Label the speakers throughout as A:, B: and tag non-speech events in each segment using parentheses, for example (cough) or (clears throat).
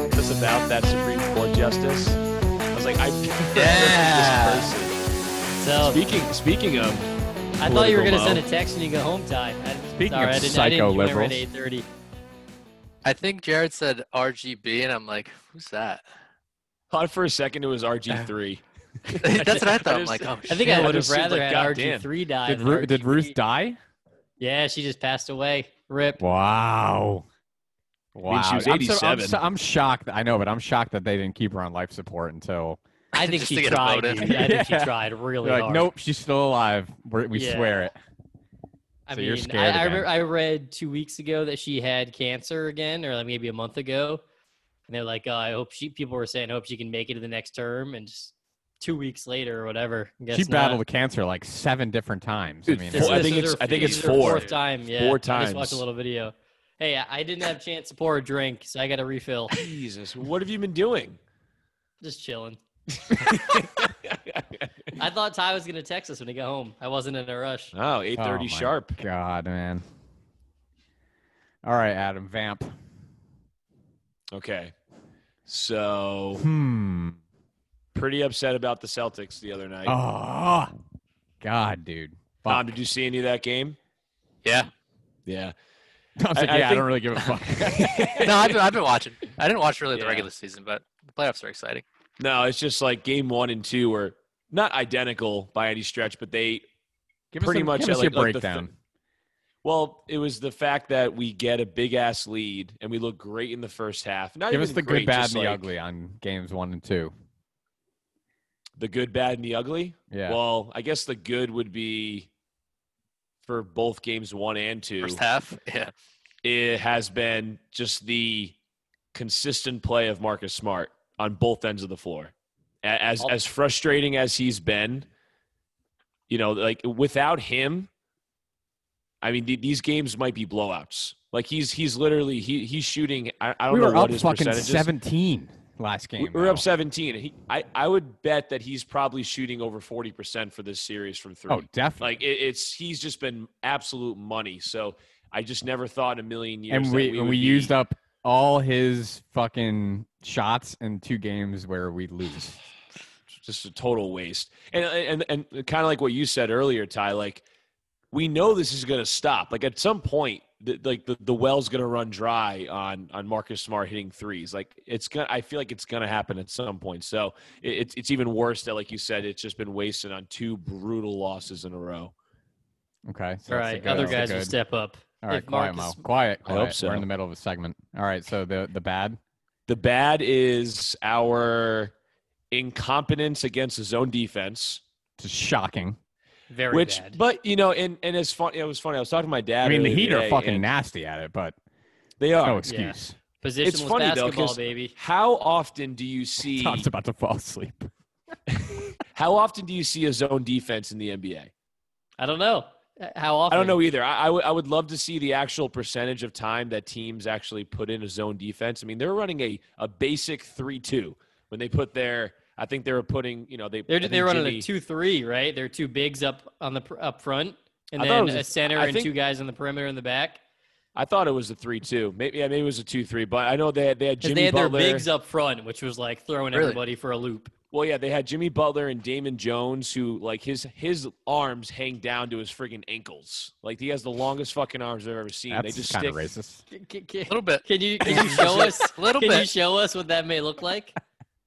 A: up that Supreme Court justice. I was like, I (laughs)
B: Yeah.
A: this person.
C: So
A: Speaking speaking of,
C: I thought you were gonna
A: political
C: send a
A: low.
C: text and you go home time. I,
A: Speaking
C: sorry,
A: of
C: I didn't, I didn't, you remember at
A: psycho-liberals.
C: 8:30.
B: I think Jared said RGB, and I'm like, who's
C: (laughs)
B: that?
A: thought for a second it was RG three.
B: That's
C: (laughs)
B: what I thought. I'm
A: just-
B: like, oh,
C: I think
B: shit.
C: I
A: Yeah,
C: would
A: it
C: have
A: seemed
C: rather
A: like,
C: had
A: goddamn.
C: RG3 die.
D: Did,
C: than
D: Ru- did Ruth
C: RG3.
D: die?
C: Yeah, she just passed away. Rip.
D: Wow. Wow.
A: mean, she was
D: I'm, so- I'm,
A: 87.
D: so- I'm shocked. I know, but I'm shocked that they didn't keep her on life support until
C: I think
B: Just
C: she
B: to get a
C: tried.
B: vote in.
C: dude. I think
D: (laughs)
C: she
D: Yeah.
C: tried really
D: they're like,
C: hard.
D: nope, she's still alive. We're, we
C: Yeah.
D: swear it.
C: I
D: So
C: mean,
D: you're scared
C: I, I,
D: again.
C: re- I read two weeks ago that she had cancer again, or like maybe a month ago, and they're like, oh, I hope she. People were saying, I hope she can make it to the next term, and just two weeks later or whatever. guess
D: She
C: not.
D: battled cancer like seven different times. I
A: Dude,
D: mean,
A: four- I
C: was
A: think
C: her
A: it's- I think
C: f-
A: it's
C: this was her
A: four.
C: Fourth time, yeah.
A: Four
C: I just watched a
A: times.
C: little video. Hey, I, I didn't have a chance to pour a drink, so I got a refill.
A: Jesus, what have you been doing? (laughs)
C: Just chilling. I thought Ty was gonna text us when he got home. I wasn't in a rush.
A: Oh, 8.30
D: Oh my
A: sharp.
D: God, man. All right, Adam Vamp.
A: Okay. So
D: Hmm.
A: pretty upset about the Celtics the other night.
D: Oh, God, dude.
A: Tom,
D: Fuck.
A: did you see any of that game?
C: (laughs)
B: yeah.
D: (laughs)
A: Yeah.
D: Tom's like,
A: I- I
D: yeah, (laughs) I,
A: think-
D: don't really give
A: (laughs)
D: a fuck.
B: No, I've been, I've been watching. I didn't watch really the
A: Yeah.
B: regular season, but the playoffs are exciting.
A: no, it's just like game one and two were not identical by any stretch, but they
D: give us
A: Pretty
D: some-
A: much
D: give us
A: like-
D: your
A: like the th-
D: breakdown.
A: Well, it was the fact that we get a big ass lead and we look great in the first half. Not
D: give us
A: even
D: the
A: great,
D: good, bad,
A: just
D: and the
A: like
D: ugly on games one and two.
A: The good, bad, and the ugly.
D: Yeah.
A: Well, I guess the good would be for both games one and two.
B: First half, (laughs) yeah.
A: It has been just the consistent play of Marcus Smart on both ends of the floor. A- As
C: All-
A: as frustrating as he's been, you know, like without him, I mean, the, these games might be blowouts. Like he's he's literally he he's shooting. I, I don't
D: we
A: know
D: were
A: what
D: up
A: his
D: fucking
A: percentage is.
D: 17 last game.
A: We- We're up
D: though.
A: 17. He, I, I would bet that he's probably shooting over 40% for this series from three.
D: Oh, definitely.
A: Like it, it's he's just been absolute money. So I just never thought in a million years.
D: and
A: that
D: we,
A: we,
D: and
A: would
D: we
A: be-
D: used up all his fucking shots in two games where we lose.
A: just a total waste. And and and kind of like what you said earlier, Ty. Like we know this is going to stop. Like at some point, the, like the, the well's going to run dry on on Marcus Smart hitting threes. Like it's gonna. I feel like it's going to happen at some point. So it, it's it's even worse that like you said, it's just been wasted on two brutal losses in a row.
D: Okay. So
C: All
D: that's a
C: right,
D: good-
C: other
D: that's a
C: guys will
D: good-
C: step up.
D: All right,
C: if
D: quiet,
C: Marcus-
D: Mo. Quiet,
A: I hope
D: quiet. We're
A: so.
D: in the middle of a segment. All right, so the the bad.
A: The bad is our incompetence against his own defense.
D: It's shocking.
C: Very
A: which,
C: bad.
A: but you know, and and it's fun. It was funny. I was talking to my dad.
D: I mean, the
A: earlier
D: Heat are
A: today,
D: fucking
A: and
D: nasty at it, but
A: They are.
D: no excuse.
C: Positionless
A: funny, though,
C: basketball,
A: 'cause-
C: baby.
A: How often do
D: (laughs)
A: you see?
D: Tom's about to fall asleep.
A: How often do you see a zone defense in the NBA?
C: I don't know Uh, how often.
A: I don't know either. I I would- I would love to see the actual percentage of time that teams actually put in a zone defense. I mean, they're running a a basic three two when they put their. I think they were putting. You know, they I
C: They're
A: think
C: they're running
A: Jimmy-
C: a two-three, right? They're two bigs up on the pr- up front, and
A: I thought it
C: then
A: was a-
C: a center
A: I
C: and
A: think-
C: two guys on the perimeter in the back.
A: I thought it was a three-two. Maybe yeah, maybe it was a two-three. But I know they had, they had
C: 'Cause
A: Jimmy
C: they had
A: Butler.
C: their bigs up front, which was like throwing
B: Really?
C: everybody for a loop.
A: Well, yeah, they had Jimmy Butler and Damon Jones, who like his his arms hang down to his friggin' ankles. Like he has the longest fucking arms I've ever seen. they
D: That's
A: just
D: kind
A: stick.
D: of racist.
C: Can, can,
B: A little bit.
A: (laughs)
C: you can you show us?
B: A little
C: Can you
B: bit.
C: show us what that may look like?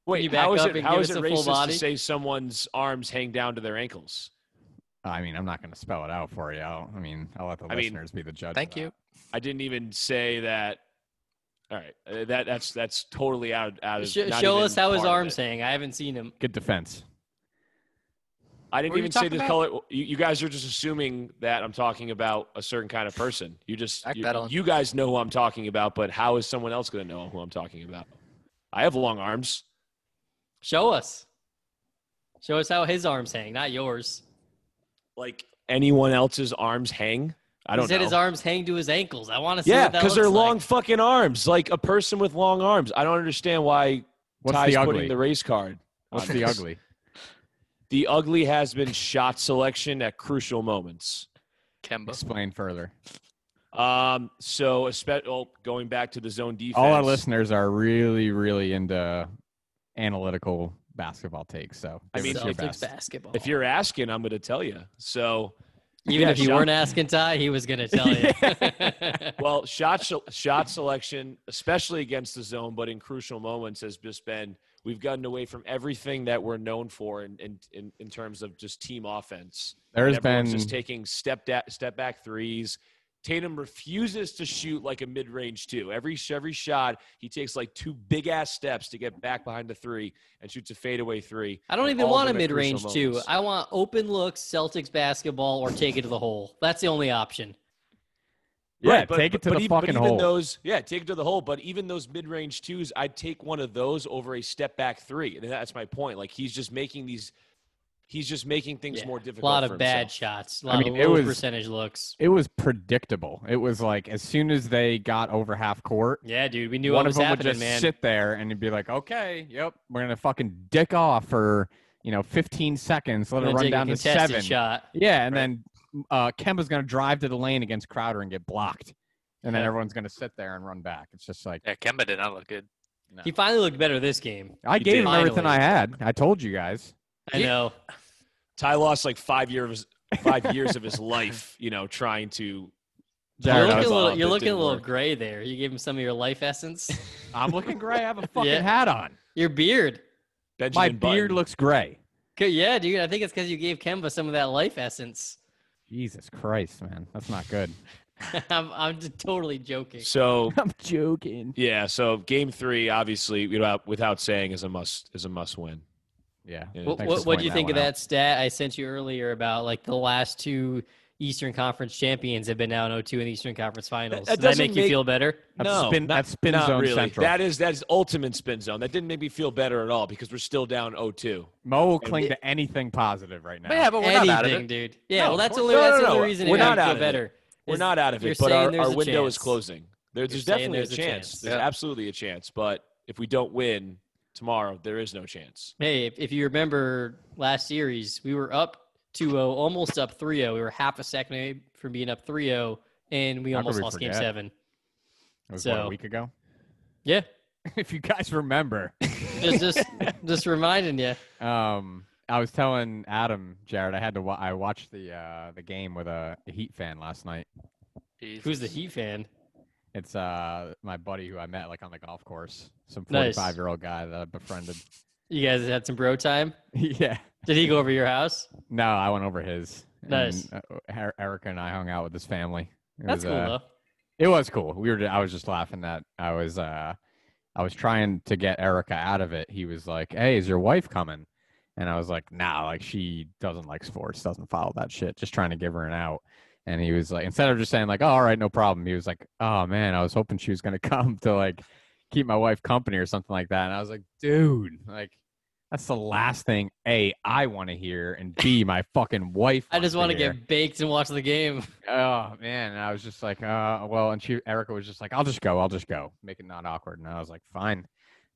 A: Wait,
C: Can you back
A: how is
C: up
A: it
C: and
A: how
C: give
A: is
C: us
A: it
C: a full
A: racist
C: body?
A: to say someone's arms hang down to their ankles?
D: I mean, I'm not going to spell it out for you. I'll, I mean, I'll let the
A: I mean,
D: listeners be the judge. of
B: Thank
D: that.
B: you.
A: I didn't even say that. All right, uh, that that's that's totally out out of.
C: Sh-
A: not
C: show
A: even
C: us how his
A: part of
C: arms
A: it.
C: hang. I haven't seen him.
D: Good defense.
A: I didn't
B: What were you
A: even say the
B: talking about?
A: color. You, you guys are just assuming that I'm talking about a certain kind of person. You just you,
B: Backpedaling.
A: you guys know who I'm talking about, but how is someone else going to know who I'm talking about? I have long arms.
C: Show us. Show us how his arms hang, not yours.
A: like anyone else's arms hang. I
C: he
A: don't
C: said
A: know.
C: his arms hang to his ankles. I want to see.
A: yeah,
C: what that
A: because they're
C: looks
A: long
C: Like.
A: fucking arms. Like a person with long arms. I don't understand why
D: What's
A: Ty's
D: the
A: putting
D: ugly?
A: the race card.
D: What's
A: on
D: the
A: this.
D: ugly?
A: The ugly has been shot selection at crucial moments.
B: Kemba.
D: Explain further.
A: Um, so, espe- well, going back to the zone defense.
D: All our listeners are really, really into analytical basketball takes. So
A: I
D: give
A: mean,
D: us your
A: if
C: Celtics
D: best.
C: basketball.
A: If you're asking, I'm going to tell you. So,
C: Even
A: Yeah,
C: if you
A: Sean-
C: weren't asking Ty, he was going to tell you. (laughs)
A: well, shot se- shot selection, especially against the zone, but in crucial moments, has just been we've gotten away from everything that we're known for in in, in, in terms of just team offense.
D: there's
A: Everyone's
D: been
A: just taking step da- step back threes. Tatum refuses to shoot like a mid range two. Every sh- every shot, he takes like two big ass steps to get back behind the three and shoots a fadeaway three.
C: I don't
A: And
C: even
A: all of
C: want a
A: them at
C: mid
A: crucial
C: range two.
A: moments.
C: I want open looks, Celtics basketball, or take it to the hole. That's the only option.
D: yeah,
A: Right, but-
D: take it to
A: but
D: the
A: e-
D: fucking
A: but even
D: hole.
A: Those, yeah, take it to the hole. But even those mid-range twos, I'd take one of those over a step back three, and that's my point. Like he's just making these, he's just making things
C: Yeah,
A: more
C: A
A: difficult.
C: lot
A: for
C: of bad
A: himself.
C: shots, a
D: I
C: lot
D: mean,
C: of
D: it
C: low
D: was-
C: percentage looks.
D: it was predictable. It was like as soon as they got over half court,
C: Yeah, dude, we knew
D: one
C: what was
D: of them would
C: happening,
D: just
C: man.
D: sit there and he'd be like, "Okay, yep, we're gonna fucking dick off for you know 15 seconds. Let
C: Gonna
D: it run
C: take a
D: down to
C: contested
D: seven.
C: Shot.
D: Yeah, and
A: Right.
D: then uh, Kemba's gonna drive to the lane against Crowder and get blocked, and then
A: Yeah.
D: everyone's gonna sit there and run back. It's just like
B: Yeah, Kemba did not look good.
C: He finally looked better this game.
D: I
A: He
D: gave
A: did.
D: him everything I
C: Finally.
D: had. I told you guys.
C: I
B: He-
C: know.
A: Ty lost like five years, five years of his life, you know, trying to.
D: (laughs)
A: turn
C: You're
D: Jared, I
C: looking
A: it
C: a little,
A: up.
C: you're
A: It
C: looking a
A: didn't
C: little
A: work.
C: gray there. You gave him some of your life essence.
D: I'm looking gray. I have
A: (laughs)
D: a fucking
C: Yeah.
D: hat on.
C: your beard.
D: My
A: Benjamin
D: beard
A: Button.
D: looks gray.
C: Good- Yeah, dude. I think it's because you gave Kemba some of that life essence. (laughs)
D: Jesus Christ, man, that's not good.
C: I'm, I'm just totally joking.
A: So
D: (laughs) I'm joking.
A: yeah, so game three, obviously, without without saying, is a must is a must win.
D: Yeah.
A: Yeah.
C: What,
D: Thanks for
C: what, what do you think
D: pointing
C: of
D: that one
C: that stat I sent you earlier about like the last two Eastern Conference champions have been now oh in 02 in the Eastern Conference Finals?
A: that
C: Does that
A: doesn't
C: make you
A: make-
C: feel better?
D: That's
A: no,
D: spin-
A: not-
D: that's spin
A: not
D: zone
A: really.
D: central.
A: That is that is ultimate spin zone. That didn't make me feel better at all because we're still down 0-2.
D: Mo will cling to anything positive right now.
B: But yeah, but we're
C: Anything,
B: not out of it.
C: dude. Yeah,
A: No,
C: well,
A: of
C: that's
A: course-
C: only
A: no,
C: that's
A: no,
C: the
A: no,
C: only reason
A: we're
C: it made
A: not
C: me
A: out
C: feel
A: of it.
C: better.
A: We're
C: Is-
A: not out of
C: you're
A: it, but
C: saying
A: our,
C: there's
A: our
C: a
A: window is
C: chance.
A: closing. There, there's
C: saying
A: definitely
C: there's
A: a
C: a
A: chance.
C: chance.
A: There's
B: Yeah.
A: absolutely a chance. But if we don't win tomorrow, there is no chance.
C: Hey, if, if you remember last series, we were up 2-0, almost up 3-0. We were half a second away from being up 3-0, and we
D: How could
C: almost
D: we
C: lost Game
D: forget?
C: 7.
D: It was what, a
C: So-
D: week ago. (laughs)
C: Yeah,
D: if you guys
A: (laughs)
D: remember,
C: just just, (laughs) just reminding you.
D: um, I was telling Adam Jared I had to. Wa- I watched the uh, the game with a Heat fan last night.
C: Who's the
B: Jesus.
C: Heat fan?
D: It's uh my buddy who I met like on the golf course, some forty
C: Nice.
D: five year old guy that I befriended. (laughs)
C: You guys had some bro time?
D: yeah.
C: Did he go over your house?
D: No, I went over his. and,
C: Nice.
D: uh, Er- Erica and I hung out with his family. It
C: That's
D: was,
C: cool,
D: uh,
C: though.
D: It was cool. We were. I was just laughing that I was. uh I was trying to get Erica out of it. He was like, "Hey, is your wife coming?" And I was like, "Nah, like she doesn't like sports, doesn't follow that shit. Just trying to give her an out." And he was like, instead of just saying like, "Oh, all right, no problem," he was like, "Oh man, I was hoping she was gonna (laughs) come to like keep my wife company or something like that." And I was like, "Dude, like." That's the last thing A I want to hear and B my fucking wife.
C: I just want
D: wants
C: to
D: hear.
C: get baked and watch the game.
D: Oh man, and I was just like, uh, well, and she Erica was just like, I'll just go, I'll just go, make it not awkward, and I was like, fine.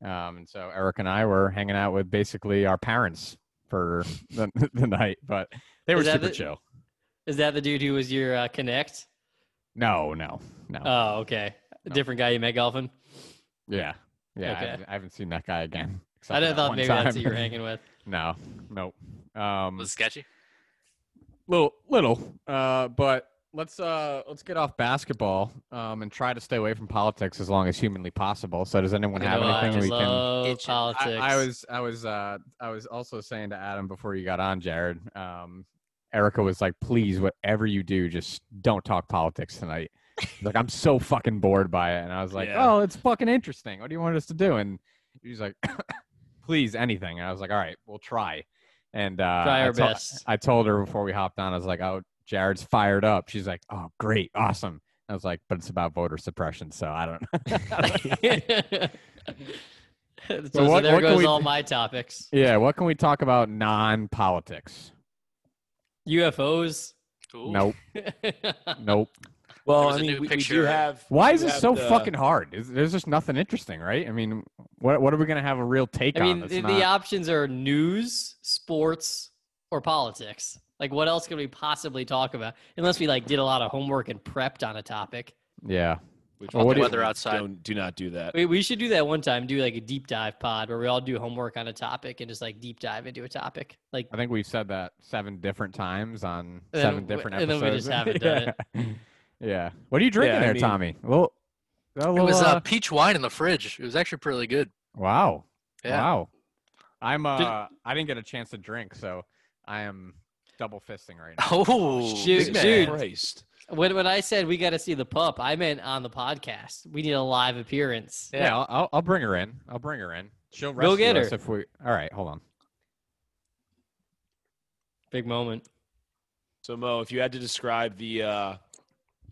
D: Um, and so Eric and I were hanging out with basically our parents for (laughs) the, the night, but they were
C: Is that
D: super
C: the-
D: chill.
C: Is that the dude who was your uh, connect?
D: No, no, no.
C: Oh, okay. A
D: No.
C: different guy you met golfing.
D: yeah, yeah. I,
C: okay.
D: haven't, I haven't seen that guy again. (laughs) except
C: I
D: for
C: didn't
D: that
C: thought
D: one
C: maybe
D: time.
C: that's who you were hanging with.
D: (laughs) no, nope. Um,
B: Was it sketchy?
D: little little uh but let's uh let's get off basketball um and try to stay away from politics as long as humanly possible so does anyone
C: You
D: have
C: know, I
D: anything we can
C: love
B: Itch- I-
D: I,
C: politics.
D: I was i was uh i was also saying to adam before you got on jared um erica was like please whatever you do just don't talk politics tonight She's like i'm so fucking bored by it and i was like
A: Yeah.
D: oh it's fucking interesting what do you want us to do and he's like (coughs) please anything and i was like all right we'll try and uh
C: try
D: I
C: our
D: to-
C: best.
D: I told her before we hopped on, I was like, oh, Jared's fired up. She's like, oh, great, awesome. I was like, but it's about voter suppression, so I
C: (laughs)
D: don't. (laughs)
C: so,
D: So what-
C: there
D: what can
C: goes
D: we-
C: all my topics.
D: yeah, what can we talk about non-politics?
C: (laughs) UFOs.
B: Ooh.
D: Nope, nope.
A: Well,
B: was
A: I
B: a
A: mean,
B: new
A: we, we do
B: picture.
A: have.
D: Why is
A: we
D: it
A: have
D: so
A: the-
D: fucking hard? Is, there's just nothing interesting, right? I mean, what what are we gonna have a real take
C: I mean,
D: on?
C: the,
D: that's
C: the
D: not-
C: options are news, sports, or politics. Like, what else could we possibly talk about? Unless we like did a lot of homework and prepped on a topic.
D: Yeah.
A: Which
D: Well, what
A: do-
B: do you- Weather outside.
A: Don't, do not do that.
C: We, we should do that one time. Do like a deep dive pod where we all do homework on a topic and just like deep dive into a topic. Like,
D: I think we've said that seven different times on
C: then
D: seven
C: w-
D: different
C: and then
D: episodes.
C: we just haven't done
D: (laughs) yeah. Yeah. What are you drinking
A: I
D: there,
A: mean-
D: Tommy? Well, a
B: It
D: little,
B: was uh,
D: uh,
B: peach wine in the fridge. It was actually pretty good. (laughs)
D: wow.
B: Yeah.
D: Wow. I'm uh I didn't get a chance to drink, so I am double fisting right
C: (laughs)
D: now.
C: Shoot,
B: Oh, big
A: Jesus
B: man.
C: dude.
A: Christ.
C: when, when I said we got to see the pup, I meant on the podcast. We need a live appearance.
D: Yeah, I'll, I'll I'll bring her in. I'll bring her in. She'll
C: Go
D: rescue
C: get
D: us
C: her.
D: if we All right, hold on.
C: Big moment.
A: So Mo, if you had to describe the, uh,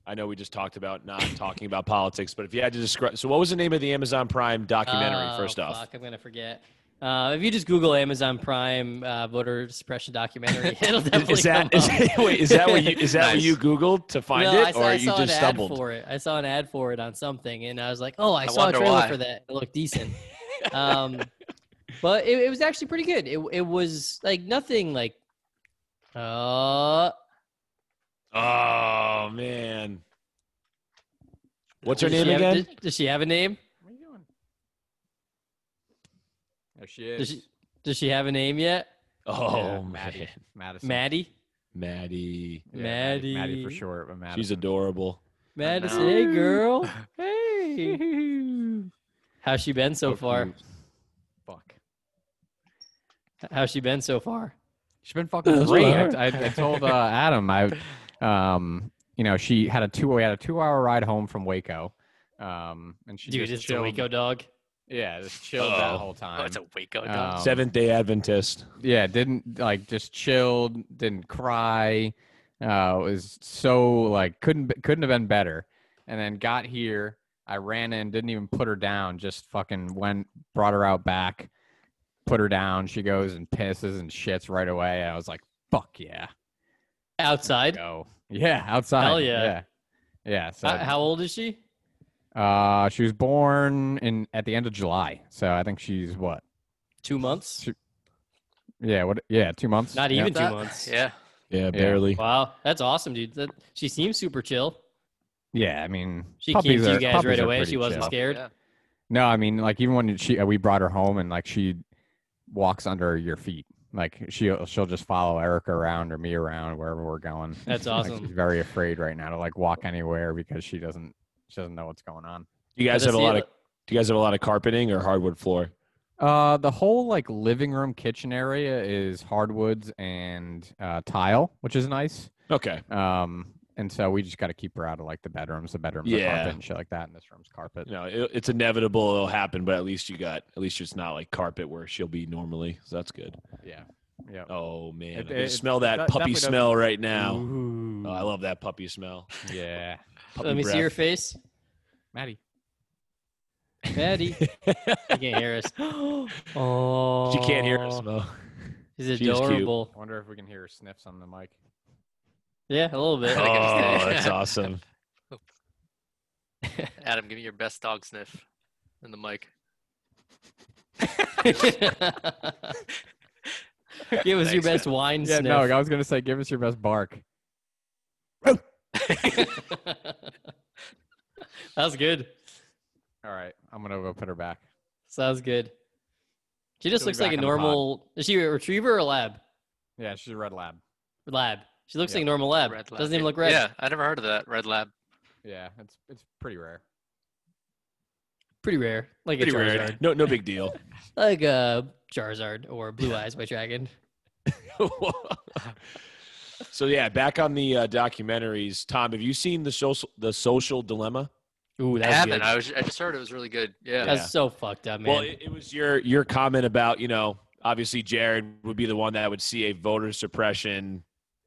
A: I know we just talked about
C: (laughs)
A: not talking about politics, but if you had to describe, so what was the name of the Amazon Prime documentary?
C: Oh,
A: first off,
C: fuck, I'm gonna forget. Uh, if you just Google Amazon Prime uh, voter
A: (laughs)
C: suppression documentary, it'll definitely
A: is
C: (laughs)
A: that
C: come
A: is, (laughs)
C: up.
A: wait is that what you is that
C: (laughs)
A: what
B: Nice.
A: you Googled to find
C: no,
A: it,
C: I saw,
A: or
C: I
A: you
C: saw
A: just
C: an
A: stumbled?
C: ad for it. I saw an ad for it on something, and I was like, "Oh, I,
B: I
C: saw a
B: wonder
C: trailer
B: why.
C: for that. It
A: (laughs)
C: looked decent." um, but it, it was actually pretty good. It it was like nothing like, uh,
A: Oh man, what's her
C: does she
A: name
C: have-
A: again?
C: Does, does she have a name?
D: What are you doing? There Oh, she
C: Does
D: is.
C: she does she have a name yet?
A: oh
D: Yeah,
A: man,
D: Maddie. Madison.
C: Maddie,
A: Maddie,
D: Yeah, Maddie. Maddie for
C: Maddie.
D: short, but Madison.
A: she's adorable.
C: Madison,
B: know.
A: (laughs)
C: hey girl, hey. How's she been so
D: Fuck
C: far?
D: you. Fuck.
C: How's she been so far?
D: She's been fucking
A: That's
D: great.
A: what
D: I, I, I told uh, Adam I, um, you know, she had a two we had a two hour ride home from Waco, um, and she
C: Dude,
D: just
C: it's the
D: chilled.
C: Waco dog.
D: Yeah, just chilled that
A: Oh.
D: whole
B: Oh,
D: time.
B: it's a Waco.
D: Uh,
B: dog.
D: Um,
A: Seventh Day Adventist.
D: yeah, didn't like just chilled, didn't cry. Uh, was so like couldn't be- couldn't have been better. And then got here, I ran in, didn't even put her down, just fucking went, brought her out back, put her down. She goes and pisses and shits right away. I was like, fuck yeah.
C: Outside.
D: go. Yeah, outside.
C: Hell yeah.
D: Yeah. Yeah, So
C: How, how old is she?
D: uh she was born in at the end of July. So I think she's what?
C: Two months?
D: Two- Yeah, what yeah, two months.
C: Not
D: Yeah.
C: even two
B: That-
C: months.
B: Yeah.
A: Yeah, barely.
C: Wow, that's awesome, dude. That, she seems super chill.
D: Yeah, I mean
C: She
D: puppies
C: came to
D: are-
C: you guys
D: puppies
C: right
D: are
C: away.
D: pretty
C: She wasn't
D: chill.
C: scared.
B: Yeah.
D: No, I mean like even when she uh, we brought her home and like she walks under your feet. Like she'll she'll just follow Erica around or me around wherever we're going. (laughs)
C: That's
D: Like,
C: awesome.
D: she's very afraid right now to like walk anywhere because she doesn't she doesn't know what's going on.
A: Do you guys
C: Does
A: have a
C: she-
A: lot of do you guys have a lot of carpeting or hardwood floor?
D: Uh, the whole like living room kitchen area is hardwoods and uh, tile, which is nice.
A: Okay.
D: Um, and so we just got to keep her out of like the bedrooms. The bedrooms are
A: Yeah.
D: carpet and shit like that, and this room's carpet.
A: You know, it, it's inevitable it'll happen, but at least you got at least it's not like carpet where she'll be normally. So that's good.
D: Yeah, yeah.
A: Oh man,
D: It-
A: I can
D: it-
A: smell that,
D: that
A: puppy
D: definitely doesn't-
A: smell right now.
D: Ooh.
A: Oh, I love that puppy smell.
D: yeah,
A: Puppy
C: Let me
A: breath.
C: see your face.
D: Maddie. (laughs)
C: Maddie. she can't hear us. Oh.
A: She can't hear us. Mo.
C: She's
A: She's cute.
C: adorable.
D: I wonder if we can hear her sniffs on the mic.
C: yeah, a little bit.
A: Oh,
B: I guess they-
A: that's awesome.
B: Adam, give me your best dog sniff in the mic.
C: (laughs) (laughs) Give us your
B: Thanks,
C: best wine
D: Yeah,
C: sniff.
D: no, I was gonna say, give us your best bark.
C: (laughs) That's good.
D: All right, I'm gonna go put her back.
C: Sounds good. She just
D: She'll be
C: looks like
D: back
C: a
D: on the pod.
C: normal. Is she a retriever or lab?
D: Yeah, she's a red lab.
C: Lab. She looks
D: Yeah.
C: like a normal lab.
B: Red lab.
C: Doesn't even
B: Yeah,
C: look red.
B: Yeah, I never heard of that. Red lab.
D: Yeah, it's it's pretty rare.
C: Pretty rare. Like
A: Pretty
C: a Charizard.
A: weird. No, no big deal.
C: Like a Charizard or Blue Eyes by Dragon.
A: (laughs) so yeah, back on the uh, documentaries. Tom, have you seen the social the social dilemma?
C: Ooh,
B: I
C: that was
B: haven't.
C: good.
B: I, was, I just heard it was really good. Yeah.
A: Yeah.
C: That's so fucked up, man.
A: Well, it, it was your your comment about you know obviously Jared would be the one that would see a voter suppression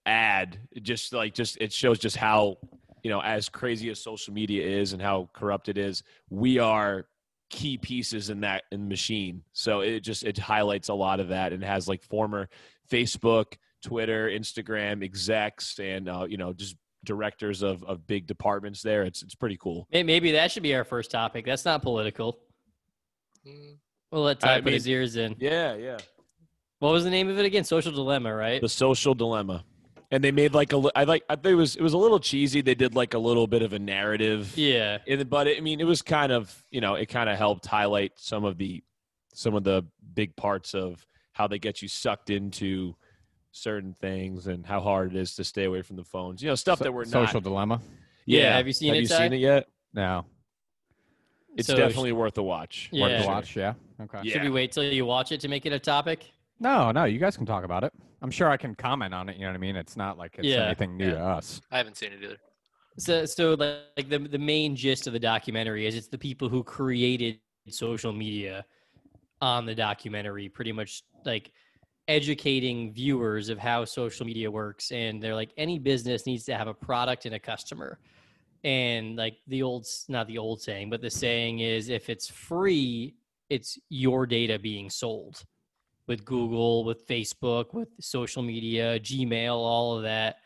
A: ad. It just like just it shows just how you know as crazy as social media is and how corrupt it is, we are key pieces in that in the machine. So it just it highlights a lot of that and has like former Facebook, Twitter, Instagram execs and uh, you know just directors of of big departments there. It's it's pretty cool.
C: May- Maybe that should be our first topic. That's not political.
B: Mm,
C: We'll let Todd
A: I
C: put his ears in.
A: Yeah, yeah.
C: What was the name of it again? Social Dilemma, right?
A: The social dilemma. and they made like a li- I like I think it was it was a little cheesy. They did like a little bit of a narrative.
C: Yeah.
A: And- but it, I mean, it was kind of you know it kind of helped highlight some of the some of the big parts of how they get you sucked into certain things and how hard it is to stay away from the phones. You know, stuff
D: So-
A: that we're
D: social
A: not.
D: dilemma.
C: Yeah, have you seen
A: have
C: it,
A: you
C: Ty?
A: seen it yet?
D: No,
A: It's
C: So-
A: definitely worth a watch.
C: Yeah.
D: worth
A: Worth
D: to
A: a
D: watch. Yeah. Okay.
A: Yeah.
C: Should we wait till you watch it to make it a topic?
D: No, no, you guys can talk about it. I'm sure I can comment on it. You know what I mean? It's not like it's
C: Yeah,
D: anything new
B: yeah.
D: to us.
B: I haven't seen it either.
C: So, so like, like the the main gist of the documentary is it's the people who created social media on the documentary, pretty much like educating viewers of how social media works, and they're like any business needs to have a product and a customer, and like the old s- not the old saying, but the saying is if it's free, it's your data being sold with Google, with Facebook, with social media, Gmail, all of that.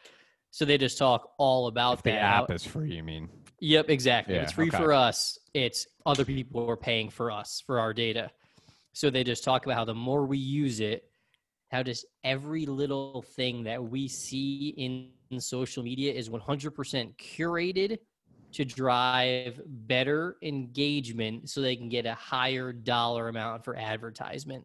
C: So they just talk all about
D: If the
C: that. how-
D: app is free, you mean?
C: Yep, exactly.
D: Yeah,
C: it's free
D: okay.
C: for us. It's other people who are paying for us for our data. So they just talk about how the more we use it, how just every little thing that we see in, in social media is 100% curated to drive better engagement so they can get a higher dollar amount for advertisement.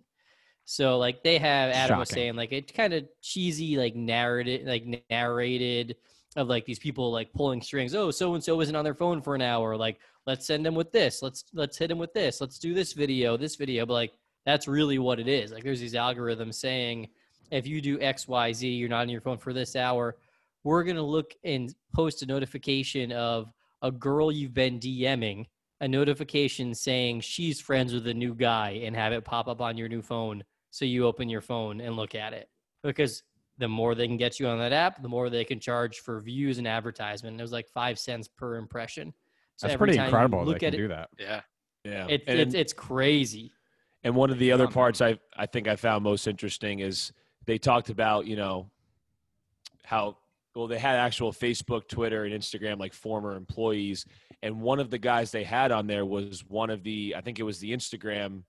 C: So like they have Adam was
D: Shocking.
C: saying like it's kind of cheesy like narrated like narrated of like these people like pulling strings. Oh, so and so isn't on their phone for an hour. Like, let's send them with this. Let's let's hit them with this. Let's do this video, this video. But like, that's really what it is. Like, there's these algorithms saying if you do X, Y, Z, you're not on your phone for this hour. We're gonna look and post a notification of a girl you've been DMing, a notification saying she's friends with a new guy, and have it pop up on your new phone. So you open your phone and look at it because the more they can get you on that app, the more they can charge for views and advertisement. It was like five cents per impression. So
D: That's
C: every
D: pretty
C: time you
D: incredible. They
C: Look
D: can
C: at
D: do
C: it,
D: that.
B: Yeah.
A: Yeah.
C: it's,
A: And-
C: it's it's crazy.
A: And one of the other
B: Um,
A: parts I I think I found most interesting is they talked about you know how well they had actual Facebook, Twitter, and Instagram like former employees, and one of the guys they had on there was one of the I think it was the Instagram.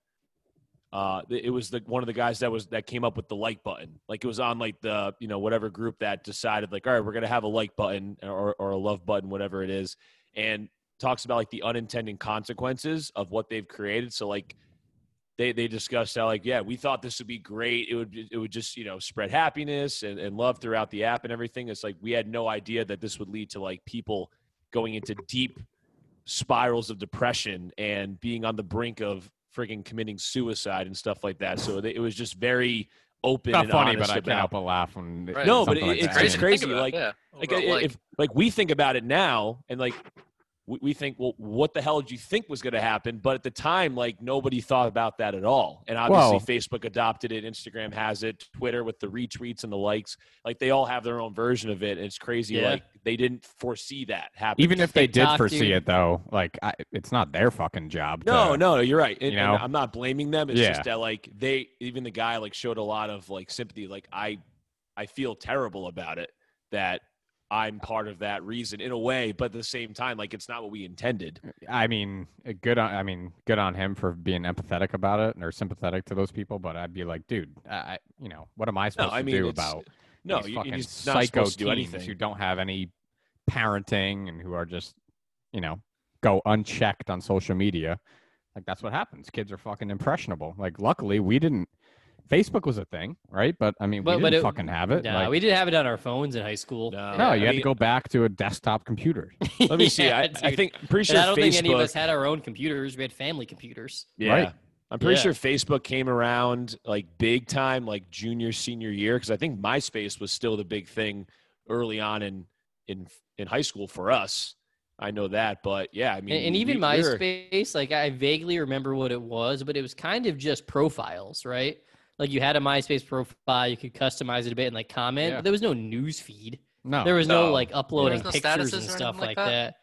A: Uh, th- it was the one of the guys that was that came up with the like button. Like it was on like the you know whatever group that decided like all right we're gonna have a like button or or a love button whatever it is, and talks about like the unintended consequences of what they've created. So like they they discussed how like yeah we thought this would be great it would it would just you know spread happiness and, and love throughout the app and everything it's like we had no idea that this would lead to like people going into deep spirals of depression and being on the brink of frigging committing suicide and stuff like that so they, it was just very open
D: Not
A: and
D: funny,
A: honest
D: but I can't
A: about
D: help but laugh when
B: Right.
A: No, but
D: something
A: it-
D: like
A: it's
D: that
A: crazy.
D: happens.
A: crazy,
B: Think about it,
A: like-
B: yeah.
A: like,
B: Overall,
A: i- if like we think about it now and like we, we think well what the hell did you think was going to happen but at the time like nobody thought about that at all and obviously
D: Well-
A: facebook adopted it instagram has it twitter with the retweets and the likes like they all have their own version of it and it's crazy
C: Yeah.
A: like they didn't foresee that happening
D: Even if they did
C: TikTok,
D: foresee
C: dude.
D: it, though, like I, it's not their fucking job.
A: no
D: to-
A: no you're right
D: you
A: And- and
D: know?
A: i'm not blaming them it's
D: Yeah.
A: just that like they even the guy like showed a lot of like sympathy like i i feel terrible about it that i'm part of that reason in a way but at the same time like it's not what we intended
D: I mean, uh, good on. I mean, good on him for being empathetic about it or sympathetic to those people. But I'd be like, dude, I, I- you know, what am I supposed
A: I
D: to
A: mean,
D: do
A: it's-
D: about
A: No,
D: these
A: you,
D: fucking
A: are just not
D: psycho
A: supposed to do
D: teens who
A: anything.
D: don't have any parenting and who are just, you know, go unchecked on social media. Like that's what happens. Kids are fucking impressionable. Like luckily we didn't. Facebook was a thing, right? But I mean,
C: But-
D: we
C: but
D: didn't
C: it-
D: fucking have it.
C: Nah,
D: like,
C: we didn't have it on our phones in high school.
D: no,
A: I
D: you
A: mean,
D: had
A: uh,
D: to go back to a desktop computer.
A: Let
C: (laughs)
A: me
D: (laughs)
A: see.
C: Yeah,
A: I, I
C: dude.
A: think I'm pretty sure
C: And I don't
A: Facebook.
C: think any of us had our own computers. We had family computers.
A: yeah,
D: Right.
A: I'm pretty
C: Yeah.
A: sure Facebook came around like big time, like junior senior year, because I think MySpace was still the big thing early on in in in high school for us. I know that, but yeah, I mean,
C: and, and even
A: we- we were-
C: MySpace, like I vaguely remember what it was, but it was kind of just profiles, right? Like you had a MySpace profile, you could customize it a bit and like comment.
D: Yeah.
C: But there was no news feed.
A: (laughs)
D: No,
C: There was no,
B: No.
C: like uploading
B: no
C: pictures
B: statuses
C: and
B: or
C: stuff
B: anything
C: like
B: like
C: that.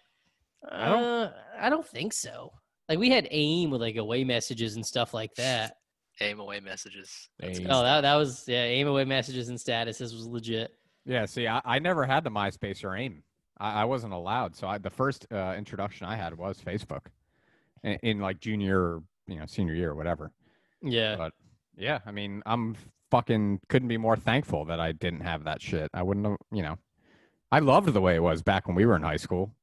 B: that?
C: I don't. Uh, I don't think so. Like we had AIM with like away messages and stuff like that.
B: aim away messages. That's
A: Aim.
B: good.
C: Oh, that that was yeah. AIM away messages and statuses was legit.
D: Yeah, see, I, I never had the MySpace or AIM. I, I wasn't allowed. So I, the first uh, introduction I had was Facebook in, in like junior, or, you know, senior year or whatever.
C: Yeah.
D: But Yeah, I mean, I'm fucking couldn't be more thankful that I didn't have that shit. I wouldn't have, you know. I loved the way it was back when we were in high school.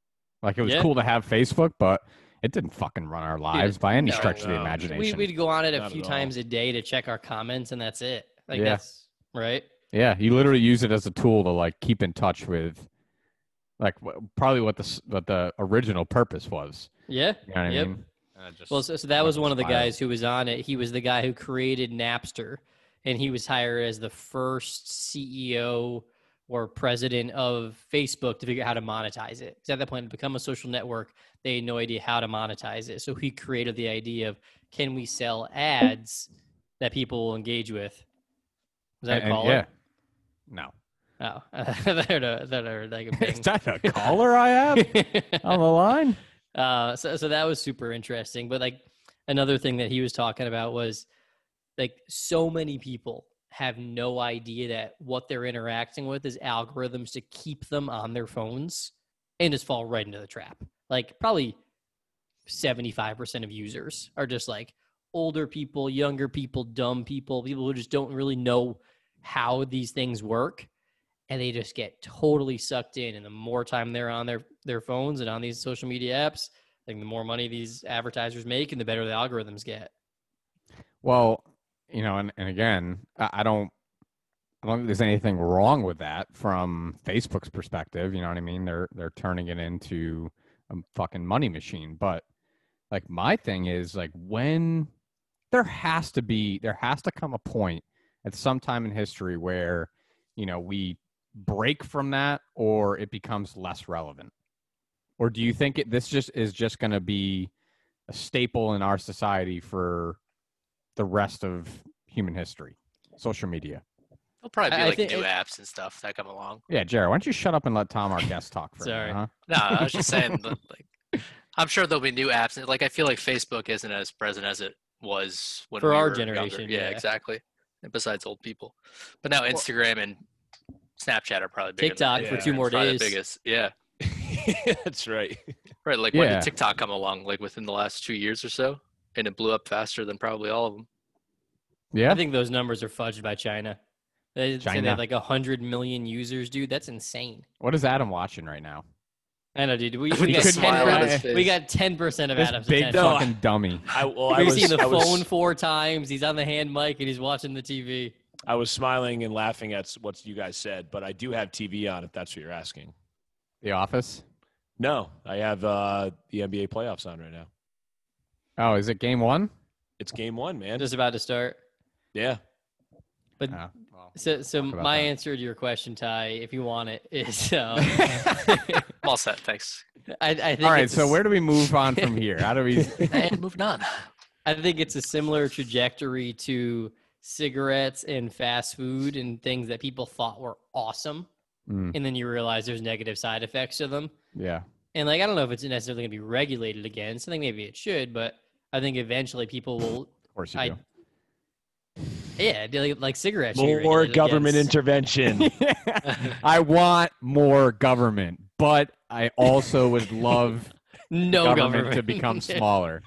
D: Like it was
C: Yeah.
D: cool to have Facebook, but it didn't fucking run our lives by any
C: no,
D: stretch of the
A: no. We-
C: We,
D: imagination.
C: we'd go on it a
A: Not
C: few
A: at all.
C: times a day to check our comments, and that's it. Like
D: Yeah.
C: that's right.
D: yeah, you literally use it as a tool to like keep in touch with, like wh- probably what the s- what the original purpose was.
C: Yeah.
D: You know what
C: Yep.
D: I mean? And it just-
C: Well, so, so that
D: Like
C: was
D: a
C: one of the
D: spiral.
C: guys who was on it. He was the guy who created Napster, and he was hired as the first CEO or president of Facebook to figure out how to monetize it. Because at that point, it had become a social network, they had no idea how to monetize it. So he created the idea of can we sell ads that people will engage with? Was that
D: And-
C: a
D: and-
C: caller?
D: yeah. No. (laughs)
C: Oh, (laughs) I thought I heard like a
D: Is
C: bing.
D: that a caller
C: (laughs)
D: I have on the line?
C: Uh, so, so that was super interesting. But like another thing that he was talking about was like so many people have no idea that what they're interacting with is algorithms to keep them on their phones and just fall right into the trap. Like probably 75% of users are just like older people, younger people, dumb people, people who just don't really know how these things work and they just get totally sucked in and the more time they're on their their phones and on these social media apps, I think the more money these advertisers make and the better the algorithms get.
D: Well, you know, and, and again, I, I don't I don't think there's anything wrong with that from Facebook's perspective. You know what I mean? They're they're turning it into a fucking money machine. But like my thing is like when there has to be there has to come a point at some time in history where, you know, we break from that or it becomes less relevant. Or do you think it, this just is just going to be a staple in our society for the rest of human history, social media.
B: There'll probably
C: I-
B: be
C: I
B: like
C: think-
B: new apps and stuff that
C: (laughs)
B: come along.
D: Yeah, Jared, why don't you shut up and let Tom, our guest, talk for a
C: Sorry.
D: minute, huh?
B: No, I was just saying, but, like, I'm sure there'll be new apps. and, Like, I feel like Facebook isn't as present as it was when
C: For
B: we
C: our
B: were younger.
C: generation,
B: Yeah,
C: yeah.
B: exactly. And besides old people, but now Instagram and Snapchat are probably bigger than
C: TikTok
A: for
B: Facebook,
C: two
B: it's
C: more
B: probably the
C: days.
B: biggest. Yeah,
A: (laughs) That's
C: (laughs)
A: right.
B: right. Like when
D: Yeah.
B: did TikTok come along? Like within the last two years or so, and it blew up faster than probably all of them.
D: Yeah.
C: I think those numbers are fudged by China. They say they
D: China.
C: have like hundred million users, dude. That's insane.
D: what is Adam watching right now?
C: I know, dude.
D: (laughs)
C: We,
B: With
C: we
B: the
C: got
B: smile
D: on
C: 10%,
D: his
B: face.
C: we got ten percent of
D: This
C: Adam's
D: big
C: attention.
A: No,
D: fucking dummy.
A: I, well, I
C: We've
A: was,
C: seen the
A: I was-
C: phone four times. He's on the hand mic and he's watching the TV.
A: I was smiling and laughing at what you guys said, but I do have TV on if that's what you're asking.
D: The Office.
A: No, I have uh, the NBA playoffs on right now.
D: Oh, is it game one?
A: It's game one, man.
C: Just about to start.
A: yeah.
C: But
D: Oh, well.
C: so, so
D: about
C: my
D: that.
C: answer to your question, Ty, if you want it,
D: (laughs)
C: is um, (laughs)
B: I'm all set. Thanks.
C: I, I think.
D: All right.
C: it's a
D: So
C: s-
D: where do
C: (laughs)
D: we move on from here? How do we?
B: (laughs) and moving on.
C: I think it's a similar trajectory to cigarettes and fast food and things that people thought were awesome,
D: Mm,
C: and then you realize there's negative side effects to them.
D: yeah.
C: And like, I don't know if it's necessarily going to be regulated again. So I think maybe it should, but I think eventually
D: (clears throat)
C: people will.
D: Of course you
C: I- (laughs)
D: do. (laughs)
C: Yeah, they- like, like cigarettes. should be
A: More
C: regulated
A: government
C: against-
A: intervention.
D: I want more government, but I also
C: (laughs)
D: would love
C: No
D: government,
C: government,
D: to become smaller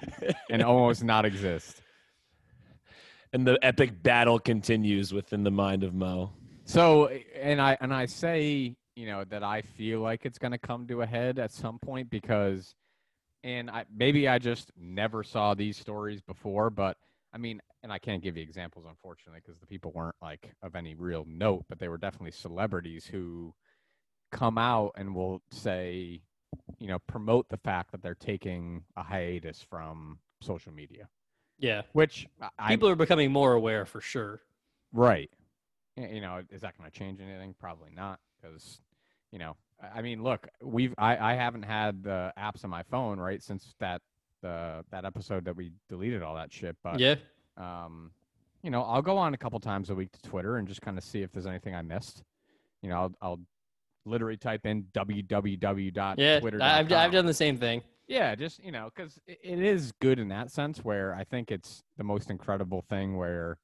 D: and almost not exist.
A: and the epic battle continues within the mind of Mo.
D: So, and I and I say, you know, that I feel like it's going to come to a head at some point because, and I maybe I just never saw these stories before, but I mean, and I can't give you examples unfortunately because the people weren't like of any real note, but they were definitely celebrities who come out and will say, you know, promote the fact that they're taking a hiatus from social media,
C: (laughs) yeah,
D: which I- I
C: people are becoming more aware for sure.
D: Right. Y- You know, is that going to change anything? Probably not, because you know, I I mean, look, we've I, I haven't had the apps on my phone right since that the that episode that we deleted all that shit. But
C: yeah,
D: um, you know, I'll go on a couple times a week to Twitter and just kind of see if there's anything I missed. You know, I'll I'll literally type in www.
C: yeah.
D: Twitter.
C: I- I've I've done the same thing.
D: Yeah, just you know, because it is good in that sense where I think it's the most incredible thing where,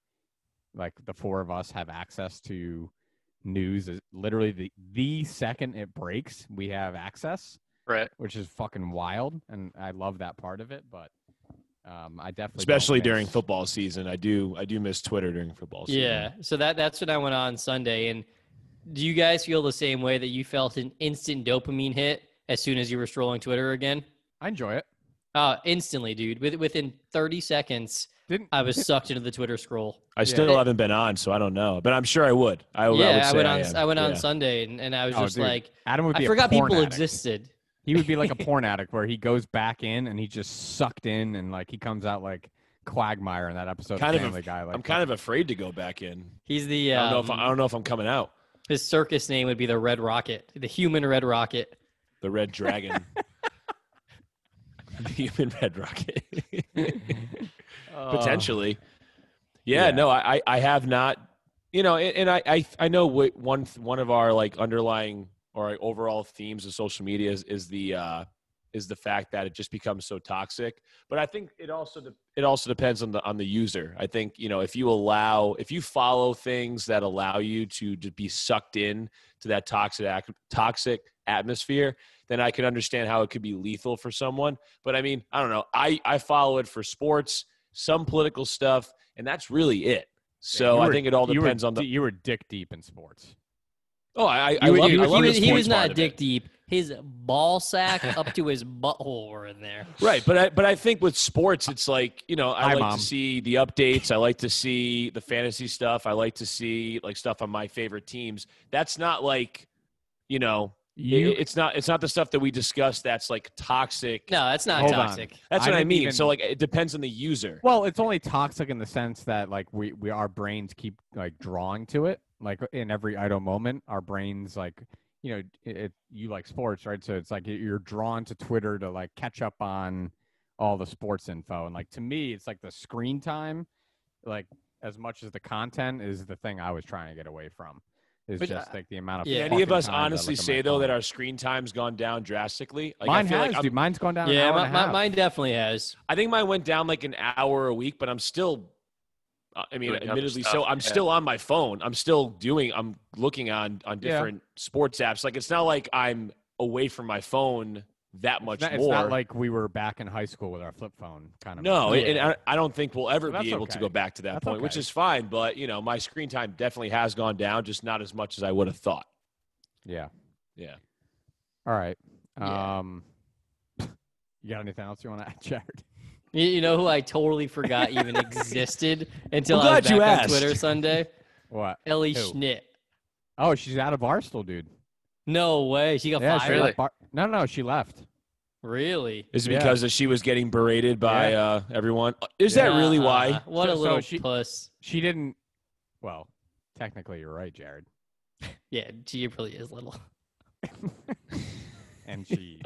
D: like, the four of us have access to news. Is literally the the second it breaks, we have access,
B: Right.
D: which is fucking wild, and I love that part of it. But Um, I definitely don't
A: especially during
D: miss-
A: football season. I do I do miss Twitter during football season.
C: Yeah. So that that's what I went on Sunday. And do you guys feel the same way that you felt an instant dopamine hit as soon as you were strolling Twitter again?
D: I enjoy it.
C: Uh, instantly, dude. With, within 30 seconds,
D: Didn't
C: I was sucked into the Twitter scroll.
A: I still haven't been on, so I don't know, but I'm sure I would. I, would- I Oh, would
C: yeah, I,
A: say
C: went
A: I
C: on.
A: am.
C: I, went on
A: Yeah.
C: Sunday, and, and I was
D: Oh,
C: just
D: dude.
C: like,
D: Adam would be
C: I
D: a
C: forgot
D: porn
C: people
D: addict.
C: existed.
D: He
A: (laughs)
D: would be like a porn addict where he goes back in and he just sucked in and like he comes out like Quagmire in that episode
A: Kind
D: of
A: of a-
D: Family Guy. Like
A: I'm kind of afraid to go back in.
C: He's the.
A: I
C: Um,
A: don't know if I, I don't know if I'm coming out.
C: his circus name would be the Red Rocket, the Human Red Rocket.
A: The Red
C: (laughs)
A: Dragon. (laughs) the human Red Rocket. (laughs) Potentially. Yeah,
D: Oh. yeah.
A: no, I, I I have not, you know, and, and I, I, I know what one, one of our like underlying or our overall themes of social media is, is the, uh, is the fact that it just becomes so toxic. But I think it also de- it also depends on the on the user. I think you know if you allow if you follow things that allow you to to be sucked in to that toxic ac- toxic atmosphere, then I can understand how it could be lethal for someone. But I mean, I don't know. I I follow it for sports, some political stuff, and that's really it. So
D: You
A: I
D: were-
A: think it all
D: you were
A: depends on
D: di-
A: the.
D: You were dick deep in sports.
A: Oh, I I, I
C: You would-
A: love,
C: you-
A: I
C: he
A: love the
C: was- he
A: sports
C: was
A: part
C: not
A: of it.
C: dick deep. His ball sack up to his butthole were in there.
A: Right, but I but I think with sports, it's like you know I
D: Hi,
A: like
D: Mom.
A: to see the updates. I like to see the fantasy stuff. I like to see like stuff on my favorite teams. That's not like you know i-
D: You
A: it's not it's not the stuff that we discuss. That's like toxic.
C: No, that's not
D: Hold on.
C: toxic.
A: that's
D: I
A: what I,
D: didn't
A: mean.
D: even-
A: so like it depends on the user.
D: Well, it's only toxic in the sense that like we, we our brains keep like drawing to it. Like in every idle moment, our brains like you know it, it, you like sports, right? So it's like you're drawn to Twitter to like catch up on all the sports info. And like to me, it's like the screen time, like as much as the content is the thing I was trying to get away from. Is
C: Which
D: just
C: I-
D: like the amount of
A: Can
C: Yeah.
D: fucking
A: uh, any of us
D: times I look
A: honestly
D: at my
A: say though that
D: phone.
A: our screen time's gone down drastically? Like
D: mine
A: I feel
D: has
A: like I'm-
D: dude, mine's gone down. an
C: Yeah,
D: hour
C: my,
D: and a
C: my,
D: half.
C: mine definitely has.
A: I think mine went down like an hour a week, but I'm still. uh, I mean,
B: Doing other
A: admittedly,
B: stuff,
A: so I'm
B: yeah.
A: still on my phone. I'm still doing. I'm looking on on
D: Yeah.
A: different sports apps. Like it's not like I'm away from my phone that much
D: it's not,
A: more.
D: It's not like we were back in high school with our flip phone kind of.
A: no,
C: Yeah.
A: and I, I don't think we'll ever
D: Well,
A: be
D: that's
A: able to
D: okay.
A: go back to that
D: That's
A: point, which
D: okay.
A: is fine. But you know, my screen time definitely has gone down, just not as much as I would have thought.
D: Yeah.
A: Yeah.
D: All right.
C: Yeah.
D: Um, (laughs) you got anything else you want to add, (laughs) Jared?
C: You, you know who I totally forgot
D: (laughs)
C: even existed until
A: I'm
C: I was
A: glad you
C: back on
A: asked.
C: Twitter Sunday?
D: What?
C: Ellie
D: Who?
C: Schnitt.
D: Oh, she's out of Barstool, dude.
C: No way. She got
D: Yeah, she
C: fired.
B: Really?
D: left Bar- no, no, she left.
C: Really?
A: Is it
D: Yeah.
A: because that she was getting berated by
D: Yeah.
A: uh, everyone? Is that really
C: Uh-uh.
A: why?
C: What
D: So-
C: a
D: so
C: little
D: she-
C: puss.
D: She didn't. Well, technically, you're right, Jared.
C: Yeah, she really is little.
D: (laughs) and she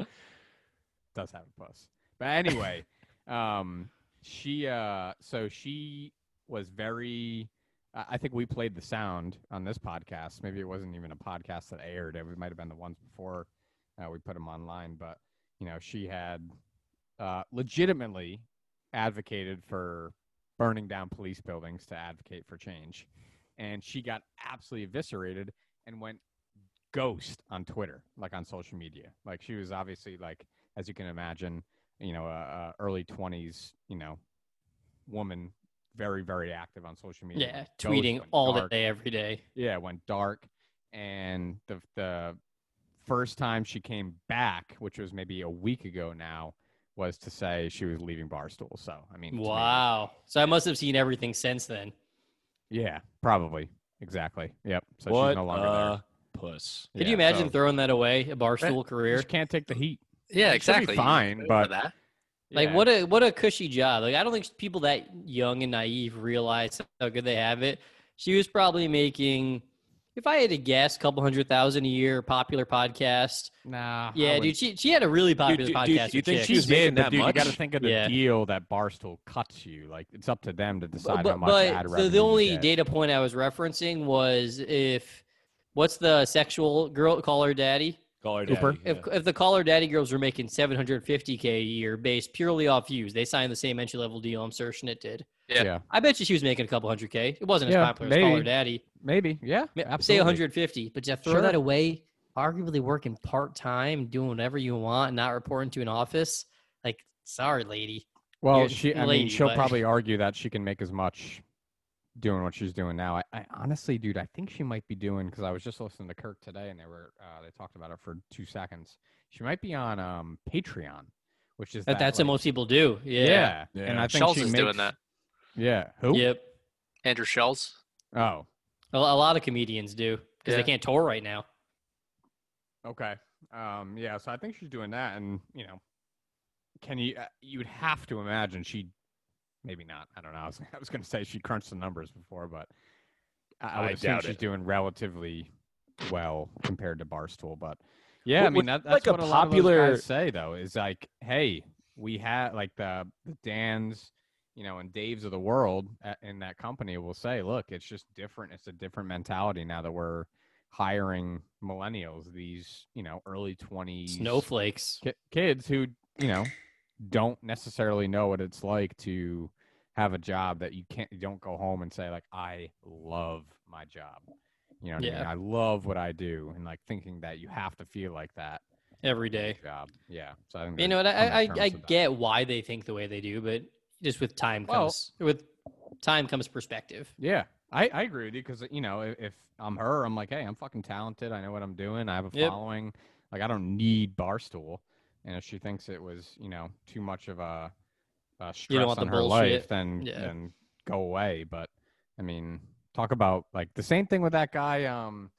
D: does have a puss. But anyway, um, she uh, so she was very. I I think we played the sound on this podcast. Maybe it wasn't even a podcast that aired. It might have been the ones before uh, we put them online. But you know, she had uh, legitimately advocated for burning down police buildings to advocate for change, and she got absolutely eviscerated and went ghost on Twitter, like on social media. Like she was obviously like, as you can imagine, you know, a, a early twenties, you know, woman, very very active on social
C: (laughs)
D: media.
C: Yeah,
D: went ghost,
C: tweeting
D: went
C: all
D: dark.
C: day, every day.
D: Yeah, it went dark, and the the first time she came back, which was maybe a week ago now, was to say she was leaving Barstool. So I mean, to me,
C: Wow. So I must have seen everything since then.
D: yeah, probably exactly. Yep. So
A: what
D: she's no longer
A: a
D: there.
A: puss.
C: Could you
D: Yeah,
C: imagine
D: so
C: throwing that away, a barstool career?
D: she can't take the heat.
B: Yeah,
D: She'll be
B: exactly. You
D: fine,
B: pay for
D: but-
B: that.
C: Like
D: Yeah.
C: what a what a cushy job. Like I don't think people that young and naive realize how good they have it. She was probably making, if I had to guess, a couple hundred thousand a year, popular podcast.
D: Nah.
C: Yeah, dude, she she had a really popular
A: dude, dude,
C: podcast.
A: do you think
C: with chicks.
A: she was
D: did,
A: making
D: but
A: that
D: dude, You
A: much?
D: got to think of the
C: Yeah.
D: deal that Barstool cuts you. Like it's up to them to decide
C: but,
D: how much
C: but-
D: ad
C: so
D: revenue.
C: the
D: you
C: only
D: get.
C: data point I was referencing was if what's the sexual girl caller daddy?
A: Call her
D: Cooper?
A: daddy, yeah.
C: If, if the caller daddy girls were making 750k a year based purely off views, they signed the same entry level deal. I'm certain it did.
B: Yeah.
D: yeah,
C: I bet you she was making a couple hundred k. It wasn't
D: Yeah,
C: as popular as caller
D: maybe.
C: daddy.
D: maybe, yeah,
C: Ma- Say
D: absolutely.
C: 150, but to throw
D: Sure.
C: that away, arguably working part time, doing whatever you want, not reporting to an office. Like, sorry, lady.
D: Well,
C: You're a
D: she. I mean,
C: lady,
D: she'll
C: but- (laughs)
D: probably argue that she can make as much doing what she's doing now. I, I honestly, dude, I think she might be doing because I was just listening to Kirk today, and they were uh, they talked about it for two seconds. She might be on um Patreon, which is
C: That,
D: that,
C: that's
D: like,
C: what most people do.
D: Yeah.
C: Yeah.
D: and
A: Yeah.
D: I think
B: Schultz
D: she
B: is
D: makes,
B: doing that.
D: Yeah, who?
C: Yep.
B: Andrew Schultz.
D: Oh,
C: A, a lot of comedians do because
B: Yeah.
C: they can't tour right now.
D: Okay. Um. Yeah. So I think she's doing that, and you know, can you? Uh, you would have to imagine she, maybe not. I don't know. I was, (laughs) I was going to say she crunched the numbers before, but I, I
A: I
D: would assume
A: doubt
D: she's
A: it.
D: doing relatively well compared to Barstool. But yeah, I
A: What-
D: mean,
A: what-
D: that,
A: like
D: that's
A: a
D: what a, lot of those
A: popular-
D: guys say though is like, hey, we have like the the Dan's. You know, and Dave's of the world a- in that company will say, "Look, it's just different. It's a different mentality now that we're hiring millennials, these you know early twenties
C: Snowflakes.
D: ki- kids who you know don't necessarily know what it's like to have a job that you can't you don't go home and say like I love my job. You know, what I, mean?
C: Yeah.
D: I love what I do, and like thinking that you have to feel like that
C: every
D: in your
C: day.
D: job. Yeah, so I think
C: You
D: they're
C: know what? I
D: coming
C: I, I-
D: to
C: I
D: terms with that.
C: get why they think the way they do, but just with time
D: Well-
C: comes with time comes perspective.
D: Yeah, I, I agree with you because you know if, if I'm her, I'm like, hey, I'm fucking talented. I know what I'm doing. I have a
C: Yep.
D: following. Like I don't need Barstool. And if she thinks it was you know too much of a, a stress
C: want
D: on
C: the
D: her
C: bullshit.
D: life, then
C: Yeah.
D: then go away. But I mean, talk about like the same thing with that guy. Um,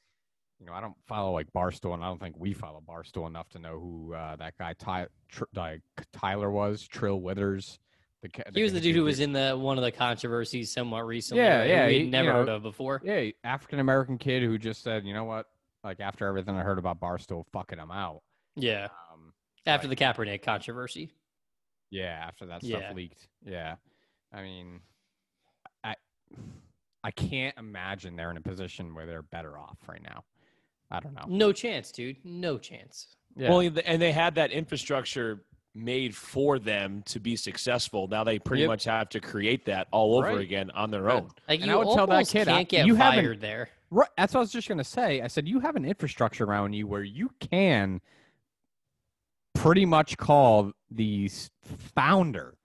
D: you know, I don't follow like Barstool, and I don't think we follow Barstool enough to know who uh, that guy Ty, Tr- like Tyler was. Trill Withers. The, ca-
C: He was the
D: kid
C: dude who
D: did-
C: was in the one of the controversies somewhat recently.
D: Yeah,
C: right?
D: yeah,
C: We
D: he-
C: had
D: you
C: never
D: know,
C: heard of before.
D: Yeah, African American kid who just said, you know what? Like after everything I heard about Barstool, fucking him out.
C: Yeah,
D: Um,
C: after the Kaepernick controversy.
D: yeah, after that stuff
C: Yeah.
D: leaked. Yeah, I mean, I I can't imagine they're in a position where they're better off right now. I don't know.
C: No chance, dude. No chance.
D: Yeah.
A: Well, and th- and they had that infrastructure made for them to be successful. Now they pretty
D: Yep.
A: much have to create that all over
D: Right.
A: again on their
D: Right.
A: own.
C: Like
D: And I
C: you
D: would tell that
C: almost
D: kid, I-
C: can't get
D: you haven't-
C: fired there.
D: Right. That's what I was just gonna say. I said you have an infrastructure around you where you can pretty much call the s- founder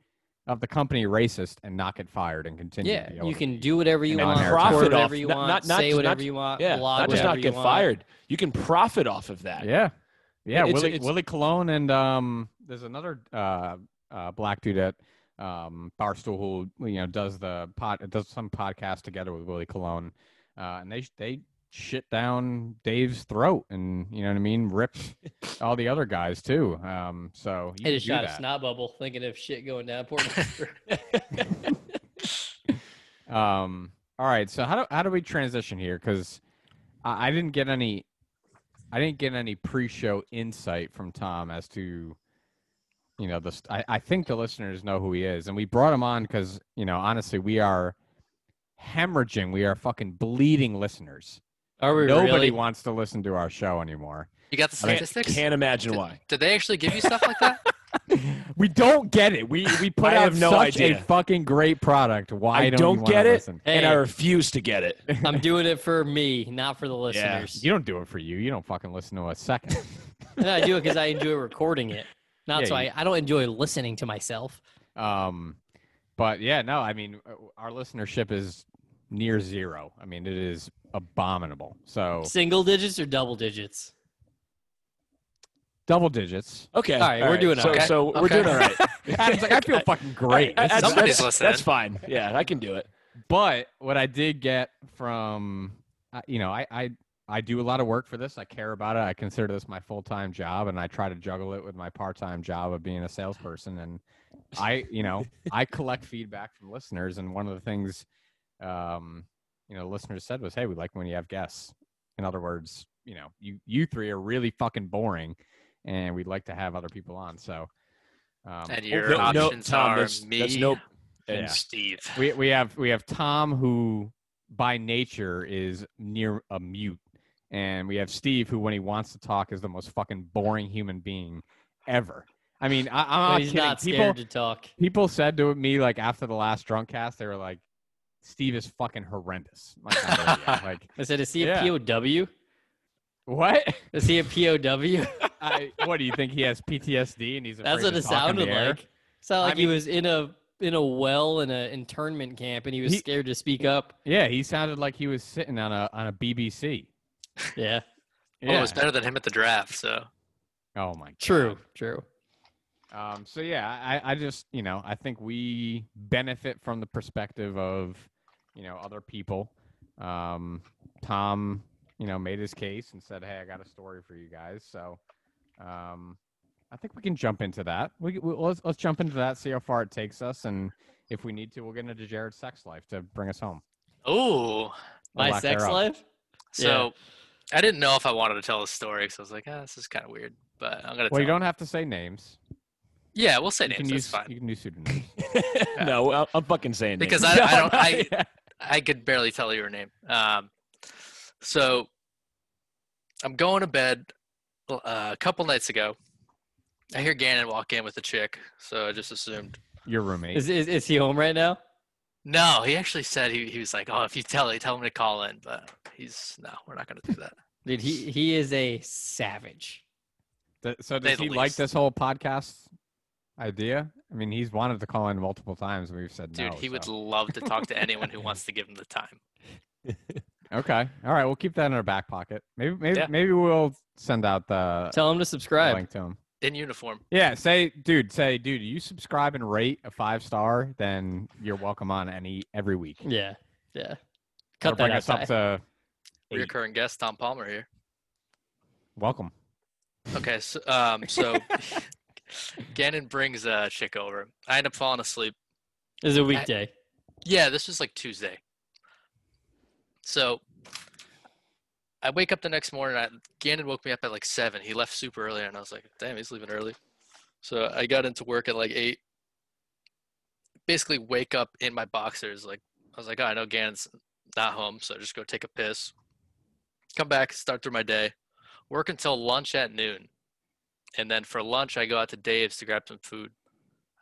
D: of the company racist and not get fired and continue. to
C: Yeah,
D: be able
C: you
D: to
C: can
D: be-
C: do whatever you
D: And
C: want,
D: profit
C: record
A: off-
C: whatever you
A: not-
C: want,
A: not- not
C: say
A: just-
C: whatever you want,
A: Yeah,
C: blog
A: not just
C: whatever
A: not
C: you
A: get
C: want.
A: fired. You can profit off of that.
D: Yeah. Yeah,
A: It's-
D: Willie
A: it's-
D: Willie Colon and um there's another uh uh black dude at um Barstool who you know does the pot does some podcast together with Willie Colon. Uh and they they shit down Dave's throat and you know what I mean, rip all the other guys too. Um so
C: I
D: you
C: just
D: can do
C: shot a
D: that.
C: snot bubble, (laughs) thinking of shit going down. Port
D: (laughs) Um, all right. So how do how do we transition here? Because I, I didn't get any, I didn't get any pre-show insight from Tom as to, you know, this. I, I think the listeners know who he is, and we brought him on because you know, honestly, we are hemorrhaging. We are fucking bleeding listeners.
C: Are we
D: Nobody
C: really?
D: wants to listen to our show anymore.
B: You got the
A: I
B: statistics?
A: can't imagine why.
B: Did they actually give you stuff like that?
D: we don't get it. We
A: (laughs)
D: we put
A: I
D: out
A: have no
D: such
A: idea.
D: a fucking great product. Why
A: I
D: don't,
A: don't
D: you wanna
A: get it.
D: listen?
A: And I
C: Hey.
A: refuse to get it.
C: I'm doing it for me, not
D: (laughs)
C: for the listeners.
D: You don't do it for you. You don't fucking listen to a second.
C: No, (laughs) I do it because I enjoy recording it. Not
D: Yeah,
C: so
D: you-
C: I, I don't enjoy listening to myself.
D: Um, but yeah, no, I mean, uh, our listenership is near zero. I mean, it is abominable. So
C: Single digits or double digits?
A: (laughs)
D: double digits.
A: Okay.
C: All right, we're doing
A: so,
C: okay.
A: So we're
B: Okay.
A: doing all right.
D: Adam's like, (laughs) I feel fucking great.
A: (laughs) I- I-
D: This is-
A: that's-
B: Somebody's
A: that's-
B: listening.
A: That's fine. Yeah, I can do it.
D: but what I did get from, I- you know, I, I, I do a lot of work for this. I care about it. I consider this my full time job, and I try to juggle it with my part time job of being a salesperson. And I, you know, I collect feedback from listeners, and one of the things, um, you know, listeners said was, "Hey, we like when you have guests." In other words, you know, you you three are really fucking boring, and we'd like to have other people on. So, (laughs) um,
B: And your
A: no, no,
B: options
A: Tom,
B: are
A: that's,
B: me
A: That's no.
B: and
D: Yeah.
B: Steve.
D: we we have we have Tom who by nature is near a mute, and we have Steve who when he wants to talk is the most fucking boring human being ever. I mean, I, I'm
C: But
D: not
C: he's
D: kidding.
C: not
D: people
C: scared to talk.
D: people said to me like after the last drunk cast, they were like, "Steve is fucking horrendous." I'm Like, "Oh,
C: (laughs)
D: yeah." like
C: I said, is he
D: Yeah.
C: a POW?
D: what?
C: Is he a POW?
D: (laughs) I, what do you think he has PTSD and he's
C: That's
D: afraid
C: what
D: to
C: it
D: talk in the
C: sounded
D: air?
C: like. It's not
A: I
C: like he
A: mean-
C: was in a in a well in an internment camp and he was
D: He-
C: scared to speak up.
D: Yeah, he sounded like he was sitting on a on a BBC.
C: Yeah,
B: Well, Oh, it
C: Oh,
D: Yeah.
B: was better than him at the draft. So
D: Oh my. God.
C: true, true.
D: Um, so yeah, I, I just you know I think we benefit from the perspective of you know other people. Um, Tom, you know, made his case and said, "Hey, I got a story for you guys." So, um, I think we can jump into that. We, we let's, let's jump into that, see how far it takes us, and if we need to, we'll get into Jared's sex life to bring us home.
B: oh,
D: or
C: My
D: lack
C: sex
D: thereof.
C: life.
B: so I didn't know if I wanted to tell the story because I was like, ah, this is kind of weird. But I'm gonna.
D: Well,
B: tell
D: you
B: it.
D: don't have to say names.
B: Yeah, we'll say
D: You
B: names.
D: can
B: That's
D: use
B: fine.
D: you can use pseudonyms.
A: (laughs) no, I- I'm fucking saying
B: Because
A: names.
B: I- I don't- I-
A: (laughs)
B: I could barely tell your name. Um, so I'm going to bed uh, a couple nights ago. I hear Gannon walk in with a chick, so I just assumed.
D: Your
C: (laughs)
D: roommate.
C: Is, is is he home right now?
B: No, he actually said he, he was like, "Oh, if you tell, tell him to call in." But he's no, we're not going to
D: (laughs)
B: do that.
C: Dude, he he is a savage.
D: Th- so
B: say
D: does
B: the
D: he like
B: least.
D: this whole podcast idea? I mean, he's wanted to call in multiple times, and we've said
B: Dude,
D: no.
B: he would
D: so-
B: love to talk
D: (laughs)
B: to anyone who wants to give him the time.
D: okay, all right, we'll keep that in our back pocket. Maybe, maybe,
B: Yeah.
D: maybe we'll send out the
C: Tell him to
D: the
C: subscribe.
D: link to him.
B: In uniform.
D: Yeah, say, dude, say, dude, you subscribe and rate a five star, then you're welcome on any every week.
C: Yeah, yeah.
D: That'll
C: Cut
D: bring
C: that
D: us
C: out.
D: up
C: Ty.
D: to Eight.
B: Recurring guest Tom Palmer here.
D: welcome.
B: Okay, so, um,
D: (laughs)
B: so (laughs) Gannon brings a chick over. I end up falling asleep.
C: It's a weekday.
B: Yeah, this was like Tuesday. So I wake up the next morning. I, Gannon woke me up at like seven. He left super early, and I was like, "Damn, he's leaving early." So I got into work at like eight. Basically, wake up in my boxers. Like I was like, "Oh, I know Gannon's not home, so just go take a piss." Come back, start through my day, work until lunch at noon, and then for lunch I go out to Dave's to grab some food.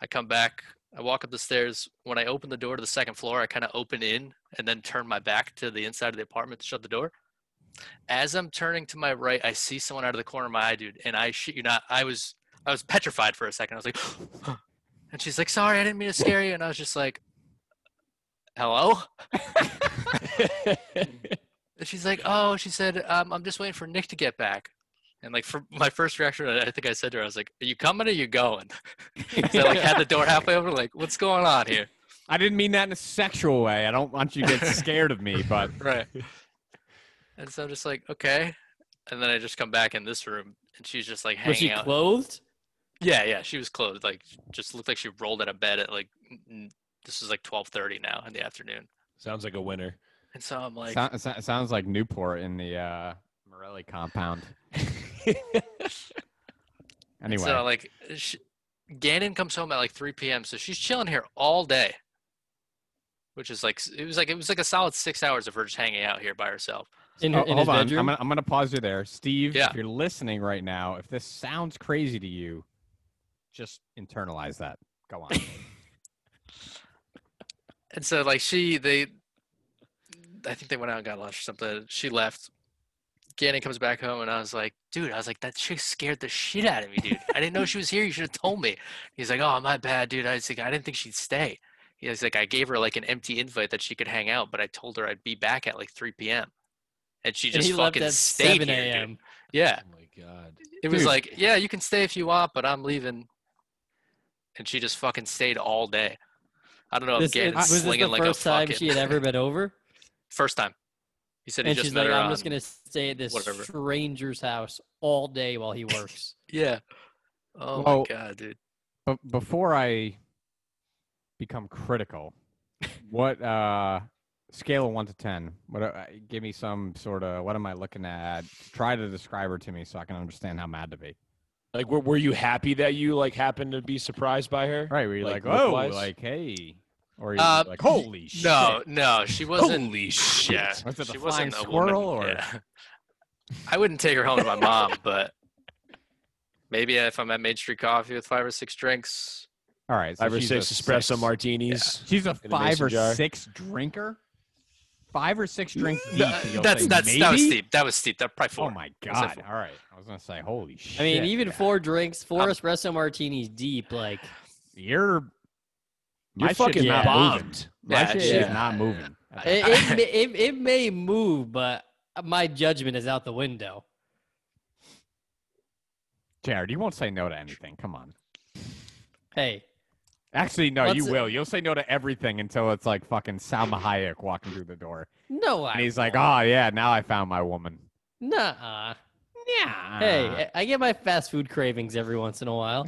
B: I come back, I walk up the stairs. When I open the door to the second floor, I kind of open in and then turn my back to the inside of the apartment to shut the door. As I'm turning to my right, I see someone out of the corner of my eye, dude. And I shit you not, I was I was petrified for a second. I was like, (gasps) and she's like, "Sorry, I didn't mean to scare you." And I was just like, "Hello." (laughs) And she's like, "Oh," she said, um, "I'm just waiting for Nick to get back." And like for my first reaction, I I think I said to her, "I was like, are you coming or you going?" (laughs) so I like had the door halfway open, like, "What's going on here?"
D: I didn't mean that in a sexual way. I don't want you to get scared of me, but
C: (laughs)
B: right. And so I'm just like, okay. And then I just come back in this room, and she's just like
C: Was
B: hanging
C: she
B: out.
C: clothed?
B: yeah, yeah, she was clothed. Like, just looked like she rolled out of bed at like n- n- this is like 12:30 now in the afternoon.
A: Sounds like a winner. (laughs)
B: And so I'm like,
D: Sou- sou- sounds like Newport in the uh, Morelli compound.
A: uh, Oh
B: and
D: Anyway,
B: so like, she, Gannon comes home at like 3 p.m. So she's chilling here all day, which is like s- it was like it was like a solid six hours of her just hanging out here by herself.
C: In,
D: Oh,
C: her, in
D: hold
C: his
D: on.
C: bedroom?
D: I'm gonna, I'm gonna pause you there, Steve.
B: Yeah.
D: If you're listening right now, if this sounds crazy to you, just internalize that.
B: (laughs)
D: Go on.
B: And so like she they I think they went out and got lunch or something. She left. Gannon comes back home and I was like, dude, I was like, that chick scared the shit out of me, dude. I didn't know she was here. You should have told me. He's like, Oh, my bad, dude. I was like, I didn't think she'd stay. He's like, I gave her like an empty invite that she could hang out, but I told her I'd be back at like three PM. And she
C: and
B: just
C: he left
B: fucking
C: at
B: stayed
C: 7
B: here, dude.
C: a.m.
B: Yeah.
A: Oh my god.
B: It was
D: Dude.
B: like, yeah, you can stay if you want, but I'm leaving. And she just fucking stayed all day. I don't know
C: This,
B: if
C: it,
B: Gannon's
C: was this
B: slinging
C: the
B: like
C: first
B: a
C: time
B: fucking
C: she had
D: (laughs)
C: ever been over?
B: (laughs) First time. He said he
C: and
B: just
C: she's
B: met
C: like,
B: her
C: I'm
B: on.
C: just gonna stay at this
B: whatever."
C: stranger's house all day while he works.
B: (laughs) Yeah. Oh
D: Well-
B: my god, dude.
D: but before I become critical, what uh, scale of one to ten? What uh, give me some sort of what am I looking at? Try to describe her to me so I can understand how mad to be.
A: Like, were, were you happy that you like happened to be surprised by her?
D: Right? Were you like,
A: Like,
D: oh,
A: look-wise?
D: like hey, or you're
B: Uh,
D: like holy shit?
B: No, no, she wasn't.
A: Holy shit!
B: Yeah,
D: Was it the
B: she
D: flying
B: wasn't a
D: squirrel
B: woman,
D: or?
B: yeah. I wouldn't take her home to my mom,
C: (laughs)
B: but maybe if I'm at Main Street Coffee with five or six drinks.
D: All right, so
A: Five or
D: she's a
A: six espresso
D: six.
A: martinis.
D: She's a
A: In a
D: five
A: mason
D: or
A: jar.
D: six drinker. Five or six drinks deep.
B: Th-
D: you'll
B: that's
D: say,
B: that's that was
D: "Maybe?"
B: steep. That was steep. That probably four.
D: Oh my
B: was like
D: god! All right, I was gonna say, holy shit.
C: I mean, even
D: yeah.
B: Um,
C: four drinks, 4
B: I'm-
C: espresso martinis deep, like
D: you're
A: You're
D: my shit's
A: fucking
D: not
A: bombed.
D: moving. My
B: Yeah,
D: shit
B: yeah.
D: is not moving.
B: I-
C: It, it, may- it, it may move, but my judgment is out the window.
D: Jared, you won't say no to anything. Come on.
C: Hey,
D: Actually, no, you
C: Let's-
D: will. You'll say no to everything until it's like fucking Salma Hayek walking through the door,
C: no, I
D: and he's like, "Oh yeah, now I found my woman."
B: "Oh, uh."
C: nah.
D: Yeah.
C: Hey, eh I I get my fast food cravings every once in a while.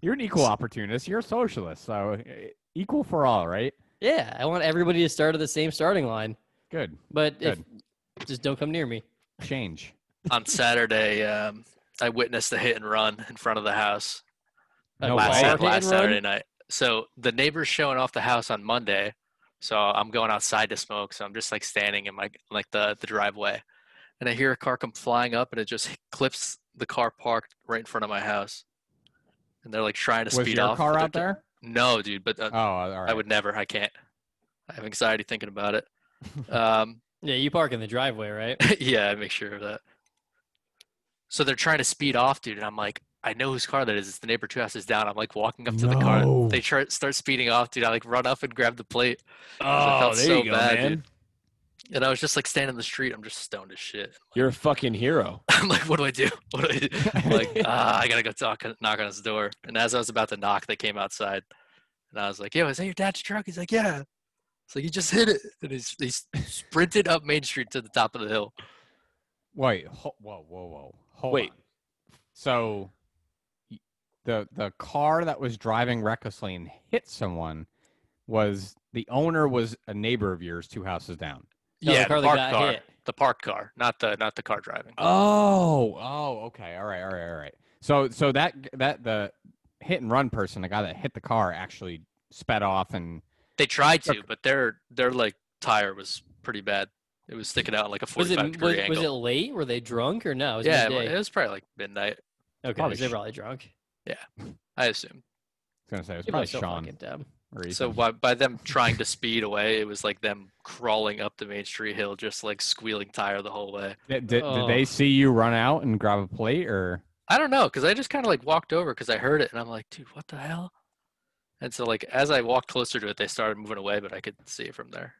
D: You're an equal opportunist. You're a socialist, so eh, equal for all, right?
C: Yeah, I want everybody to start at the same starting line,
D: Good.
C: but if, just don't come near me.
D: Change.
B: on Saturday, um, I witnessed a hit and run in front of the house
C: A
D: No
B: last,
D: way.
C: bar hit
B: last
C: and run?
B: Saturday night. So the neighbor's showing off the house on Monday. So I'm going outside to smoke. So I'm just like standing in my like the, the driveway. And I hear a car come flying up and it just clips the car parked right in front of my house. And they're like trying to
D: Was
B: speed
D: your
B: off.
D: car
B: but
D: out
B: they're-
D: there?
B: No, dude, but uh,
D: Oh, all right.
B: I would never. I can't. I have anxiety thinking about
D: (laughs)
B: it. Um,
C: Yeah, you park in the driveway,
B: (laughs)
C: right?
B: yeah, I make sure of that. So they're trying to speed off, dude, and I'm like, I know whose car that is. It's the neighbor two houses down. I'm like walking up to the car. They try, start speeding off, dude. I like run up and grab the plate, I
A: Oh,
B: felt
A: there
B: so
A: you go,
B: bad,
A: man.
B: dude. and I was just like standing in the street. I'm just stoned as shit. (laughs)
A: You're a fucking hero.
B: I'm like, what do I do? (laughs) What do I do? I'm like, (laughs) ah, I gotta go talk, knock on his door. And as I was about to knock, they came outside, and I was like, yo, is that your dad's truck? He's like, yeah. It's like he just hit it, and he's he sprinted up Main Street to the top of the hill.
D: Wait. Ho- whoa, whoa, whoa. Hold
A: Wait.
D: on. So y- the the car that was driving recklessly and hit someone was the owner was a neighbor of yours two houses down.
C: No, the
B: yeah,
C: car
B: the
C: that
B: parked
C: got
B: car.
C: hit.
B: The parked car, not the not the car driving.
D: Oh, oh, okay. All right, all right, all right. So so that that the hit and run person, the guy that hit the car actually sped off and
B: They tried to, but their their like tire was pretty bad. It was sticking out like a
C: Was
B: forty five
C: it
B: degree
C: was, was
B: angle.
C: it late? Were they drunk or no? It was
B: yeah, it wa-
C: midday.
B: it was probably like midnight.
C: okay,
D: probably
C: they're
D: sh-
C: probably drunk.
B: I assume.
D: I was gonna say it was
C: Give
D: probably
C: myself
D: Sean
C: fucking dumb.
D: or Ethan.
B: So by, by them trying to speed away, it was like them crawling up the Main Street hill, just like squealing tire the whole way.
D: Did, did, did
C: Oh.
D: they see you run out and grab a plate or
B: I don't know, cause I just kind of like walked over, cause I heard it, and I'm like, dude, what the hell? And so like as I walked closer to it, they started moving away, but I could see it from there.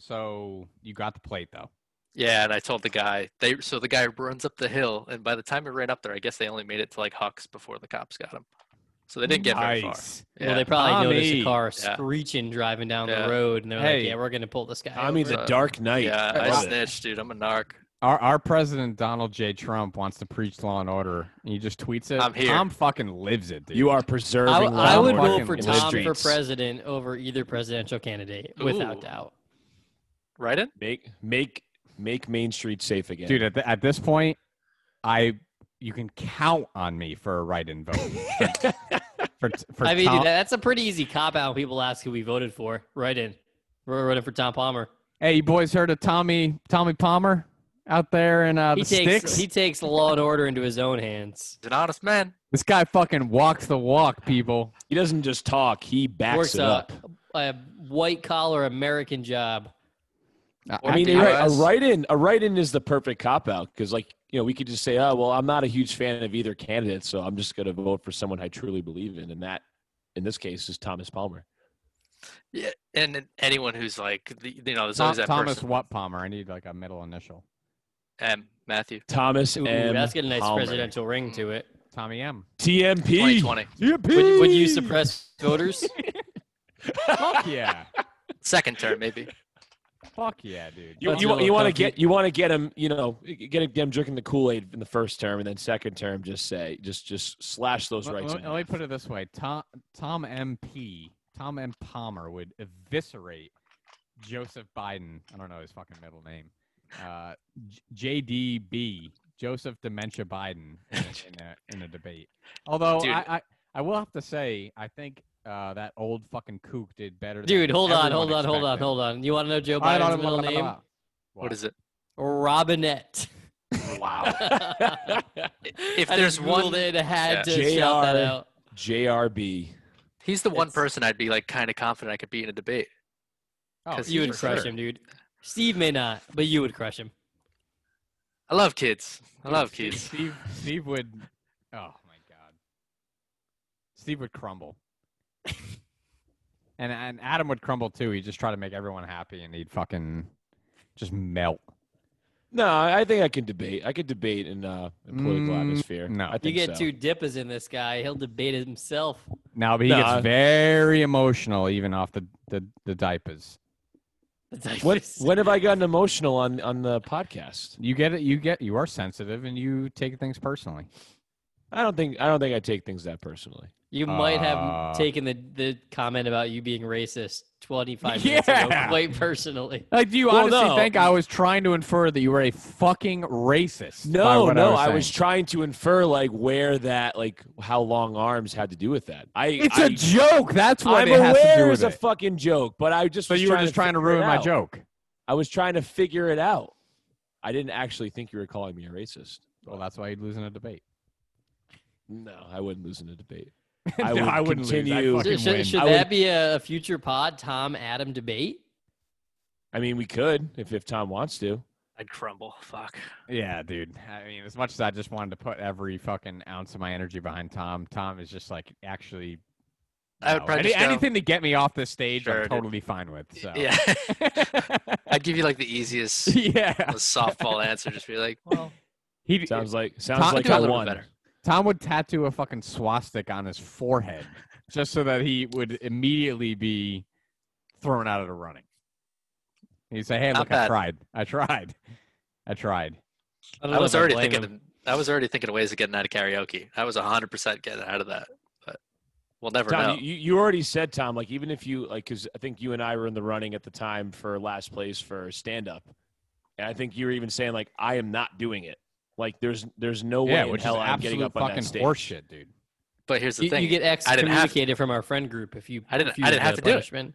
D: so you got the plate though?
B: Yeah, and I told the guy they so the guy runs up the hill, and by the time he ran up there, I guess they only made it to like Hucks before the cops got him. So they didn't get very far.
D: Nice.
B: Yeah.
C: Well, they probably noticed a
D: Tommy.
C: car
B: Yeah.
C: screeching driving down
B: Yeah.
C: the road, and they're like,
D: Hey.
C: "Yeah, we're gonna pull this guy."
A: Tommy
C: over."
A: the
B: Uh,
A: Dark Knight.
B: yeah,
A: I
B: I
A: love it.
B: snitched, dude. I'm a narc.
D: Our our president Donald J. Trump wants to preach law and order, and he just tweets it.
B: I'm here.
D: Tom fucking lives it, dude.
A: You are
C: I,
A: preserving.
C: w- I
A: law
C: would
A: and order
C: vote
D: fucking
C: for
A: in the
C: Tom for
A: streets.
C: president over either presidential candidate, without
B: Ooh.
C: doubt.
B: Right in?
A: Make make make Main Street safe again,
D: dude. At, th- at this point, I you can count on me for a write-in vote. for, for, for
C: I mean,
D: Tom-
C: dude, that's a pretty easy cop out. when People ask who we voted for. Right in, we're running for Tom Palmer.
D: hey, you boys heard of Tommy Tommy Palmer out there in uh,
C: he
D: the
C: takes
D: sticks?
C: he takes law and order into his own hands.
B: He's an honest man.
D: This guy fucking walks the walk, people.
A: He doesn't just talk; he backs
C: Works
A: it
C: a,
A: up.
C: a white collar American job.
D: I-
B: Or
A: I mean,
B: the
A: you're right. a
B: US.
A: write-in, a write-in is the perfect cop-out because, like, you know, we could just say, "Oh, well, I'm not a huge fan of either candidate, so I'm just going to vote for someone I truly believe in," and that, in this case, is Thomas Palmer.
B: Yeah, and then anyone who's like, the, you know, there's
D: Tom-
B: always that
D: Thomas
B: person.
D: what Palmer? I need like a middle initial.
B: M. Matthew.
A: Thomas
C: Ooh,
A: M.
C: that's got a nice
A: Palmer.
C: presidential ring to it.
D: Tommy M.
A: TMP.
B: 2020.
D: TMP.
C: Would, would you suppress voters?
D: Fuck yeah.
B: Second term, maybe.
D: Fuck yeah, dude.
A: You,
C: That's a
A: you,
C: little
A: you want to
C: toughy.
A: get you want to get him you know get him drinking the Kool Aid in the first term and then second term just say just just slash those
D: Let-
A: rights.
D: Let,
A: in
D: let me
A: half.
D: put it this way: Tom Tom MP Tom M Palmer would eviscerate Joseph Biden. I don't know his fucking middle name. Uh, J- JDB Joseph Dementia Biden
C: (laughs)
D: in a, in a, in a debate. Although
B: Dude.
D: I, I I will have to say I think uh, that old fucking kook did better.
C: Dude,
D: than
C: hold on,
D: everyone
C: hold on, hold on,
D: expected.
C: hold on. You want to know Joe
D: Hold on,
C: Biden's
D: hold
C: middle
D: on, hold
C: name?
D: on.
B: What is it?
C: Robinette.
B: Wow.
A: (laughs)
C: if
B: If there's one,
C: that had
A: Yeah.
C: to shout that
A: JR.
C: out.
A: JRB.
B: he's the one
C: It's-
B: person I'd be like kind of confident I could beat in a debate.
D: Oh,
B: Cause
C: You would
B: For
C: crush
B: sure.
C: him, dude. Steve may not, but you would crush him.
B: I love kids. I love
D: Steve, (laughs)
B: kids.
D: Steve, Steve would. Oh my god. Steve would crumble. and and Adam would crumble too. He'd just try to make everyone happy and he'd fucking just melt.
A: No, I think I can debate. I could debate in uh in political
D: Mm,
A: atmosphere.
D: no.
A: I
C: You
A: think
C: get
A: so.
C: two dippers in this guy. He'll debate himself. (laughs)
D: Now but he
A: Nah.
D: gets very emotional even off the, the, the diapers.
C: It's like
A: When, (laughs)
C: this.
A: when have I gotten emotional on on the podcast?
D: You get it you get you are sensitive and you take things personally.
A: I don't think I don't think I take things that personally.
C: You might have
D: Uh,
C: taken the, the comment about you being racist 25 minutes ago
D: Yeah.
C: quite personally.
D: Like, do you
A: Well,
D: honestly
A: no.
D: think I was trying to infer that you were a fucking racist? by
A: No,
D: what
A: no,
D: I
A: I
D: was,
A: was trying to infer like where that like how long arms had to do with that. I
D: saying? It's
A: I,
D: a joke. That's what
A: I'm
D: it has to do
A: aware
D: with
A: it's a
D: it.
A: fucking joke, but I just
D: So
A: was
D: you were just trying to
A: figure it
D: ruin my
A: out.
D: joke.
A: I was trying to figure it out. I didn't actually think you were calling me a racist.
D: Well, that's why you'd lose in a (laughs) debate.
A: No, I wouldn't lose in a debate.
D: No,
A: I would
D: I wouldn't lose. I'd
A: continue.
D: fucking-
C: Should, should,
D: win.
C: should
A: I
C: that
A: would-
C: be a, a future pod, Tom Adam debate?
A: I mean, we could if if Tom wants to.
B: I'd crumble. Fuck.
D: Yeah, dude. I mean, as much as I just wanted to put every fucking ounce of my energy behind Tom, Tom is just like actually.
B: I would
D: no.
B: probably
D: Any-
B: just go-
D: anything to get me off this stage.
B: Sure,
D: I'm
B: dude.
D: totally fine with. So.
B: Yeah. (laughs) I'd give you like the easiest
D: (laughs) yeah.
B: most softball answer. Just be like, well,
D: He
A: Sounds like sounds
D: Tom-
A: like
D: Do a
A: I
B: little bit
A: won.
B: better.
D: Tom would tattoo a fucking swastika on his forehead just so that he would immediately be thrown out of the running. He'd say, "Hey,
B: Not
D: look, I
B: bad.
D: tried. I tried. I tried."
C: don't
B: I
C: know
B: was
C: if
B: already
C: blame
B: thinking.
C: him.
B: Of, I was already thinking of ways of getting out of karaoke. I was hundred percent getting out of that, but we'll never know.
A: Tom, you, you already said Tom. Like even if you like, because I think you and I were in the running at the time for last place for stand up, and I think you were even saying like, I am not doing it. Like there's there's no
D: yeah,
A: way in
D: which
A: hell
D: is
A: I'm getting
D: absolute
A: up on
D: fucking
A: that stage.
D: horseshit, dude.
B: but here's the
C: You,
B: thing:
C: you get
B: I didn't have-
C: excommunicated from our friend group if you.
B: I didn't- I
C: refuse
B: didn't have
C: the
B: to do it.
C: punishment.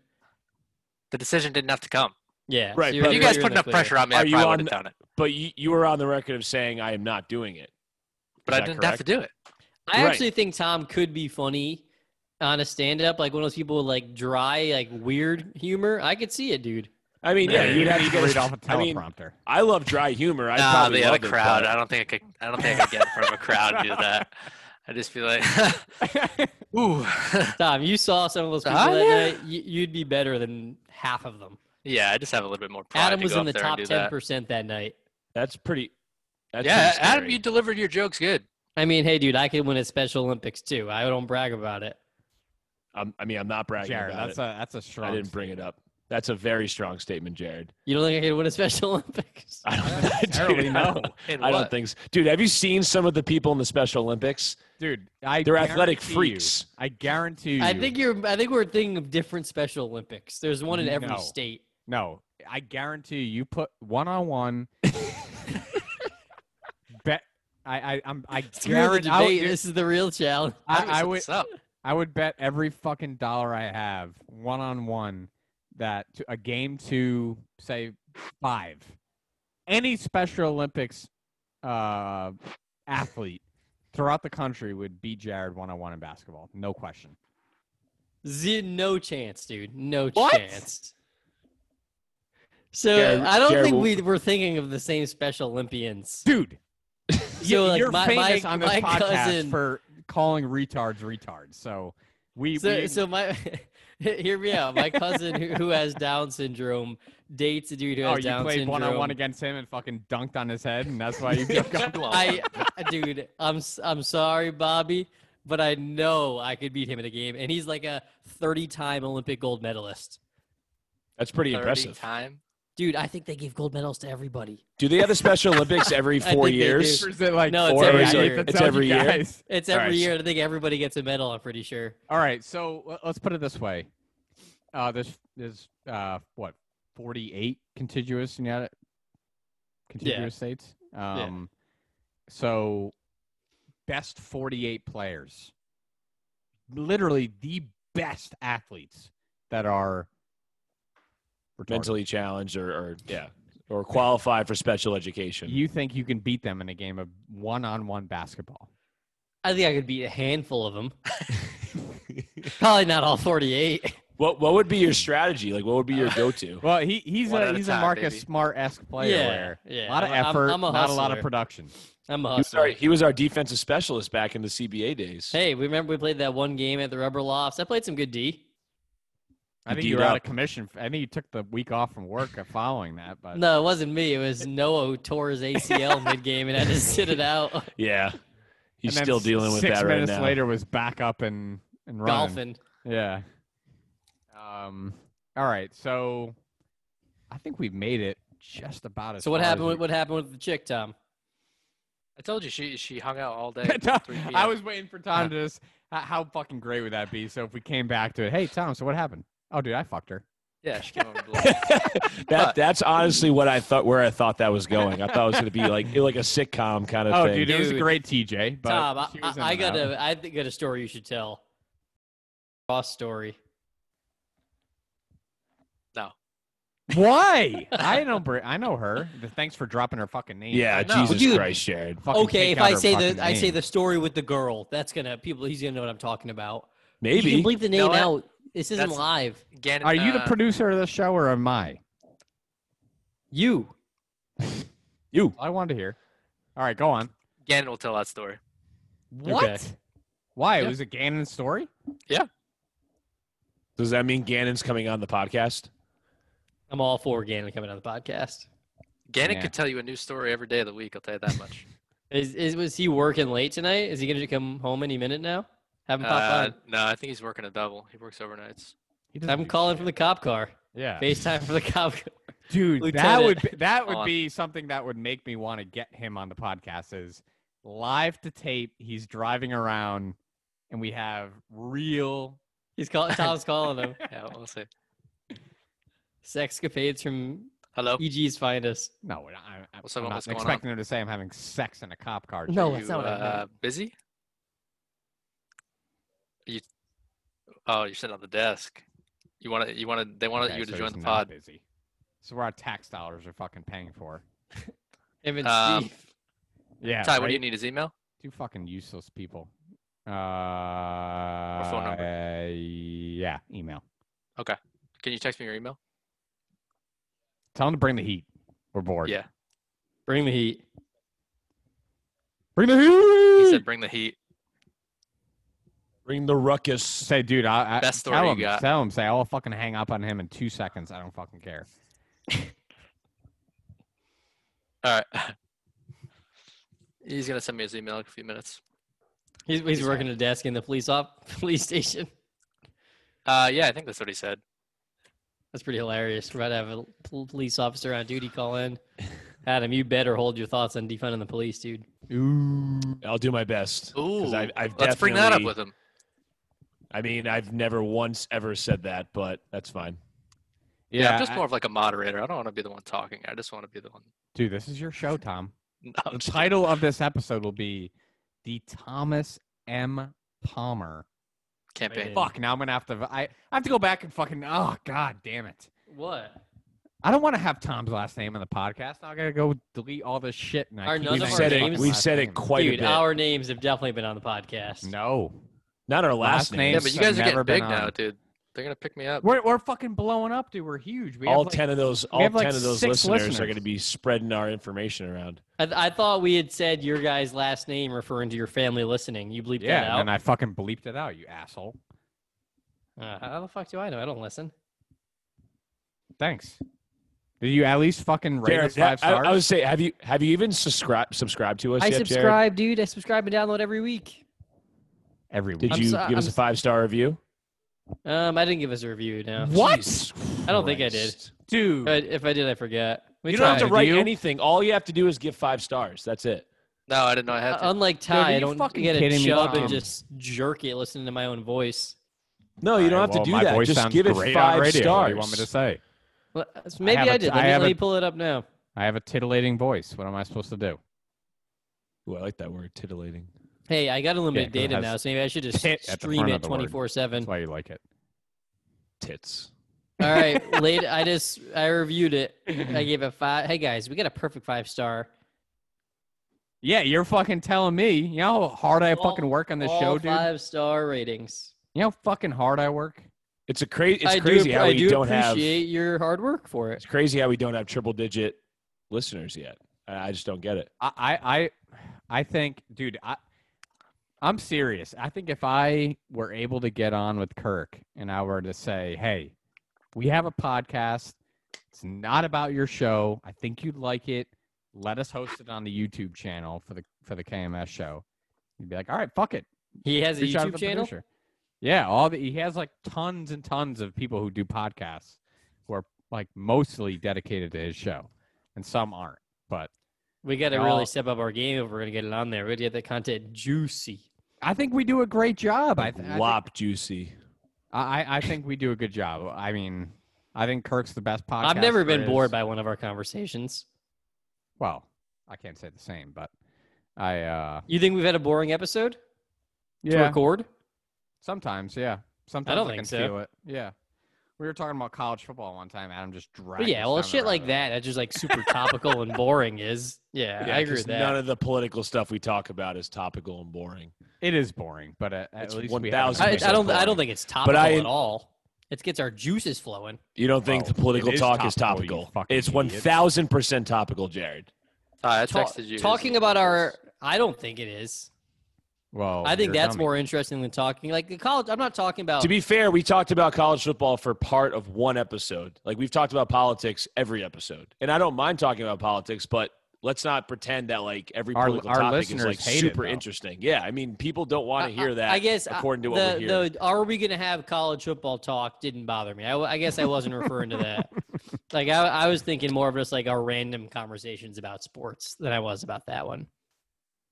B: the decision didn't have to come.
C: Yeah,
A: Right,
C: so
A: but
B: If
C: you're-
B: you guys
C: you're in the
B: put enough
C: clear.
B: pressure on me, I
A: Are you
B: probably
A: on-
B: would have done it.
A: But you you were on the record of saying I am not doing it.
B: But I
A: that
B: didn't have
A: correct?
B: to do it.
C: I
A: Right.
C: actually think Tom could be funny on a stand-up, like one of those people with like dry, like weird humor. I could see it, dude.
A: I mean, yeah,
B: Yeah,
A: you'd have to get
D: read off a
A: I mean,
D: teleprompter.
A: I love dry humor. I
B: nah,
A: probably
B: the other
A: loved it,
B: crowd.
A: but-
B: I don't think I could. I don't think I could get in front of a crowd and do that. I'd just be like, ooh, (laughs)
C: Tom, you saw some of those people
B: Ah,
C: that
B: yeah.
C: night. You, you'd be better than half of them.
B: yeah. I just have a little bit more pride
C: Adam
B: to
C: was
B: Oh, go
C: in the
B: up there and
C: top
B: do
C: ten
B: that.
C: percent that night.
A: That's pretty. That's
B: yeah,
A: pretty
B: Adam,
A: scary.
B: you delivered your jokes good.
C: I mean, hey, dude, I could win at Special Olympics too. I don't brag about it.
A: I'm, I mean, I'm not bragging
D: Jared,
A: about
D: that's
A: it.
D: a that's a strong.
A: I didn't bring it up. That's a very strong statement, Jared. (laughs)
C: You don't think I could win at Special (laughs) Olympics?
A: I
D: Yeah,
A: don't,
D: terribly
A: dude, I
D: no.
A: don't-
B: In
A: I
B: what?
A: don't think so. Dude, have you seen some of the people in the Special Olympics?
D: dude. I
A: They're athletic
D: guarantee you-
A: freaks.
D: I guarantee you.
C: I think you're. I think we're thinking of different Special Olympics. There's one in every
D: No.
C: state.
D: No, I guarantee you, you put one
C: (laughs)
D: on one. Bet I I I'm, I
C: Screw the
D: guarantee. I would-
C: debate.
D: dude,
C: this is the real challenge.
D: I-
B: Adam, you
D: I
B: set
D: would-
B: this up.
D: I would bet every fucking dollar I have, one on one, that to, a game to say five, any Special Olympics uh, athlete throughout the country would beat Jared one on one in basketball, no question.
C: Z- no chance, dude. No
D: What?
C: chance. So
A: Jared-
C: I don't
A: Jared
C: think
A: will-
C: we were thinking of the same Special Olympians.
D: Dude,
C: So, like,
D: you're
C: my- my-
D: famous on this
C: my
D: podcast
C: cousin-
D: for calling retards retards. So we,
C: (laughs) So,
D: we
C: so my (laughs) hear me out. My cousin who, who has Down syndrome dates a dude who
D: oh,
C: has
D: you
C: Down
D: played
C: syndrome.
D: one on one against him and fucking dunked on his head, and that's why
C: (laughs)
D: you got
B: Well,
C: I, dude, I'm s- I'm sorry, Bobby, but I know I could beat him in a game, and he's like a 30-time Olympic gold medalist.
A: That's pretty
B: 30
A: impressive.
B: Time.
C: Dude, I think they give gold medals to everybody.
A: Do they have the Special Olympics every
C: I
A: four
C: think they
A: years?
D: Or (laughs) is it like
C: No, it's
D: four?
A: every
D: I hate
A: year.
D: to
A: It's
D: tell you
A: every year.
D: guys.
C: It's
A: All
C: every
A: right,
C: year. I think everybody gets a medal. I'm pretty sure.
D: All right, so l- let's put it this way: uh, there's there's uh, what 48 contiguous United contiguous states. Um, So, best 48 players, literally the best athletes that are retarded.
A: Mentally challenged or, or yeah, or qualified for special education.
D: You think you can beat them in a game of one-on-one
B: (laughs)
D: basketball?
C: I think I could beat a handful of them. (laughs) Probably not all (laughs) 48.
A: what what would be your strategy? Like, what would be your
D: (laughs)
A: go-to?
D: Well, he he's
B: One
D: a
B: at a
D: he's a
B: time,
D: Marcus
B: baby.
D: Smart esque player.
C: yeah,
D: where
C: yeah.
D: A lot of
C: I'm a- I'm-
D: effort,
C: I'm a
D: not a lot of
C: hustler.
D: production.
C: I'm a
A: He was,
C: hustler.
A: our, he was our defensive specialist back in the CBA days.
C: Hey, we remember we played that one game at the Rubber Lofts. I played some good D.
D: I think
A: Indeed
D: you were out
A: up.
D: of commission. f- I think you took the week off from work uh, following that.
C: (laughs)
D: But
C: No, it wasn't me. It was Noah who tore his (laughs) ACL mid game and had to sit it out
A: Yeah. He's
D: and then
A: still
D: s-
A: dealing with
D: six
A: that right
D: minutes
A: now.
D: later was back up and and running.
C: golfing.
D: Yeah. Um. All right. So, I think we've made it just about as.
C: So what
D: far as
C: happened?
D: we-
C: With, what happened with the chick, Tom?
B: I told you she she hung out all
D: (laughs)
B: day.
C: uh,
D: Tom,
B: until 3 p.m.
D: I was waiting for Tom to just. How, how fucking great would that be? So if we came back to it, hey Tom, so what happened? Oh, dude, I fucked her.
B: yeah, she came over. to the-
A: (laughs) that
B: But-
A: that's honestly what I thought where I thought that was going. I thought it was going to be like like a sitcom kind of
D: Oh,
A: thing.
D: dude, it was a
C: Dude.
D: great TJ. But
C: Tom, I,
D: she was
C: I,
D: in
C: I
D: and
C: got
D: out.
C: a I think got a story you should tell. Ross story. (laughs)
D: Why? I don't. Br- I know her. Th- Thanks for dropping her fucking name.
A: yeah,
B: No.
A: Jesus
C: Dude.
A: Christ, Sharon.
D: Fucking
C: okay,
D: take
C: if
D: out
C: I
D: her
C: say
D: fucking
C: the I say
D: name.
C: the story with the girl, that's gonna people. He's gonna know what I'm talking about. You
A: Maybe.
C: can bleep the
B: No,
C: name
B: I-
C: out. This isn't
B: that's-
C: live.
B: Gannon,
D: Are you the
B: uh,
D: producer of the show or am I?
C: You.
A: You.
D: I wanted to hear. All right, go on.
B: Gannon will tell that story.
D: What? Why? It
B: Yeah.
D: was a Gannon story?
A: Does that mean Gannon's coming on the podcast?
C: I'm all for Gannon coming on the podcast.
B: Gannon
D: Yeah.
B: could tell you a new story every day of the week. I'll tell you that
D: (laughs)
B: much.
C: Is, is was he working late tonight? Is he gonna come home any minute now? Have him pop
B: uh,
C: on.
B: no, I think he's working a double. He works overnights.
D: He
C: Have him calling from the cop car.
D: Yeah.
C: FaceTime from the cop. car.
D: Dude, that
C: Lieutenant.
D: would be, that would
B: On.
D: be something that would make me want to get him on the podcast is live to tape. He's driving around and we have real
C: He's
D: (laughs)
C: calling. Tom's calling him.
B: Yeah, we'll see.
C: Sexcapades from
B: Hello.
C: EG's finest.
D: no, I, I,
B: What's up,
D: I'm
B: what's
D: not
B: going on?
D: expecting him to say I'm having sex in a cop car.
C: No,
D: Jake.
C: that's not what I meant.
B: uh, busy. Are you? Oh, you're sitting on the desk. You want to? You want to? They want
D: Okay,
B: you to
D: so
B: join
D: he's
B: the
D: not
B: pod.
D: Busy. So our tax dollars are fucking paying for.
C: Him and
B: Um,
C: Steve.
D: Yeah.
B: Ty, what do you
D: right?
B: need? His email?
D: Two fucking useless people. Uh,
B: phone number.
D: yeah, email.
B: Can you text me your email?
D: Tell them to bring the heat. We're bored.
B: Yeah.
C: Bring the heat.
D: Bring the
B: He
D: heat.
B: said, "Bring the heat."
A: Bring the ruckus.
D: say, dude, I, I
B: Best story
D: tell
B: you
D: him,
B: got.
D: tell him, say, I'll fucking hang up on him in two seconds. I don't fucking care.
B: All right. (laughs) He's gonna send me his email in a few minutes.
C: He's, he's working a desk in the police op (laughs) police station.
B: Uh, yeah, I think that's what he said.
C: That's pretty hilarious. We're about to have a pol- police officer on duty call in. Adam, you better hold your thoughts on defunding the police, dude.
D: Ooh.
A: I'll do my best. 'Cause
B: Ooh,
A: I've, I've
B: let's bring that up
A: definitely-
B: with him.
A: I mean, I've never once ever said that, but that's fine.
B: Yeah,
D: Yeah,
B: I'm just
D: I-
B: more of like a moderator. I don't want to be the one talking. I just want to be the one. (laughs)
D: Dude, this is your show, Tom.
B: No,
D: The
B: (laughs) I'm just-
D: title of this episode will be The Thomas M. Palmer.
B: campaign.
D: Fuck, now I'm going to have to, I, I have to go back and fucking, oh, god damn it.
C: What?
D: I don't want to have Tom's last name in the podcast. I gotta go delete all this shit. And I
C: Are
D: keep
C: none of
A: We've
C: our
A: said
D: saying
A: it.
D: his fucking
C: names-
A: We've
D: last
A: said
D: name.
A: it quite a
C: dude,
A: bit.
C: our names have definitely been on the podcast.
D: No,
A: Not our last,
D: last name.
B: Yeah,
A: names.
B: but you
D: I've
B: guys are
D: never
B: getting
D: been
B: big now,
D: on.
B: dude. They're gonna pick me up.
D: we're we're fucking blowing up, dude. We're huge. We
A: all
D: have, like,
A: ten of those, all
D: have, like,
A: ten of those
D: six
A: listeners, are
D: listeners.
A: going to be spreading our information around.
C: I, th- I thought we had said your guy's last name referring to your family listening. You bleeped
D: Yeah,
C: that
D: and
C: out.
D: I fucking bleeped it out, you asshole.
C: Uh, how the fuck do I know? I don't listen.
D: Thanks. Did you at least fucking rate
A: Jared,
D: us five
A: I,
D: stars?
A: I would say, have you have you even subscribed subscribed to us
C: I
A: yet, Jared?
C: subscribe, dude. I subscribe and download every week.
D: Every
A: Did
D: week.
C: I'm
A: you
C: so-
A: give us
C: I'm
A: a five star review?
C: Um, I didn't give us a review. No.
D: What?
C: I don't think I did.
A: Christ.
D: Dude.
C: But if I did, I forget. We
A: You don't have
C: tried.
A: to write
D: Review?
A: anything. All you have to do is give five stars. That's it.
B: No, I didn't know I had
C: Uh,
B: to.
C: unlike
D: are
C: Ty,
D: you
C: I don't
D: fucking
C: get a
D: kidding me,
C: chub
D: Tom?
C: and just jerk it listening to my own voice.
A: No, you
D: All
A: don't
D: right,
A: have
D: well,
A: to do
D: my
A: that.
D: voice
A: Just
D: sounds
A: give it
D: great on
A: five
D: radio.
A: stars.
D: What do you want me to say?
C: Well, s- Maybe
D: have
C: I,
D: a-
C: did.
D: I
C: Let me,
D: have
C: let
D: a-
C: me pull it up now.
D: I have a titillating voice. What am I supposed to do?
A: Ooh, I like that word, titillating.
C: Hey, I got unlimited
D: Yeah, it
C: data
D: has
C: now, so maybe I should just
D: (laughs) tit at the
C: stream
D: front of
C: it
D: the word.
C: twenty four
D: That's
C: seven.
D: why you like it.
A: Tits.
C: All right, late. I just I reviewed it.
D: (laughs)
C: I gave it five. Hey guys, we got a perfect five star.
D: Yeah, you're fucking telling me. You know how hard I
C: All-
D: fucking work on this
C: All
D: show, dude?
C: five star ratings.
D: You know how fucking hard I work?
A: It's a crazy. It's
C: I
A: crazy
C: do,
A: how
C: I
A: we
C: do
A: don't have.
C: appreciate your hard work for it.
A: It's crazy how we don't have triple digit listeners yet. I, I just don't get it.
D: I, I, I- I think, dude, I, I'm serious. I think if I were able to get on with Kirk and I were to say, hey, we have a podcast. It's not about your show. I think you'd like it. Let us host it on the YouTube channel for the for the KMS show. You'd be like, all right, fuck it.
C: He has a
D: Reach out to
C: YouTube
D: the
C: channel.
D: producer. Yeah, all the, he has like tons and tons of people who do podcasts who are like mostly dedicated to his show, and some aren't. But
C: We got to
D: Y'all-
C: really step up our game if we're gonna get it on there. We got to get that content juicy.
D: I think we do a great job. I, th- I, thi-
A: Lop juicy.
D: I I- I think we do a good job. I mean, I think Kirk's the best podcast.
C: I've never
D: there
C: been bored
D: is.
C: by one of our conversations.
D: Well, I can't say the same, but I uh
C: You think we've had a boring episode to
D: yeah.
C: record?
D: Sometimes, yeah. Sometimes I,
C: don't think
D: can
C: so.
D: feel it. Yeah. We were talking about college football one time. Adam just dragged.
C: But yeah,
D: us
C: well,
D: down the
C: shit like
D: rabbit hole.
C: that. That's just like super topical and boring. Is yeah, I agree
A: 'cause
C: with that.
A: None of the political stuff we talk about is topical and boring.
D: It is boring, but at, at
A: It's
D: least we have
A: 1000%
C: I, I
D: another
A: It's
C: don't. I
A: boring.
C: don't think it's topical
A: I-
C: at all. It gets our juices flowing.
A: You don't think the
D: Well,
A: political
D: it is
A: talk is
D: topical, you
A: topical?
D: fucking
A: It's one
D: idiots.
A: thousand percent topical, Jared.
B: I
C: Ta-
B: texted you.
C: talking
B: his-
C: about our.
B: his-
C: I don't think it is.
D: Well,
C: I think
D: Oh, you're a
C: that's
D: dummy.
C: more interesting than talking like the college. I'm not talking about.
A: To be fair, we talked about college football for part of one episode. Like we've talked about politics every episode, and I don't mind talking about politics, but let's not pretend that like every
D: Our-
A: political
D: our
A: topic is
D: listeners
A: like
D: hate it,
A: super
D: though.
A: interesting. Yeah, I mean, people don't
C: I-
A: want to hear that.
C: I, I guess I-
A: according to
C: the,
A: what we hear.
C: the are we going to have college football talk didn't bother me. I, w- I guess I wasn't referring to that. Like I, I was thinking more of just like our random conversations about sports than I was about that one.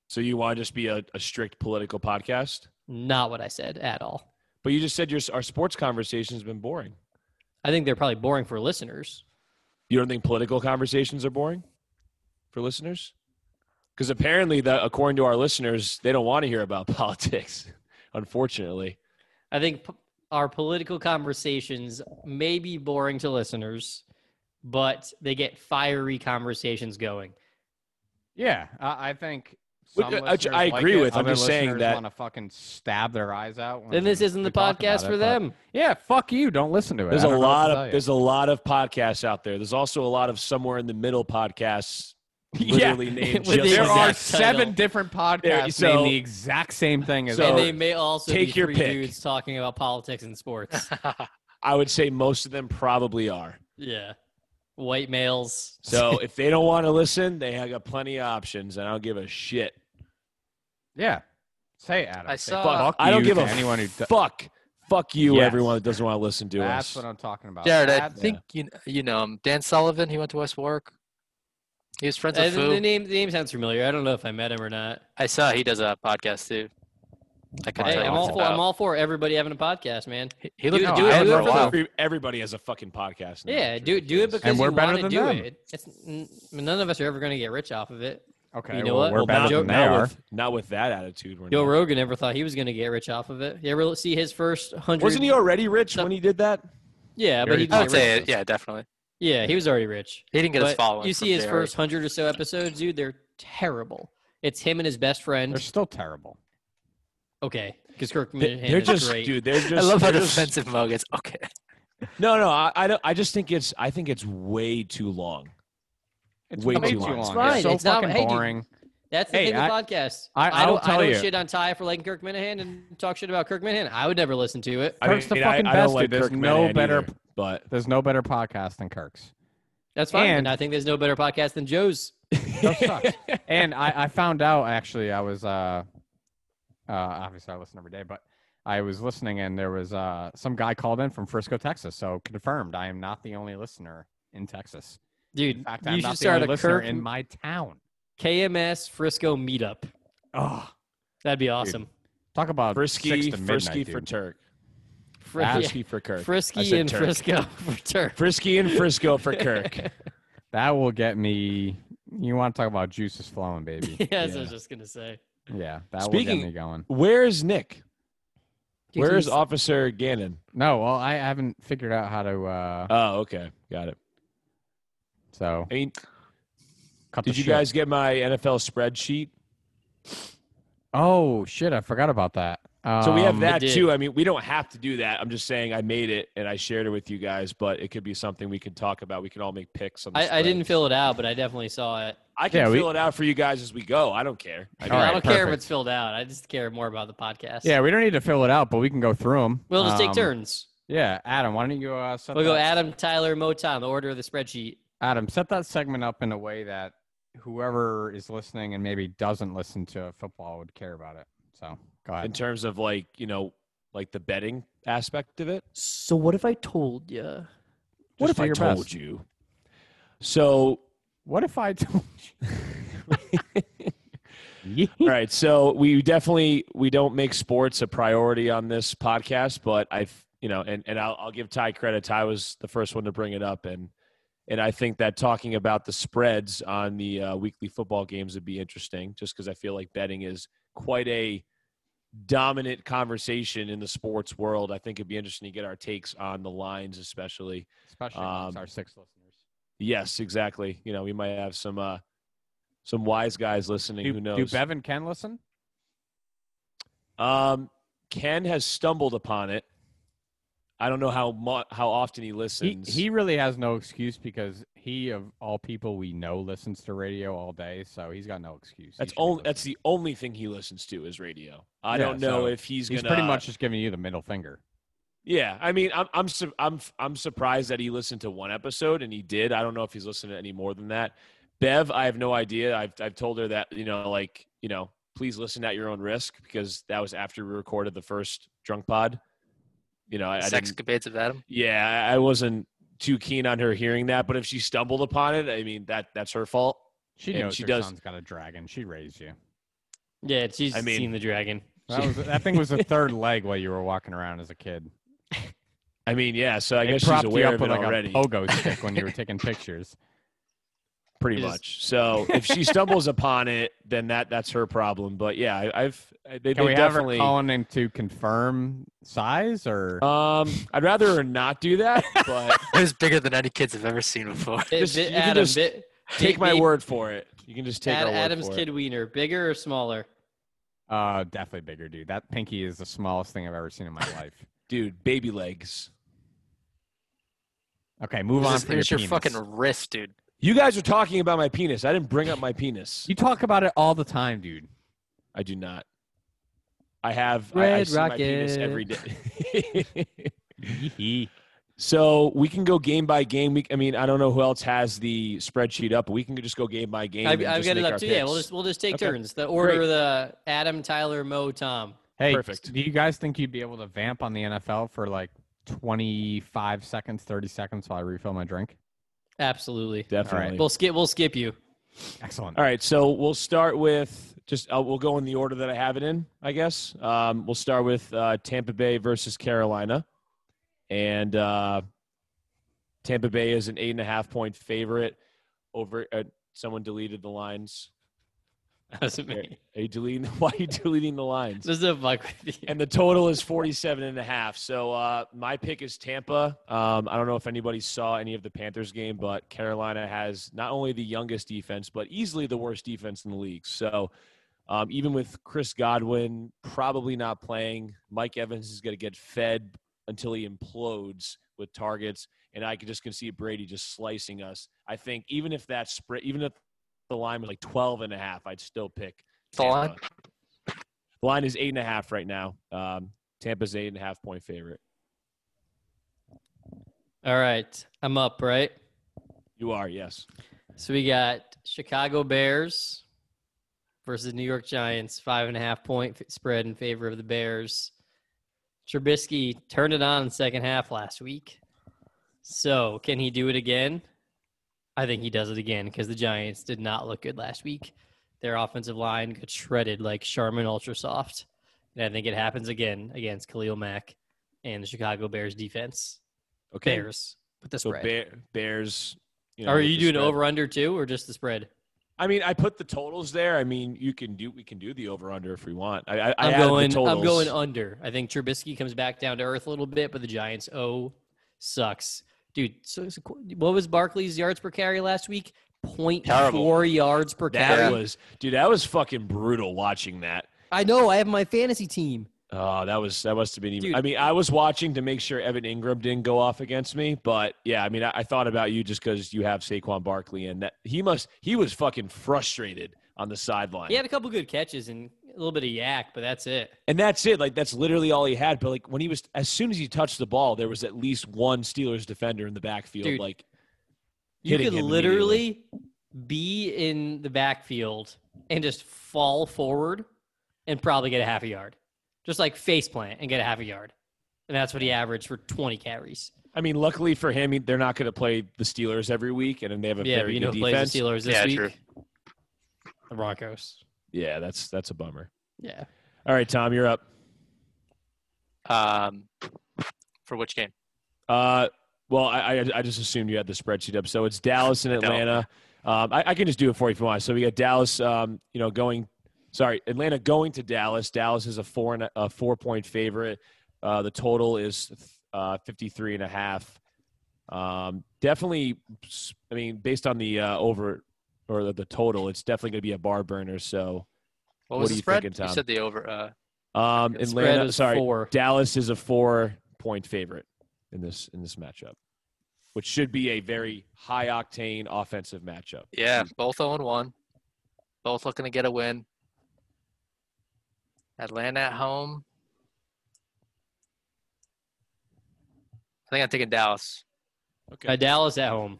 A: so you want to just be a, a strict political podcast?
C: Not what I said at all.
A: But you just said your our sports conversation has been boring.
C: I think they're probably boring for listeners.
A: You don't think political conversations are boring for listeners? Because apparently, the, according to our listeners, they don't want to hear about (laughs) politics. Unfortunately,
C: I think p- our political conversations may be boring to listeners, but they get fiery conversations going.
D: Yeah, I, I think.
A: Which-
C: uh,
A: I-
D: Some
A: I
D: listeners like
A: agree
D: it,
A: with. I'm
D: other
A: just saying
D: listeners
A: that-
D: want to fucking stab their eyes out. when
C: Then this isn't
D: we
C: the
D: talk Mm-hmm. about
C: podcast for
D: it, but-
C: them.
D: Yeah, fuck you. Don't listen to it.
A: there's
D: I
A: a
D: don't know what
A: lot
D: to
A: of
D: tell you.
A: there's a lot of podcasts out there. There's also a lot of somewhere in the middle podcasts,
D: (laughs) (laughs) Yeah,
A: literally named.
C: with
A: just
C: the
D: there
A: that.
D: are
C: exact title.
D: seven different podcasts
A: There- so-
D: named the exact same thing as
A: So-
C: and
D: ours.
C: they may also
A: take
C: be
A: your
C: three
A: pick.
C: dudes talking about politics and sports.
A: I would say most of them probably are.
C: yeah, white males.
D: (laughs)
A: So if they don't want to listen, they have got plenty of options, and I don't give a shit.
D: yeah. Say it, Adam.
B: I
D: Say
B: saw-
D: fuck
A: Uh, I don't
D: you
A: give
D: to
A: a
D: anyone who do-
A: fuck. Fuck you,
D: Yes.
A: everyone that doesn't want to listen to
D: That's
A: us.
D: what I'm talking about.
B: Jared, I
D: That's-
B: think you kn- you know him. Dan Sullivan. He went to West Warwick. He was friends
C: Uh,
B: with
C: the, the
B: Foo.
C: name the name sounds familiar. I don't know if I met him or not.
B: I saw he does a podcast too. I can
D: Hey,
B: tell
C: Hey,
B: you
C: I'm
B: what
C: all
B: it's
C: for I'm
B: about.
C: all for everybody having a podcast, man.
B: He- He looked
D: No,
B: at
D: I
B: it
D: would
B: for a
D: love to
B: while.
A: Every- everybody has a fucking podcast. now.
C: Yeah,
A: It's
C: do do it
A: ridiculous.
C: because
D: And we're
C: you
D: better
C: wanna
D: than
C: do
D: them.
C: it. It's n- none of us are ever going to get rich off of it.
D: Okay,
C: you know
D: well,
C: what?
D: we're
C: Well,
D: better
C: now-
D: than they
A: not
D: are.
A: With, not with that attitude. We're
C: Joe
A: not.
C: Rogan never thought he was going to get rich off of it. You ever see his first hundred?
A: Wasn't he already rich when he did that?
C: Yeah, but he
D: already
C: didn't
B: I
C: get
B: would say,
C: rich.
B: it, yeah, definitely.
C: yeah, he was already rich.
B: He didn't get his
C: But
B: following.
C: you see
B: from
C: his
B: Jared.
C: first hundred or so episodes, dude. They're terrible. It's him and his best friend.
D: They're still terrible.
C: okay, because Kirk Minahan
A: They're
C: is
A: just,
C: great.
A: dude. They're just.
B: I love
C: (laughs)
B: how
A: they're just-
B: defensive Mo gets. Okay.
A: No, no. I, I, don't, I just think it's. I think it's way too long.
D: It's
A: Way
D: way
A: too
D: too
A: long.
D: long.
A: It's
C: fine.
D: It's so
C: It's not-
D: fucking
C: hey, dude,
D: boring.
C: That's the
D: Hey,
C: thing with
D: I-
C: podcasts.
D: I-
C: I
D: I'll
C: don't,
D: tell
C: I don't
D: you.
C: shit on Ty for liking Kirk Minahan and talk shit about Kirk Minahan. I would never listen to it.
A: I
D: Kirk's the
A: mean,
D: fucking
A: I, I don't
D: best,
A: like
D: dude. There's
A: Kirk
D: no
A: Minahan
D: better-
A: either, but
D: There's no better podcast than Kirk's.
C: That's fine. And,
D: And-
C: I think there's no better podcast than Joe's.
D: Those suck. and I, I found out actually I was uh, uh obviously I listen every day, but I was listening and there was uh some guy called in from Frisco, Texas. So confirmed, I am not the only listener in Texas. In
C: Dude,
D: fact, I'm
C: you
D: not
C: should
D: the
C: start
D: only
C: a
D: listener
C: Kirk
D: in my town.
C: KMS Frisco meetup.
D: Oh,
C: That'd be awesome.
D: talk about six
A: frisky,
D: to midnight,
A: frisky
D: dude.
A: for
D: (laughs)
A: Turk.
C: Fri- yeah,
A: Frisky for Kirk. I
C: Frisky
A: said
C: and
A: Turk.
C: Frisco (laughs) for Turk.
A: Frisky and Frisco for Kirk.
D: That will get me. You want to talk about juices flowing, baby?
A: (laughs)
C: yeah, that's what I
A: Yeah.
C: was just gonna say.
D: yeah, that will
A: Speaking-
D: get me going.
A: (laughs) Where is Nick?
C: Dude,
A: Where is
C: he's-
A: Officer Gannon?
D: No, well, I haven't figured out how to. uh
A: Oh, okay, got it.
D: So
A: I mean,
D: cut
A: did
D: the
A: you
D: shit.
A: guys get my NFL spreadsheet?
D: Oh shit! I forgot about that.
A: So we have
D: Um,
A: that
C: did.
A: too. I mean, we don't have to do that. I'm just saying I made it and I shared it with you guys, but it could be something we can talk about. We can all make picks on this
C: I, I
A: thread.
C: didn't fill it out, but I definitely saw it.
A: I can
D: Yeah, we-
A: fill it out for you guys as we go. I don't care. I
D: All
A: mean,
C: I
D: right,
C: don't care if
D: perfect.
C: it's filled out. I just care more about the podcast.
D: Yeah, we don't need to fill it out, but we can go through them.
C: We'll
A: um,
C: just take turns.
D: Yeah, Adam, why don't you uh, set
C: We'll go
D: that-
C: Adam, Tyler, Moton, the order of the spreadsheet.
D: Adam, set that segment up in a way that whoever is listening and maybe doesn't listen to football would care about it. So go
A: in
D: ahead.
A: terms of like, you know, like the betting aspect of it.
C: So what if I told you?
A: What
D: Just
A: if
D: do
A: I
D: your
A: told
D: best.
A: you? So
D: What if I told
C: (laughs)
D: you?
A: All right, so we definitely we don't make sports a priority on this podcast, but I, you know, and and I'll, I'll give Ty credit. Ty was the first one to bring it up, and and I think that talking about the spreads on the uh, weekly football games would be interesting, just because I feel like betting is quite a dominant conversation in the sports world. I think it'd be interesting to get our takes on the lines, especially.
D: (laughs) Especially amongst
A: Um,
D: our six listeners.
A: Yes, exactly. You know, we might have some uh some wise guys listening.
D: Do,
A: who
D: do
A: knows?
D: Bev and Ken listen?
A: Um, Ken has stumbled upon it. I don't know how mu- how often he
D: He,
A: listens.
D: he really has no excuse because he, of all people we know, listens to radio all day. So he's got no excuse. He
A: that's
D: should be
A: only that's
D: listening.
A: the only thing he listens to is radio. I
D: Yeah,
A: don't know
D: so
A: if he's,
D: He's
A: gonna.
D: pretty much just giving you the middle finger.
A: Yeah, I mean, I'm I'm su- I'm I'm surprised that he listened to one episode, and he did. I don't know if he's listened to any more than that. Bev, I have no idea. I've I've told her that you know, like you know, please listen at your own risk because that was after we recorded the first drunk pod. You know, I, I didn't-
B: Sex capades of (laughs) Adam.
A: Yeah, I I wasn't too keen on her hearing that, but if she stumbled upon it, I mean that that's her fault.
D: She
A: And
D: knows
A: she
D: her
A: does-
D: son's got a dragon. She raised you.
C: Yeah, she's
A: I mean-
C: seen the dragon.
D: That, was, that thing
A: (laughs)
D: was the third leg while you were walking around as a kid.
A: I mean, yeah, so I
D: They
A: guess she's
D: propped you
A: aware
D: up
A: of it
D: with like
A: already, (laughs)
D: a pogo stick when you were taking pictures.
A: pretty
C: It is-
A: much. So if she
C: (laughs)
A: stumbles upon it, then that that's her problem. But yeah, I, I've I- they,
D: Can
A: they
D: we have her
A: definitely.
D: calling in to confirm size
A: (laughs)
D: or?
A: Um, I'd rather her not do that,
C: (laughs)
A: but
B: It was bigger than any kids have ever seen before.
C: Bi-
A: Just-
C: bi-
A: you can
C: Adam,
A: just
C: bi-
A: take my
C: bi-
A: word for it. You can just take
C: Ad-
A: our word
C: Adam's
A: for it.
C: kid wiener, bigger or smaller?
D: Uh, definitely bigger, dude. That pinky is the smallest thing I've ever seen in my life.
A: dude. Baby legs.
D: Okay, move
B: It
D: on.
B: was,
D: from
B: it was
D: your
B: your,
D: penis.
B: fucking wrist, dude.
A: You guys are talking about my penis. I didn't bring up my penis.
D: You talk about it all the time, dude.
A: I do not. I have I- I,
C: Red
A: see my penis
C: Rocket.
A: every day. (laughs)
D: Yee-hee.
A: so we can go game by game. We, I mean, I don't know who else has the spreadsheet up. But we can just go game by game.
C: I've,
A: and
C: I've
A: just
C: got it
A: make
C: up
A: our
C: too. Yeah, we'll
A: picks.
C: just we'll just take
A: Okay.
C: turns. The order of the Adam, Tyler, Mo, Tom.
D: hey,
A: Perfect.
D: do you guys think you'd be able to vamp on the NFL for like 25 seconds, 30 seconds while I refill my drink?
C: Absolutely.
A: definitely.
C: We'll skip. We'll skip you. (laughs)
D: Excellent.
A: All right, so we'll start with just uh, we'll go in the order that I have it in, I guess. Um, we'll start with uh, Tampa Bay versus Carolina, and uh, Tampa Bay is an eight and a half point favorite. Over uh, someone deleted the lines.
C: That was
A: Are
C: me.
A: are you deleting? (laughs) Why are you deleting the lines?
C: This is a fuck with
A: (laughs)
C: you.
A: and the total is 47 and a half so uh, my pick is tampa um, i don't know if anybody saw any of the panthers game but carolina has not only the youngest defense but easily the worst defense in the league so um, even with chris godwin probably not playing mike evans is going to get fed until he implodes with targets and i could just can see brady just slicing us i think even if that spread even if the line was like 12 and a half i'd still pick
B: The line.
A: Tampa. the line is eight and a half right now. Um, Tampa's eight and a half point favorite.
C: All right, I'm up. Right.
A: You are, yes.
C: So we got Chicago Bears versus New York Giants, five and a half point f- spread in favor of the Bears. Trubisky turned it on in second half last week. So can he do it again? I think he does it again because the Giants did not look good last week. Their offensive line got shredded like Charmin Ultra Soft. And I think it happens again against Khalil Mack and the Chicago Bears defense.
A: Okay.
C: Bears with the
A: So
C: spread.
A: bear, Bears. You know,
C: Are
A: with
C: you
A: the
C: doing
A: spread.
C: over under too or just the spread?
A: I mean, I put the totals there. I mean, you can do. We can do the over under if we want. I, I, I
C: I'm
A: added
C: going.
A: The totals.
C: I'm going under. I think Trubisky comes back down to earth a little bit, but the Giants oh sucks, dude. So, so what was Barkley's yards per carry last week? Point
A: Terrible.
C: four yards per
A: That
C: carry.
A: was, dude. That was fucking brutal watching that.
C: I know. I have my fantasy team.
A: Oh, that was that must have been even.
C: Dude.
A: I mean, I was watching to make sure Evan Ingram didn't go off against me, but yeah, I mean, I, I thought about you just because you have Saquon Barkley and that he must he was fucking frustrated on the sideline.
C: He had a couple good catches and a little bit of yak, but that's it.
A: and that's it. Like that's literally all he had. But like when he was as soon as he touched the ball, there was at least one Steelers defender in the backfield.
C: Dude.
A: like
C: You
A: hitting
C: could
A: him
C: literally be in the backfield and just fall forward and probably get a half a yard. Just like face plant and get a half a yard. And that's what he averaged for 20 carries.
A: I mean, luckily for him, he- they're not going to play the Steelers every week, and then they have a
C: yeah, but
A: very
C: you know
A: good
C: who plays
A: defense.
C: the Steelers this
B: Yeah,
C: week?
B: true.
C: The Broncos.
A: yeah, that's that's a bummer.
C: Yeah.
A: All right, Tom, you're up.
B: Um, for which game?
A: Uh, well, I, I I just assumed you had the spreadsheet up. So it's Dallas and
B: don't.
A: Atlanta. Um, I, I can just do it for you if you want. So we got Dallas, um, you know, going. Sorry, Atlanta going to Dallas. Dallas is a four and a, a four point favorite. Uh, the total is uh, 53 and a half. Um, definitely, s- I mean, based on the uh, over or the, the total, it's definitely going to be a bar burner. So
B: What
A: What
B: was
A: are
B: the
A: you
B: spread?
A: thinking,
B: You
A: Tom?
B: said the over. Uh,
A: um,
C: The spread
A: Atlanta,
C: was
A: sorry,
C: Four.
A: Dallas is a four point favorite in this in this matchup, which should be a very high octane offensive matchup.
B: yeah, both 0 and 1. Both looking to get a win. Atlanta at home. I think I'm taking Dallas.
A: Okay.
C: Uh, Dallas at home.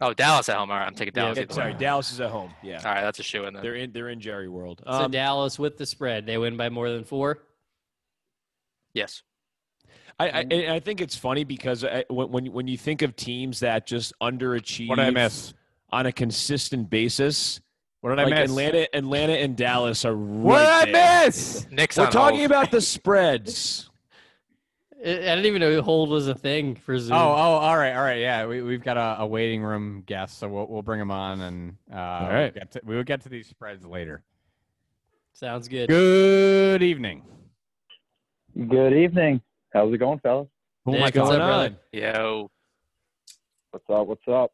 B: Oh, Dallas at home. All right, I'm taking
C: Yeah,
B: Dallas.
A: Yeah,
B: either way.
A: sorry, Dallas is at home. Yeah.
B: All right, that's a shoe in then.
A: They're in they're in Jerry World.
C: So
A: Um,
C: Dallas with the spread. They win by more than four.
B: Yes.
A: I, I and I think it's funny because I, when when you- when you think of teams that just underachieve
D: What did I miss?
A: on a consistent basis,
D: What did
A: like
D: I miss?
A: Atlanta Atlanta and Dallas are right
D: What did
A: there.
D: I miss?
B: Nick's
A: We're
B: on
A: talking
B: hold.
A: about the spreads.
C: I I didn't even know hold was a thing for
D: (laughs) Oh,
C: Zoom.
D: oh, all right, all right, yeah. We we've got a, a waiting room guest, so we'll we'll bring him on, and uh, all
A: right.
D: we'll get to, we will get to these spreads later.
C: sounds good.
D: Good evening.
E: Good evening. How's it going, fellas?
C: Nick,
A: my
C: what's
A: God.
C: up, brother?
B: Yo.
E: What's up? What's up?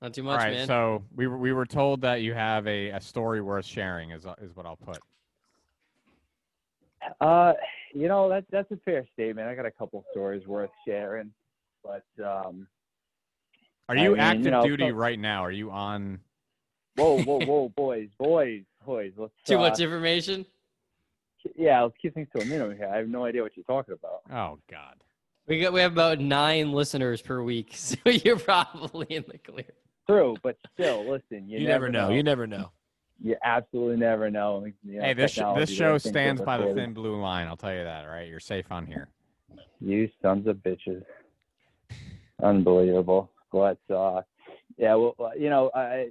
C: Not too
D: All
C: much,
D: right,
C: man.
D: so we were, we were told that you have a, a story worth sharing is is what I'll put.
E: Uh, you know that that's a fair statement. I got a couple stories worth sharing, but um,
D: Are you
E: I mean, you
D: active
E: know,
D: duty
E: so-
D: right now? Are you on?
E: whoa, whoa, (laughs) whoa, boys, boys, boys. Let's
C: Too
E: uh,
C: much information.
E: Yeah, let's keep things to a minimum here. I have no idea what you're talking about.
D: Oh God.
C: We got we have about nine listeners per week, (laughs) so you're probably in the clear. (laughs)
E: True, but still, listen. You,
A: You never know. You never know.
E: You absolutely never know. You know,
D: hey, this sh- this
E: technology,
D: show
E: things are
D: stands by the
E: recorded.
D: thin blue line. I'll tell you that. All right, you're safe on here.
E: You sons of bitches. Unbelievable. But uh, yeah, well, uh, you know, I,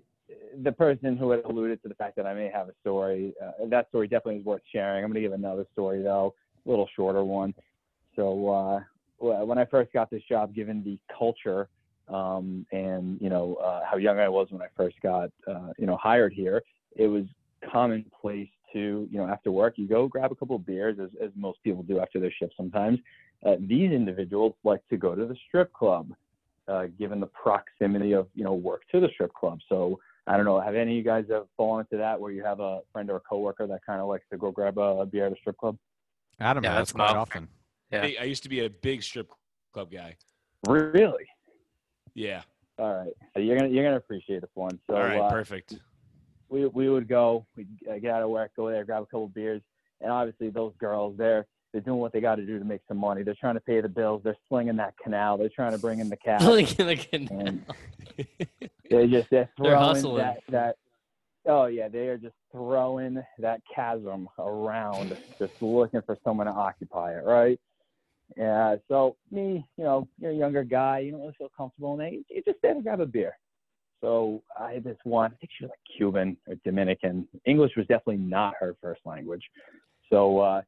E: the person who had alluded to the fact that I may have a story, uh, that story definitely is worth sharing. I'm going to give another story though, a little shorter one. So uh, wh- when I first got this job, given the culture um, and you know uh, how young I was when I first got uh, you know hired here, it was commonplace to you know after work you go grab a couple of beers as, as most people do after their shift sometimes uh, these individuals like to go to the strip club, uh, given the proximity of you know work to the strip club. So I don't know. Have any of you guys ever fallen into that where you have a friend or a coworker that kind of likes to go grab a, a beer at a strip club?
D: Adam,
B: Yeah,
D: that's
B: that's
D: quite
B: Mo.
D: often.
B: Yeah.
A: Hey, I used to be a big strip club guy.
E: Really?
A: Yeah.
E: All right. So you're gonna you're gonna appreciate this one. So
A: All right.
E: uh,
A: perfect.
E: we we would go, we'd uh, get out of work, go there, grab a couple beers, and obviously those girls, they're they're doing what they got to do to make some money. They're trying to pay the bills. They're slinging that canal. They're trying to bring in
C: (laughs)
E: the cash.
C: Like, like in-
E: and they just
C: They're
E: they're throwing
C: hustling.
E: that, that oh yeah they are just throwing that chasm around just looking for someone to occupy it right yeah so me you know you're a younger guy you don't really feel comfortable in that you, you just stand and grab a beer so I had this one, I think she was like Cuban or Dominican. English was definitely not her first language. So uh,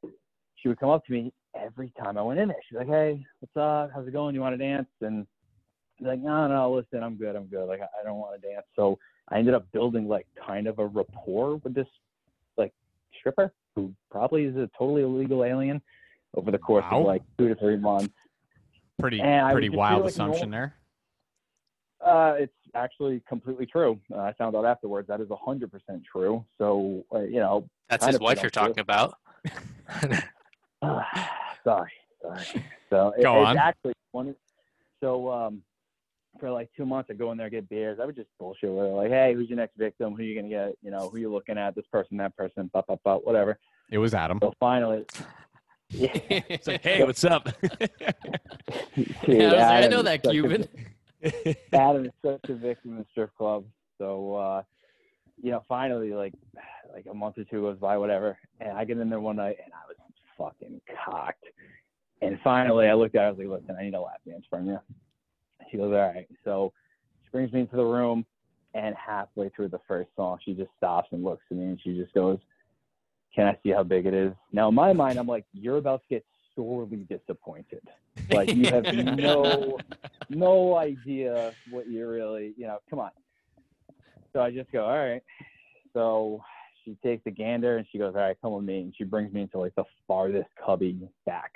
E: she would come up to me every time I went in there. She's like, hey, what's up? How's it going? You want to dance? And I was like, no, no, listen, I'm good. I'm good. Like, I I don't want to dance. So I ended up building like kind of a rapport with this like stripper who probably is a totally illegal alien over the course
D: Wow.
E: of like two to three months.
D: Pretty
E: And I would
D: pretty
E: just do,
D: wild
E: like,
D: assumption
E: normal-
D: there.
E: Uh, it's actually completely true. Uh, I found out afterwards that is 100% true. So, uh, you know,
B: That's
E: Kind
B: his
E: of
B: wife you're
E: productive.
B: talking about. (laughs)
E: (sighs) sorry, sorry.
C: (laughs)
E: So it,
D: Go
E: it's
D: on.
E: actually one. of- So um, for like two months, I go in there get beers. I would just bullshit with her, like, hey, who's your next victim? Who you gonna get? You know, who you looking at? This person, that person, blah blah blah, whatever.
D: It was Adam.
E: So finally, (laughs)
C: (laughs)
E: yeah,
A: It's like, hey, what's up?
E: dude,
C: I, was like, I
E: Adam
C: know
E: is
C: that
E: such a-
C: Cuban.
E: Adam is such a victim in the strip club. So, uh, you know, finally, like, (sighs) like a month or two goes by, whatever, and I get in there one night and I was fucking cocked. And finally, I looked at her. I was like, "Listen, I need a lap dance from you." She goes, "All right." So, she brings me into the room, and halfway through the first song, she just stops and looks at me, and she just goes, "Can I see how big it is?" Now, in my mind, I'm like, "You're about to get sorely disappointed. Like, you have no." no idea what you really, you know, come on. So I just go, all right. So she takes a gander and she goes, all right, come with me. And she brings me into like the farthest cubby back,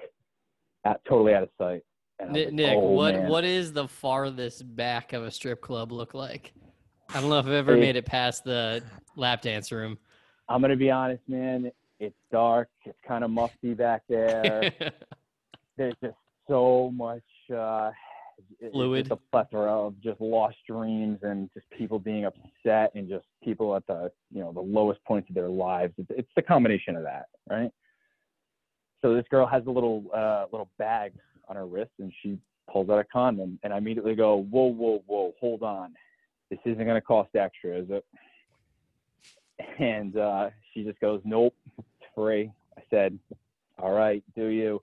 E: at, totally out of sight. And I was
C: Nick,
E: like,
C: Nick
E: oh,
C: what
E: man.
C: what is the farthest back of a strip club look like? I don't know if I've ever
E: Hey.
C: made it past the lap dance room.
E: I'm going to be honest, man. It's dark. It's kind of musty back
C: (laughs)
E: there. There's just so much. Uh, it-
C: Fluid.
E: It's just a plethora of just lost dreams and just people being upset and just people at the you know the lowest points of their lives. It's, it's the combination of that, right? So this girl has a little uh, little bag on her wrist and she pulls out a condom and I immediately go, whoa, whoa, whoa, hold on, this isn't gonna cost extra, is it? And uh, she just goes, nope, it's free. I said, all right, do you?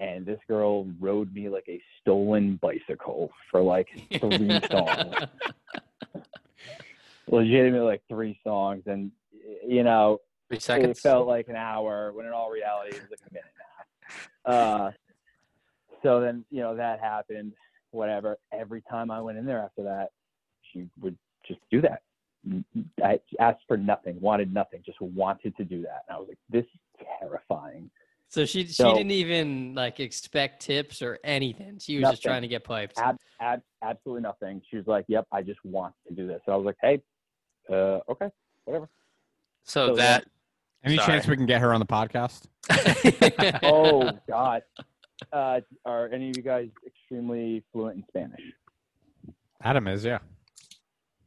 E: and this girl rode me like a stolen bicycle for like three songs. Legitimately, like three songs, and y- you know,
B: Three
E: it
B: seconds.
E: felt like an hour when in all reality it was like a minute and a half. Uh, so then you know that happened. Whatever. Every time I went in there after that, she would just do that. I asked for nothing, wanted nothing, just wanted to do that. And I was like, this is terrifying.
C: so she she
E: So-
C: didn't even like expect tips or anything. She was just
E: Nothing.
C: trying to get piped.
E: ab- ab- absolutely nothing. She was like, "Yep, I just want to do this." And I was like, "Hey, uh,
A: (laughs)
E: okay, whatever."
B: so
E: so
B: that.
D: Any
B: Sorry.
D: chance we can get her on the podcast?
C: (laughs)
E: oh God, uh, are any of you guys extremely fluent in Spanish?
D: Adam is, yeah.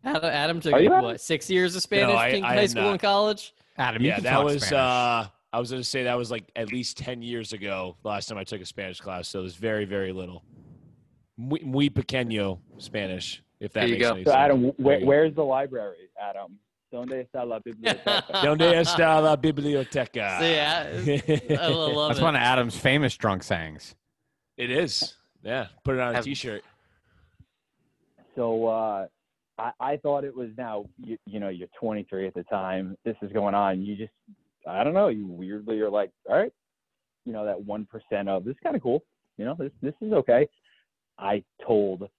C: Adam, Adam took
E: Are you
C: like,
E: Adam?
C: what six years of Spanish
A: I-
C: in
A: I
C: high
A: am
C: school
A: not.
C: and college.
D: Adam, you
A: yeah,
D: can
A: that
D: talk
A: was.
D: Spanish.
A: uh I was going to say that was like at least ten years ago. The last time I took a Spanish class, so there's very, very little. Muy, muy pequeño Spanish, if that
B: There you
A: makes
B: go.
A: any
E: So
A: sense.
E: Adam,
A: There
E: where,
A: you go.
E: where's the library, Adam? Donde está la
C: (laughs)
A: (laughs)
E: biblioteca?
A: Donde está la biblioteca? (laughs)
C: So, yeah, I lo- love
D: That's
C: it.
D: one of Adam's famous drunk sayings.
A: it is. Yeah, put it on a
B: Have-
A: t-shirt.
E: so uh, I, I thought it was now. You, you know, you're 23 at the time. This is going on. You just, I don't know. You weirdly are like, all right, you know, that one percent of this is kind of cool. You know, this this is okay. I told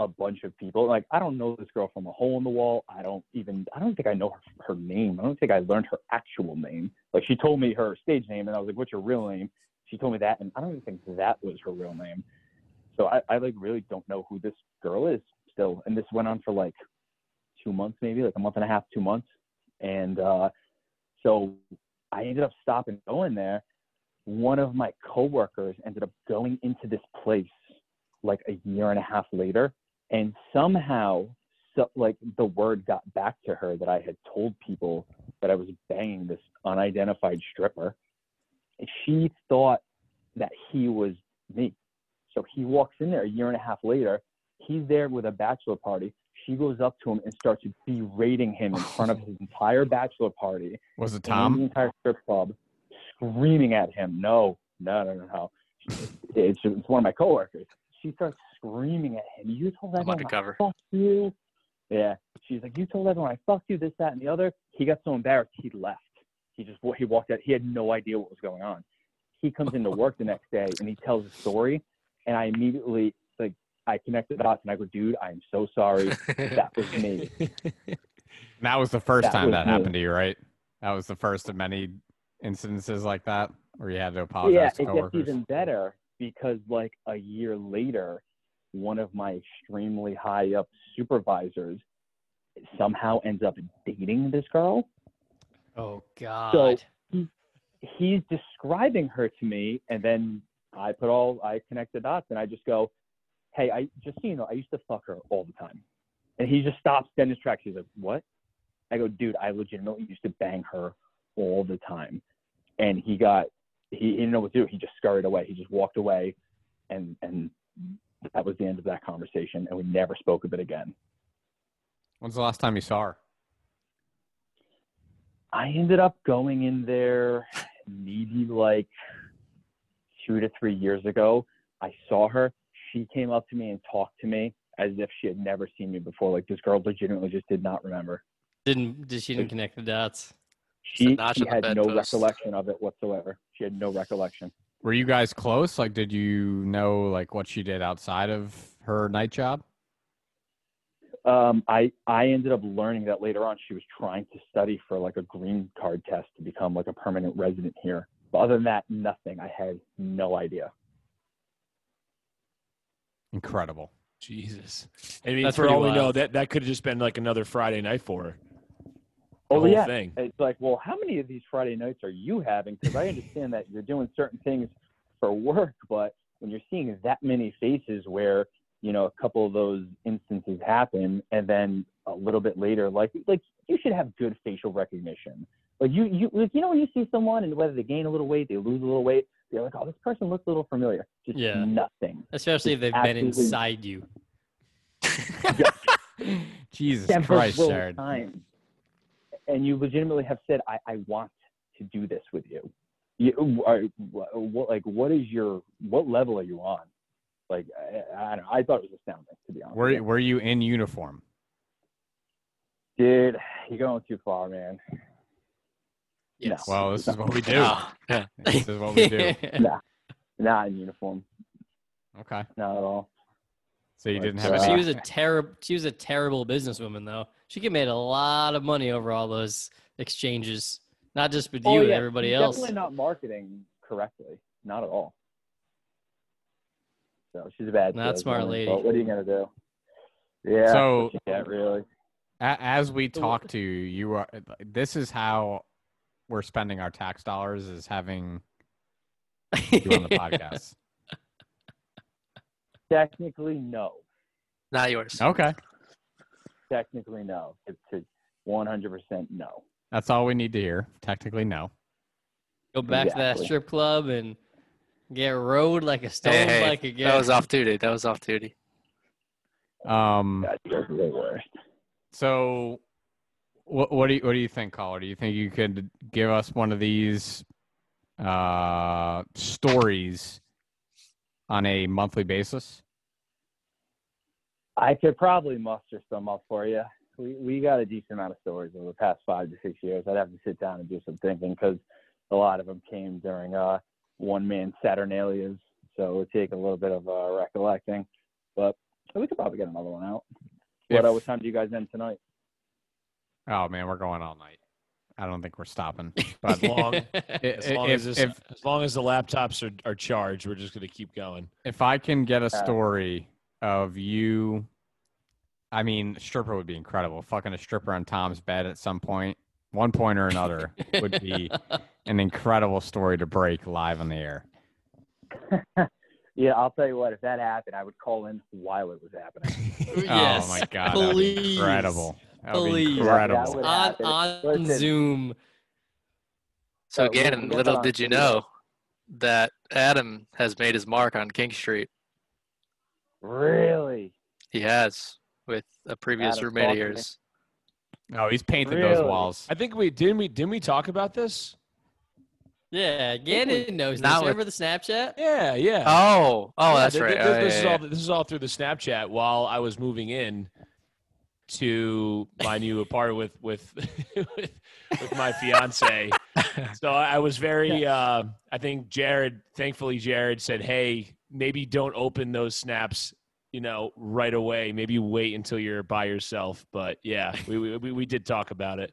E: a bunch of people. Like, I don't know this girl from a hole in the wall. I don't even. I don't think I know her, her name. I don't think I learned her actual name. Like, she told me her stage name, and I was like, "What's your real name?" She told me that, and I don't even think that was her real name. So I, I like really don't know who this girl is still. And this went on for like two months, maybe like a month and a half, two months. And uh, so I ended up stopping going there. One of my coworkers ended up going into this place like a year and a half later, and somehow, so, like the word got back to her that I had told people that I was banging this unidentified stripper. And she thought that he was me. So he walks in there a year and a half later. He's there with a bachelor party. She goes up to him and starts berating him in front of his entire bachelor party
D: Was it
E: and The
D: Tom?
E: entire strip club screaming at him, no, no, no, no, no. It's, it's one of my coworkers. She starts screaming at him. You told
B: I'm
E: everyone I
B: undercover.
E: fuck you. Yeah. She's like, you told everyone I fucked you, this, that, and the other. He got so embarrassed, he left. He just, he walked out. He had no idea what was going on. He comes into work the next day and he tells a story. And I immediately, like, I connected the dots and I go, dude, I'm so sorry. That was me.
D: That was the first
E: That
D: time
E: was
D: that
E: me.
D: happened to you, right? That was the first of many incidences like that where you had to apologize
E: yeah,
D: to
E: it gets
D: coworkers.
E: even better because like a year later, one of my extremely high up supervisors somehow ends up dating this girl.
C: Oh God.
E: he's describing her to me, and then I put all I connect the dots, and I just go, "Hey, I just so you know, I used to fuck her all the time," and he just stops dead in his tracks. He's like, "What?" I go, "Dude, I legitimately used to bang her all the time," and he got he, he didn't know what to do. He just scurried away. He just walked away, and and that was the end of that conversation, and we never spoke of it again.
D: When's the last time you saw her?
E: I ended up going in there maybe like two to three years ago. I saw her. She came up to me and talked to me as if she had never seen me before. Like this girl legitimately just did not remember.
C: Didn't did she didn't connect the dots?
E: She,
B: notch
E: she
B: on the
E: had no
B: bedpost.
E: recollection of it whatsoever. She had no recollection.
D: Were you guys close? Like, did you know like what she did outside of her night job?
E: Um, I I ended up learning that later on she was trying to study for like a green card test to become like a permanent resident here. But other than that, nothing. I had no idea.
D: Incredible.
A: Jesus. I mean,
C: That's
A: for
C: pretty
A: all we know,
C: wild.
A: that, that could have just been like another Friday night for her. The
E: Oh
A: whole
E: yeah,
A: thing.
E: it's like, well, how many of these Friday nights are you having? Because I understand that you're doing certain things for work, but when you're seeing that many faces where you know a couple of those instances happen, and then a little bit later, like like you should have good facial recognition. Like you you like, you know when you see someone and whether they gain a little weight, they lose a little weight, you're like, oh, this person looks a little familiar. Just
C: Yeah.
E: nothing.
C: Especially if they've been
E: Absolutely.
C: inside you.
D: Jesus
E: Denver
D: Christ,
E: will
D: Jared.
E: time. And you legitimately have said, I, I want to do this with you. you are, what, like, what is your, what level are you on? Like, I, I, don't know. I thought it was astounding, to be honest.
D: Were were you in uniform?
E: Dude, you're going too far, man.
B: (laughs) Yes.
D: Well, this is what
B: (laughs)
D: we do.
B: Ah, yeah.
D: This is what
C: (laughs)
D: we do.
E: Not in uniform.
D: Okay.
E: Not at all.
D: So you
E: But,
D: didn't have
E: uh,
D: any.
C: she was a terrible she was a terrible businesswoman though. She could made a lot of money over all those exchanges. Not just with you and everybody
E: she's
C: else. (laughs)
E: Oh, Definitely not marketing correctly. Not at all. So she's a bad
C: Not smart
E: saleswoman,
C: lady.
E: but what are you going to do? Yeah.
D: So-
E: yeah, really.
D: A- as we
C: So-
D: talk to you, you are. This is how we're spending our tax dollars: is having you
A: (laughs)
D: on the podcast.
E: Technically, no.
B: Not yours.
D: Okay,
E: Technically, no. It's to 100% no.
D: that's all we need to hear. Technically, no.
C: Go back to that
E: Exactly.
C: strip club and get rode like a stone
B: Hey, hey,
C: like a
B: That was off duty. That was off duty.
D: Um.
E: That's the worst.
D: So, what what do you what do you think, Caller? Do you think you could give us one of these uh stories on a monthly basis?
E: I could probably muster some up for you. We, we got a decent amount of stories over the past five to six years. I'd have to sit down and do some thinking because a lot of them came during uh, one man Saturnalias. So it would take a little bit of uh, recollecting. But we could probably get another one out. What, uh,
D: If-
E: what time do you guys end tonight?
D: oh man, we're going all night. I don't think we're stopping. But
A: (laughs) As long,
C: (laughs) Oh,
A: as, long
D: if,
A: as, this,
D: if
A: as long as the laptops are, are charged, we're just going to keep going.
D: if I can get a
E: Uh,
D: story of you, I mean, stripper would be incredible. Fucking a stripper on Tom's bed at some point, one point or another, would be an incredible story to break live on the air.
E: Yeah, I'll tell you what, if that happened, I would call in while it was happening.
C: yes.
D: oh my god, that would be
C: please.
D: incredible. That would
C: Please.
D: be
C: That-
D: (laughs)
E: that
D: incredible.
E: would-
C: On,
E: happened.
C: on
E: Listen.
C: Zoom.
B: So
E: Uh, we-
B: again,
E: we
B: little
E: got
B: did you
E: video.
B: know that Adam has made his mark on King Street.
E: Really?
B: He has with a previous
E: Adam
B: roommate of
E: Faulkner.
B: yours.
D: No, Oh, he's painted those
E: Really?
D: walls.
A: I think we didn't we didn't we talk about this?
C: Yeah, Gannon knows this.
B: Not with-
C: Remember the Snapchat?
A: Yeah, yeah.
B: Oh, oh,
A: Yeah,
B: that's
A: th-
B: right.
A: th-
B: Oh,
A: th- this
B: yeah,
A: is
B: yeah,
A: all this is all through the Snapchat while I was moving in to my new (laughs) apartment with (laughs) with with, with my
B: (laughs)
A: fiance. so I was very. Uh, I think Jared. Thankfully, Jared said, "Hey, maybe don't open those snaps." You know, right away. Maybe wait until you're by yourself. But yeah, we we, we- we did talk about it.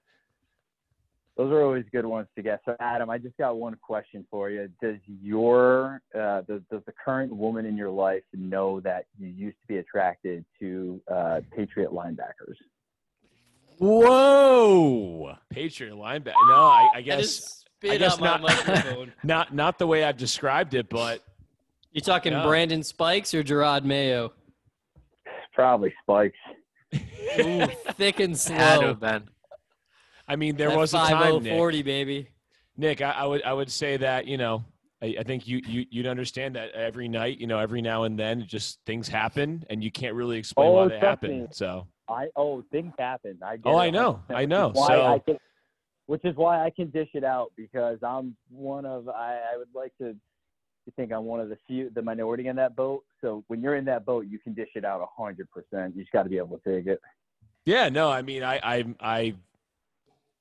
E: Those are always good ones to get. So, Adam, I just got one question for you. Does your uh, does, does the current woman in your life know that you used to be attracted to uh, Patriot linebackers?
D: Whoa!
A: Patriot linebacker. No, I, I
C: That
A: guess
C: is
A: I
C: spit
A: guess
C: on my
A: not.
C: microphone.
A: Not not the way I've described it, but
C: You talking
A: Yeah.
C: Brandon Spikes or Gerard Mayo?
E: Probably spikes.
C: Ooh, thick and slow.
B: Had to have been.
A: I mean, there
C: That
A: was a time, Nick.
C: 5040, baby.
A: Nick, I, I would I would say that you know I, I think you you you'd understand that every night, you know, every now and then, just things happen, and you can't really explain
E: Oh,
A: why they
E: trust
A: happen.
E: me.
A: So,
E: I oh things happen. I get
A: oh,
E: it.
A: I know, I know.
E: Which is why I
A: So,
E: can, which is why I can dish it out because I'm one of I, I would like to to think I'm one of the few the minority in that boat. So when you're in that boat, you can dish it out a hundred percent. You just got to be able to take it.
A: yeah, no, I mean, I I I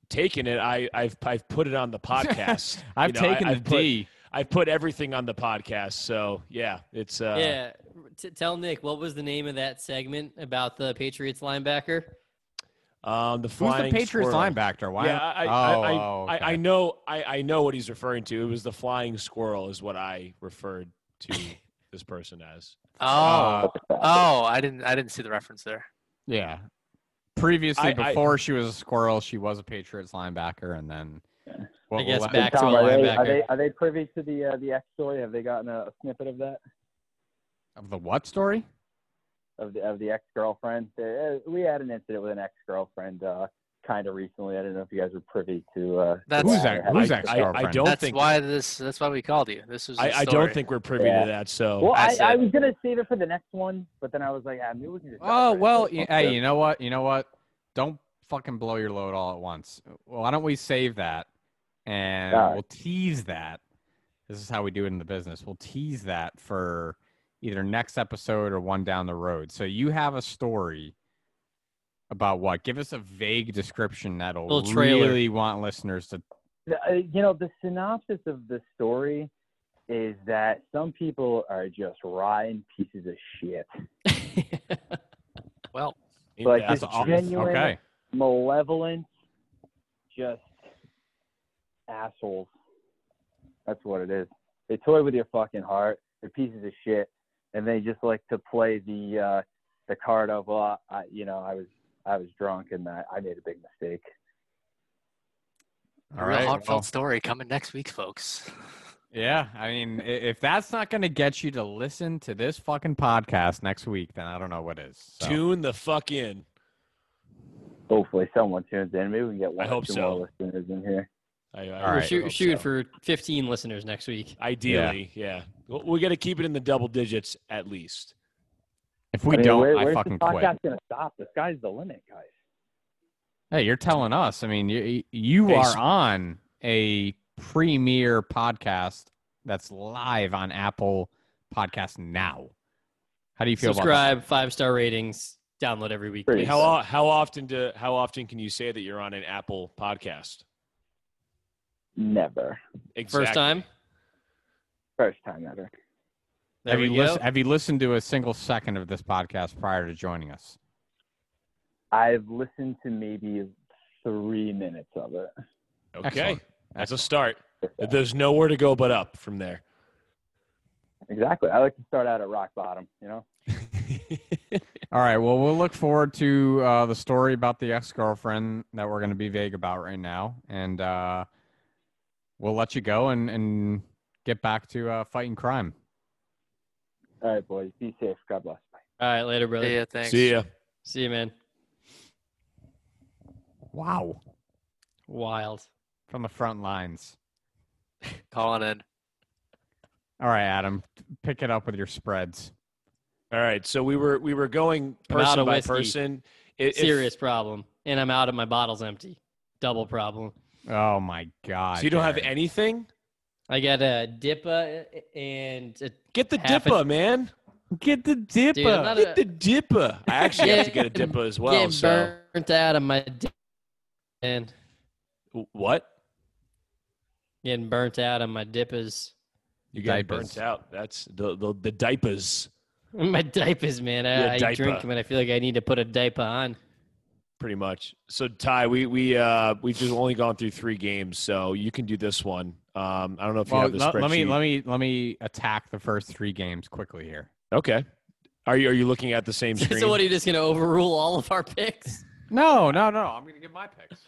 A: taken it. I I've I've put it on the podcast.
C: (laughs)
A: You
D: I've
A: know, I-
D: taken
A: I've
D: the
A: put-
D: D.
A: I've put everything on the podcast. So yeah, it's uh,
C: yeah. T- tell Nick, what was the name of that segment about the
A: (laughs)
C: Patriots linebacker?
A: um, the
D: Who's
A: flying
D: the Patriots
A: squirrel.
D: linebacker? Why?
A: Yeah, I, I,
D: oh,
A: I,
D: oh, okay.
A: I, I know, I, I know what he's referring to. It was the flying squirrel, is what I referred to this person as.
B: Oh,
D: Uh,
B: oh, I didn't, I didn't see the reference there.
D: yeah.
A: I-
D: Previously,
A: I-
D: before she was a squirrel, she was a Patriots linebacker, and then what-
C: guess
D: what-
C: back to
E: Tom,
C: a
E: are, they,
C: linebacker.
E: are they are they privy to the uh, the X story? Have they gotten a, a snippet of that
D: of the what story?
E: of the of the ex girlfriend? Uh, we had an incident with an ex girlfriend uh, kind of recently. I don't know if you guys were privy to. Uh, to
B: That's-
D: Who's that?
E: or
D: Who's
E: had-
D: that?
A: I, I, I
D: Ex-girlfriend.
A: don't
B: that's
A: think
B: why this. That's why we called you. This was. the
A: I, I
B: story.
A: don't think we're privy
E: Yeah.
A: to that. So
E: Well,
B: I
E: I, I
B: said-
E: was gonna save it for the next one, but then I was like, I knew we could. just
D: Oh
E: separate
D: well,
E: it.
D: y- hey, you know what? You know what? Don't fucking blow your load all at once. Well, why don't we save that and
E: All right.
D: we'll tease that. This is how we do it in the business. We'll tease that for either next episode or one down the road. So you have a story about what? Give us a vague description that'll
C: Little trailer.
D: really want listeners to.
E: The- uh, you know, the synopsis of the story is that some people are just rotten pieces of shit,
B: Well,
E: like,
A: that's
E: it's
A: all-
E: genuine-
D: Okay,
E: malevolent, just assholes. That's what it is. They toy with your fucking heart. They're pieces of shit, and they just like to play the uh, the card of, uh, I, you know, I was I was drunk and I, I made a big mistake.
D: all
B: a real
D: right.
B: heartfelt
D: well-
B: story coming next week, folks.
D: Yeah, I mean, i- if that's not going to get you to listen to this fucking podcast next week, then I don't know what is. So.
A: tune the fuck in.
E: Hopefully, someone tunes in. Maybe we can get one
A: I
E: or
A: hope
E: two
A: so.
E: more listeners in here.
A: I, I
D: All
C: We're
D: right.
C: shoot-
A: hope
C: shooting
A: so.
C: for 15 listeners next week.
A: ideally, yeah. We- We got to keep it in the double digits at least.
D: If we
E: I mean,
D: don't,
E: where-
D: I
E: where's
D: fucking
E: the podcast
D: quit.
E: gonna stop? The sky's the limit, guys.
D: Hey, you're telling us. I mean, you you
A: Hey,
D: are
A: sp-
D: on a premier podcast that's live on Apple Podcast now. How do you feel about
C: Subscribe, five star ratings, download every week.
E: Pretty
C: please.
A: How o- how often do how often can you say that you're on an Apple podcast?
E: Never.
A: Exactly.
C: First time?
E: First time ever.
D: that?
C: There
D: Have
C: we
D: you,
C: go.
D: lis- have you listened to a single second of this podcast prior to joining us?
E: I've listened to maybe three minutes of it.
A: Okay,
D: Excellent.
A: that's a
D: Excellent.
A: start. There's nowhere to go but up from there.
E: Exactly. I like to start out at rock bottom, you know?
C: (laughs)
D: All right. Well, we'll look forward to uh, the story about the ex girlfriend that we're going to be vague about right now, and uh, we'll let you go and, and get back to uh, fighting crime.
E: All right, boys. Be safe. God bless. Bye.
C: All right, later, brother.
B: yeah, thanks.
A: See ya.
C: See you, man.
D: Wow,
C: Wild.
D: from the front lines.
B: Calling in.
D: All right, Adam, pick it up with your spreads.
A: All right, so we were we were going
C: I'm out
A: person
C: of
A: by
C: whiskey.
A: person. I- if-
C: Serious problem. And I'm out of my bottle's empty. Double problem.
D: Oh my god!
A: So you don't have
D: Jared.
A: anything?
C: I got a Dippa and a,
A: Get the
C: Half a-
A: dipper, man.
D: Get the dipper.
C: Dude, I'm not
A: Get the dipper. I actually have to get a
C: Getting-
A: dipper as well.
C: getting
A: So
C: burnt out of my dip and
A: what?
C: getting burnt out of my dippas.
A: You got
D: Diapers.
A: burnt out. That's the the, the diapers.
C: My diapers, man.
A: Your
C: I, I
A: diaper.
C: drink them and I feel like I need to put a diaper on.
A: pretty much. So Ty, we we uh we've just only gone through three games, so you can do this one. Um, I don't know if
D: Well,
A: you have the
D: let,
A: spreadsheet.
D: let me let me let me attack the first three games quickly here.
A: Okay. Are you are you looking at the
C: (laughs)
A: same screen?
C: So what are you just gonna overrule all of our picks?
D: No, no, no. I'm going to give my picks.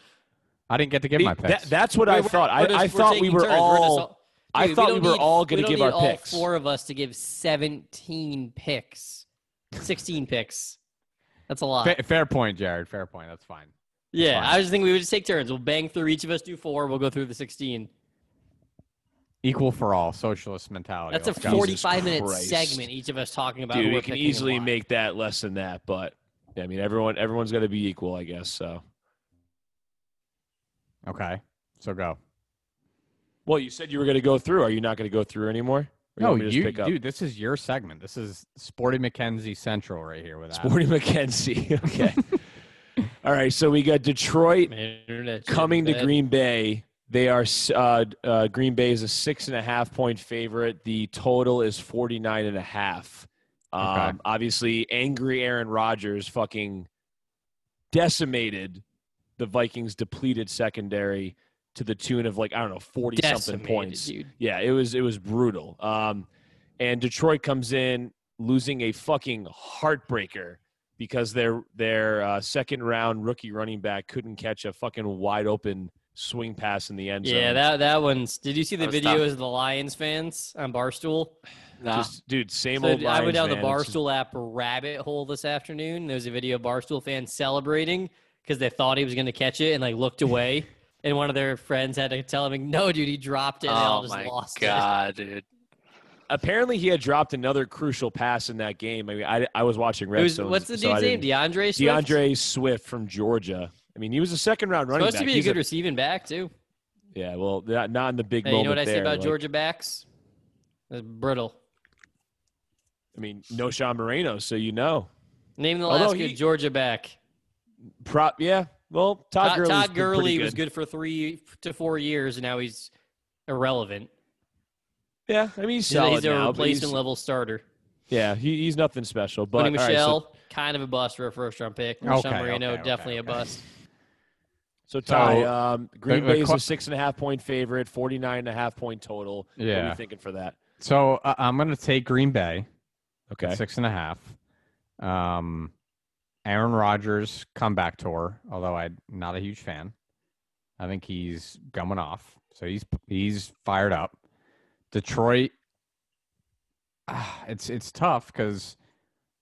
D: I didn't get to give my
A: That-
D: picks.
A: that's what I
C: We're-
A: thought.
C: we're
A: I,
C: just-
A: I
C: we're
A: thought we
C: taking
A: were
C: turns. We're just
A: all. I
C: Dude,
A: thought
C: don't
A: we were
C: need-
A: all gonna
C: we don't
A: give
C: need
A: our
C: all
A: picks.
C: Four of us to give seventeen picks, sixteen picks. That's a lot.
D: Fa- fair point, Jared. Fair point. That's fine.
C: yeah,
D: fine.
C: I was thinking we would just take turns. We'll bang through each of us do four. We'll go through the sixteen.
D: Equal for all, socialist mentality.
C: That's a
D: Let's go.
C: forty-five minute
A: oh, Christ.
C: segment. Each of us talking about. who
A: Dude,
C: we're
A: we can
C: picking and
A: easily
C: why.
A: make that less than that, but I mean, everyone everyone's got to be equal, I guess. So,
D: Okay, so go.
A: well, you said you were going to go through. Are you not going to go through anymore? Or
D: No,
A: want me to just
D: you,
A: pick up?
D: dude. This is your segment. This is Sporty McKenzie Central right here with that.
A: Sporty (laughs) McKenzie. (laughs) Okay. all right. So we got Detroit
C: Man, internet shit
A: coming
C: is
A: to
C: bad.
A: Green Bay. They are s- uh, uh, Green Bay is a six and a half point favorite. The total is 49 and a half. Um,
D: Okay.
A: Obviously, angry Aaron Rodgers fucking decimated the Vikings' depleted secondary to the tune of like I don't know 40 something
C: Decimated,
A: points.
C: dude.
A: Yeah, it was it was brutal. Um, and Detroit comes in losing a fucking heartbreaker because their their uh, second round rookie running back couldn't catch a fucking wide open swing pass in the end zone.
C: Yeah, that that one's. Did you see the
B: That was
C: videos
B: tough.
C: of the Lions fans on Barstool?
B: Nah.
A: Just- dude, same
C: So
A: old.
C: I
A: Lions,
C: went down the
A: man. It's just-
C: Barstool app rabbit hole this afternoon. There was a video of Barstool fans celebrating because they thought he was going to catch it and
A: (laughs)
C: like looked away. and one of their friends had to tell him, "No, dude, he dropped it." And they all
B: oh
C: just
B: my
C: lost it.
B: god, dude.
A: Apparently, he had dropped another crucial pass in that game. I mean, I, I was watching
C: It was
A: Redstone.
C: what's the
A: so I
C: dude's name?
A: didn't-
C: DeAndre. Swift?
A: DeAndre Swift from Georgia. I mean, he was a second round running
C: Supposed
A: back.
C: to be a
A: He's
C: good receiving back too.
A: yeah, well, not, not in the big
C: Hey,
A: moment
C: you know what I say
A: there,
C: about
A: like-
C: Georgia backs? They're brittle.
A: I mean, no Sean Moreno, so you know.
C: Name the
A: Although
C: last good
A: he-
C: Georgia back.
A: Prop, yeah. Well, Todd, Gurley's
C: Todd, Todd
A: been pretty
C: Gurley was good for three to four years, and now he's irrelevant.
A: Yeah, I mean he's
C: He's a-
A: solid
C: he's a
A: now, but he's-
C: replacement level starter.
A: Yeah, he, he's nothing special. But
C: But
A: all right, so-
C: Michelle, kind of a bust for a first round pick. Sean
D: Okay,
C: Marino,
D: okay, okay,
C: definitely
D: okay.
C: a
A: (laughs)
C: bust.
A: So,
D: So,
A: Ty, um, Green
D: the
A: Bay is
D: que-
A: a six and a half point favorite, 49 and a half point total. What are
D: Yeah.
A: we thinking for that?
D: So uh, I'm gonna take Green Bay. at
A: Okay.
D: six and a half. Um, Aaron Rodgers comeback tour, although I'm not a huge fan. I think he's coming off, so he's he's fired up. Detroit, ah, it's it's tough because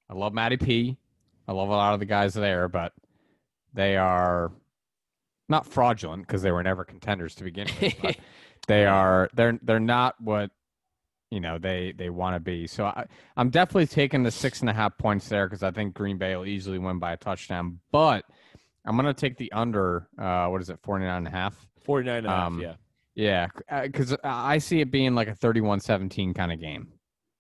D: I love Matty P. I love a lot of the guys there, but they are not fraudulent because they were never contenders to begin
C: (laughs)
D: with. but they are they're they're not what you know they they want to be. So I, I'm definitely taking the six and a half points there because I think Green Bay will easily win by a touchdown. But I'm going to take the under. Uh, what is it, 49 and a half?
A: 49 and a half,
D: Um,
A: yeah.
D: Yeah, because I see it being like a 31-17 kind of game.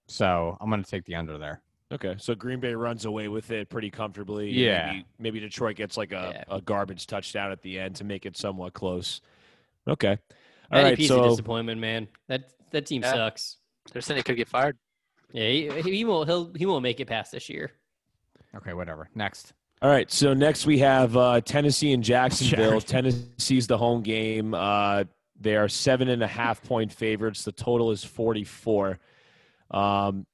D: So I'm going to take the under there.
A: Okay. So Green Bay runs away with it pretty comfortably. and
D: Yeah.
A: Maybe, maybe Detroit gets like a, a garbage touchdown at the end to make it somewhat close. Okay. All
C: Matty
A: right.
C: P's a
A: So,
C: disappointment, man. That that team
B: Yeah.
C: sucks.
B: They're saying he could get fired.
C: Yeah, he, he won't he'll he won't make it past this year.
D: Okay, whatever. Next.
A: all right. So next we have uh, Tennessee and Jacksonville.
D: Jared.
A: Tennessee's the home game. Uh, they are seven and a half point favorites. The total is 44. Um,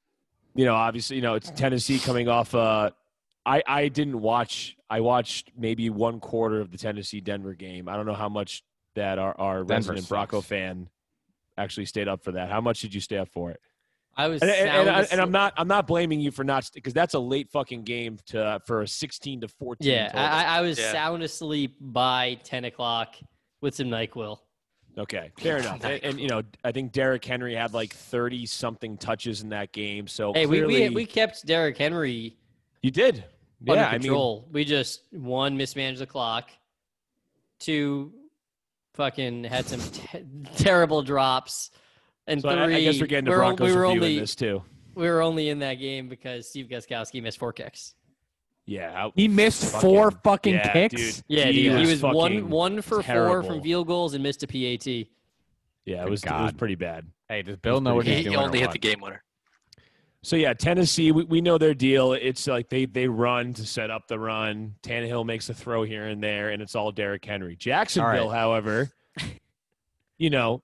A: you know, obviously, you know, it's Tennessee coming off. Uh, I, I didn't watch, I watched maybe one quarter of the Tennessee Denver game. I don't know how much that our, our
D: Denver
A: resident
D: sucks.
A: Bronco fan actually stayed up for that. How much did you stay up for it?
C: I was
A: And, and, and,
C: sound
A: I, and I'm
C: asleep.
A: not, I'm not blaming you for not, because that's a late fucking game to, uh, for a 16 to 14.
C: yeah,
A: total.
C: I, I- I was
B: Yeah.
C: sound asleep by ten o'clock with some Nyquil.
A: Okay, fair
C: (laughs)
A: enough. And, and, you know, I think Derrick Henry had like thirty something touches in that game. So
C: Hey, we, we
A: clearly-
C: we kept Derrick Henry
A: you did.
C: under
A: Yeah, I mean,
C: control. we just one mismanaged the clock, two fucking had some te- terrible drops, and
A: so
C: three.
A: I, I guess we're getting to
C: we're on-
A: Broncos
C: we were
A: review
C: only
A: in this too.
C: we were only in that game because Steve Gaskowski missed four kicks.
A: Yeah, I-
D: He missed
A: four
D: four fucking
A: yeah,
D: kicks.
A: Dude,
C: Yeah, dude, he was,
A: fucking-
C: one one for four
A: terrible.
C: from field goals and missed a PAT.
A: Yeah, it
D: Good
A: was it was
D: God.
A: pretty bad.
D: Hey, does Bill know what
B: He,
D: he's
B: he
D: doing?
B: only
D: or
B: hit
D: what?
B: the game winner.
A: So yeah, Tennessee, we, we know their deal. It's like they they run to set up the run. Tannehill makes a throw here and there, and it's all Derrick Henry. Jacksonville,
D: (laughs)
A: however, you know,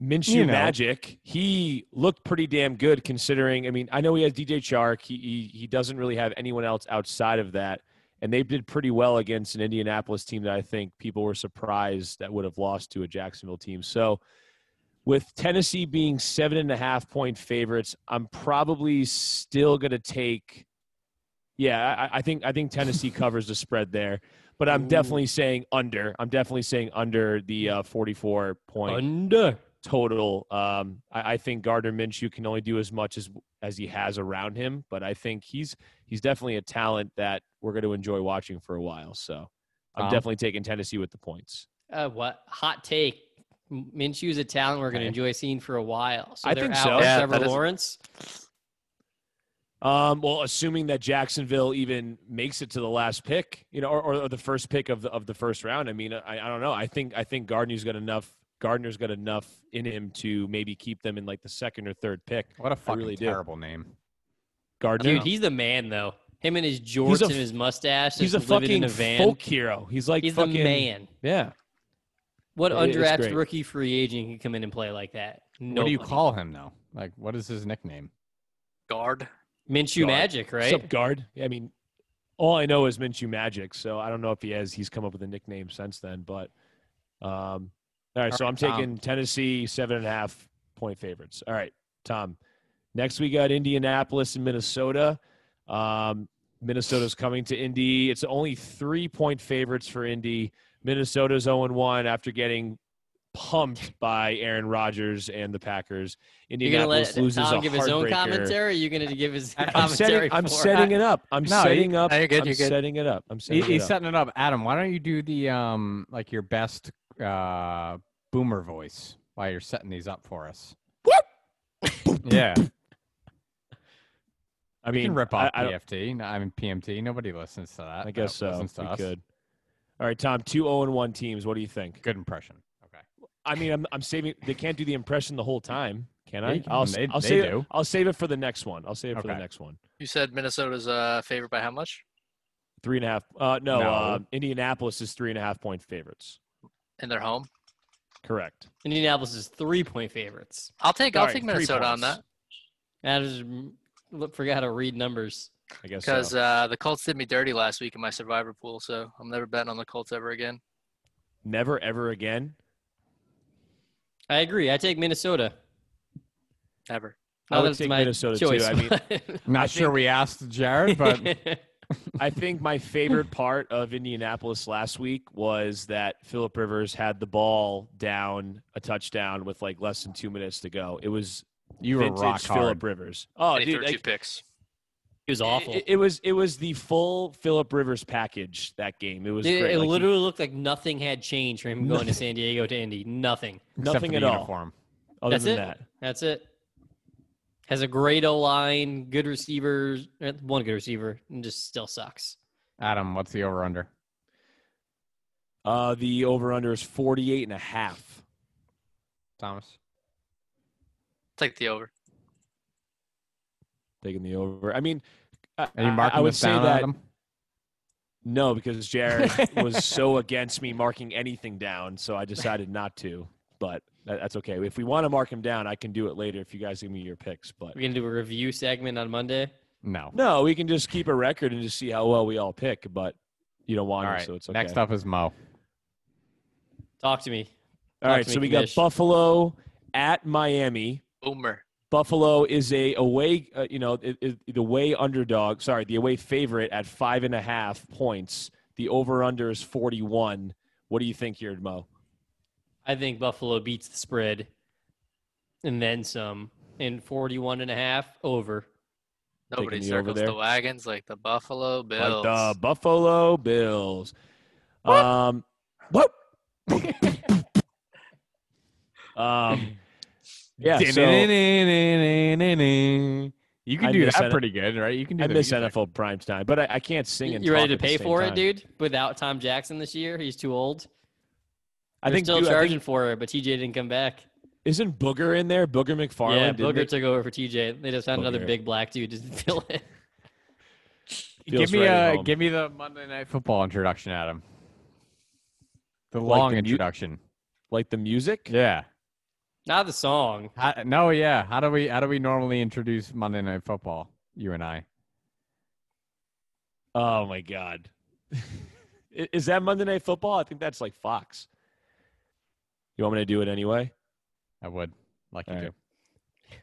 A: Minshew
D: You know.
A: Magic, he looked pretty damn good considering. I mean, I know he has DJ Chark. He, he he doesn't really have anyone else outside of that. and they did pretty well against an Indianapolis team that I think people were surprised that would have lost to a Jacksonville team. So, with Tennessee being seven and a half point favorites, I'm probably still going to take. Yeah, I, I think I think Tennessee covers the spread there, but I'm
C: Ooh.
A: definitely saying under. I'm definitely saying under the uh, 44 point
C: Under.
A: total. Um, I, I think Gardner Minshew can only do as much as as he has around him, but I think he's he's definitely a talent that we're going to enjoy watching for a while. So I'm
D: Tom?
A: definitely taking Tennessee with the points.
C: Uh, what hot take? M- Minshew's a talent we're going
D: Okay.
C: to enjoy seeing for a while. So
A: I
C: they're
A: think so.
C: out
B: Yeah,
C: Trevor
B: that is-
C: Lawrence.
A: Um, well, assuming that Jacksonville even makes it to the last pick, you know, or, or the first pick of the of the first round. I mean, I, I don't know. I think I think Gardner's got enough. Gardner's got enough in him to maybe keep them in like the second or third pick.
D: What a fucking
A: really do.
D: terrible name.
A: Gardner,
C: Dude, he's the man though. Him and his jorts
A: a
C: and his mustache.
A: he's a
C: just living in
A: fucking
C: a van.
A: folk hero. He's like
C: he's
A: fucking
C: the man.
A: Yeah.
C: What
A: It- it's
C: undrafted
A: great.
C: rookie free agent can come in and play like that? No,
D: What do you call him though? Like, what is his nickname?
B: Guard.
C: Minshew
A: God.
C: Magic, right?
A: Sup, guard? I mean, all I know is Minshew Magic, so I don't know if he has. He's come up with a nickname since then, but um, all right. So I'm
D: Tom.
A: taking Tennessee seven and a half point favorites. All right, Tom. Next we got Indianapolis and Minnesota. Um, Minnesota's coming to Indy. It's only three point favorites for Indy. Minnesota's 0 1 after getting pumped by Aaron Rodgers and the Packers.
C: You're gonna
A: Indianapolis
C: let
A: loses
C: Tom
A: a
C: give his own
A: heartbreaker.
C: commentary. Or you're gonna give his
A: I'm
C: commentary.
A: setting, I'm
C: for
A: setting it up. I'm
D: No, you-
A: setting up.
B: no, you're good,
A: I'm
B: you're good.
A: setting it up. I'm
D: He-
A: setting
D: he's
A: it up.
D: setting it up. Adam, why don't you do the um like your best uh boomer voice while you're setting these up for us? (laughs) yeah,
A: I
D: you
A: mean,
D: can rip
A: I-
D: off uh,
A: I, don't-
D: PFT. No, I mean PMT. Nobody listens to that.
A: I guess so.
D: that listens to
A: We
D: us.
A: could. All right, Tom. Two zero and one teams. What do you think?
D: Good impression. Okay.
A: I mean, I'm, I'm saving. They can't do the impression the whole time, can
D: Yeah,
A: I?
D: you can.
A: I'll, s-
D: They-
A: I'll
D: they
A: save. It,
D: do.
A: I'll save it for the next one. I'll save it for the
D: Okay.
A: next one.
B: You said Minnesota's uh, favored by how much?
A: Three and a half. Uh, no,
D: No.
A: Uh, Indianapolis is three and a half point favorites.
B: In their home?
A: Correct.
C: (laughs) Indianapolis is three point favorites.
B: I'll take I'll
A: Sorry,
B: take
A: three
B: Minnesota on
A: points.
B: that
C: I just mm, look- forgot how to read numbers.
A: I guess
B: because
A: so.
B: uh, the Colts did me dirty last week in my survivor pool, so I'm never betting on the Colts ever again.
A: Never ever again.
C: I agree. I take Minnesota.
B: Ever.
A: I
C: Not
A: would
C: that it's
A: take
C: my
A: Minnesota
C: choice,
A: too. I mean, (laughs)
C: but-
D: Not sure we asked Jared, but
C: (laughs)
A: I think my favorite part of Indianapolis last week was that Philip Rivers had the ball down a touchdown with like less than two minutes to go. It was
D: you were
A: vintage
D: rock hard.
A: Philip Rivers. Oh,
B: and he
A: dude,
B: threw two
A: like,
B: picks.
C: It was awful.
A: It, it was it was the full Philip Rivers package that game. It was
C: Dude,
A: great.
C: it
A: Like, he-
C: literally looked like nothing had changed
A: (laughs)
C: from him going to San Diego to Indy. Nothing.
D: except
A: nothing
D: for
A: at
D: the
A: all.
D: uniform.
A: other
C: That's
A: than
C: it.
A: that.
C: That's it. Has a great O line, good receivers, eh, one good receiver, and just still sucks.
D: Adam, what's the over under?
A: Uh, the over under is 48 and a half.
D: Thomas.
B: Take the over.
A: Taking the over. I mean, I,
D: Are you
A: I-
D: marking
A: I would
D: this
A: say
D: down,
A: that
D: Adam?
A: no, because Jared
C: (laughs)
A: was so against me marking anything down, so I decided not to. But that, that's okay. If we want to mark him down, I can do it later if you guys give me your picks. But
C: We're gonna do a review segment on Monday.
D: No.
A: no, we can just keep a record and just see how well we all pick. But you don't
D: All
A: want
D: right.
A: to, so it's okay.
D: Next up is Mo.
C: Talk to me.
A: All
C: Talk
A: right,
C: to
A: so
C: me,
A: we got
C: Kamish.
A: Buffalo at Miami.
B: Boomer.
A: Buffalo is a away, uh, you know, i- i- the way underdog. Sorry, the away favorite at five and a half points. The over under is forty one. What do you think here, Mo?
C: I think Buffalo beats the spread and then some in 41 and a half over.
B: Nobody
A: the over
B: circles
A: there.
B: the wagons like the Buffalo Bills.
A: Like the Buffalo Bills. Um, what? (laughs) um,
D: (laughs)
A: yeah. So
D: you can
A: I
D: do
A: miss
D: that
A: N-
D: pretty good, right? You can do
A: I
D: the
A: miss
D: music.
A: NFL prime time, but I, I can't sing. And
C: you ready
A: talk
C: to
A: at the
C: pay
A: same
C: for
A: time.
C: it, dude? Without Tom Jackson this year, he's too old.
A: I think,
C: still
A: dude, I
C: charging
A: think
C: for it, but TJ didn't come back.
A: isn't Booger in there? Booger McFarland.
C: yeah,
A: didn't
C: Booger
A: they-
C: took over for TJ. They just found another
A: Booger.
C: big black dude to (laughs) fill it.
A: feels
D: Give me
A: right
C: uh,
A: at
D: a
A: home.
D: give me the Monday Night Football introduction, Adam. The
A: Like
D: long
A: the mu-
D: introduction.
A: like the music.
D: yeah.
C: Not the song.
D: How, no, yeah. How do we how do we normally introduce Monday Night Football? You and I.
A: Oh my god. (laughs) I- Is that Monday Night Football? I think that's like Fox. You want me to do it anyway?
D: I would like
A: All
D: you
A: right.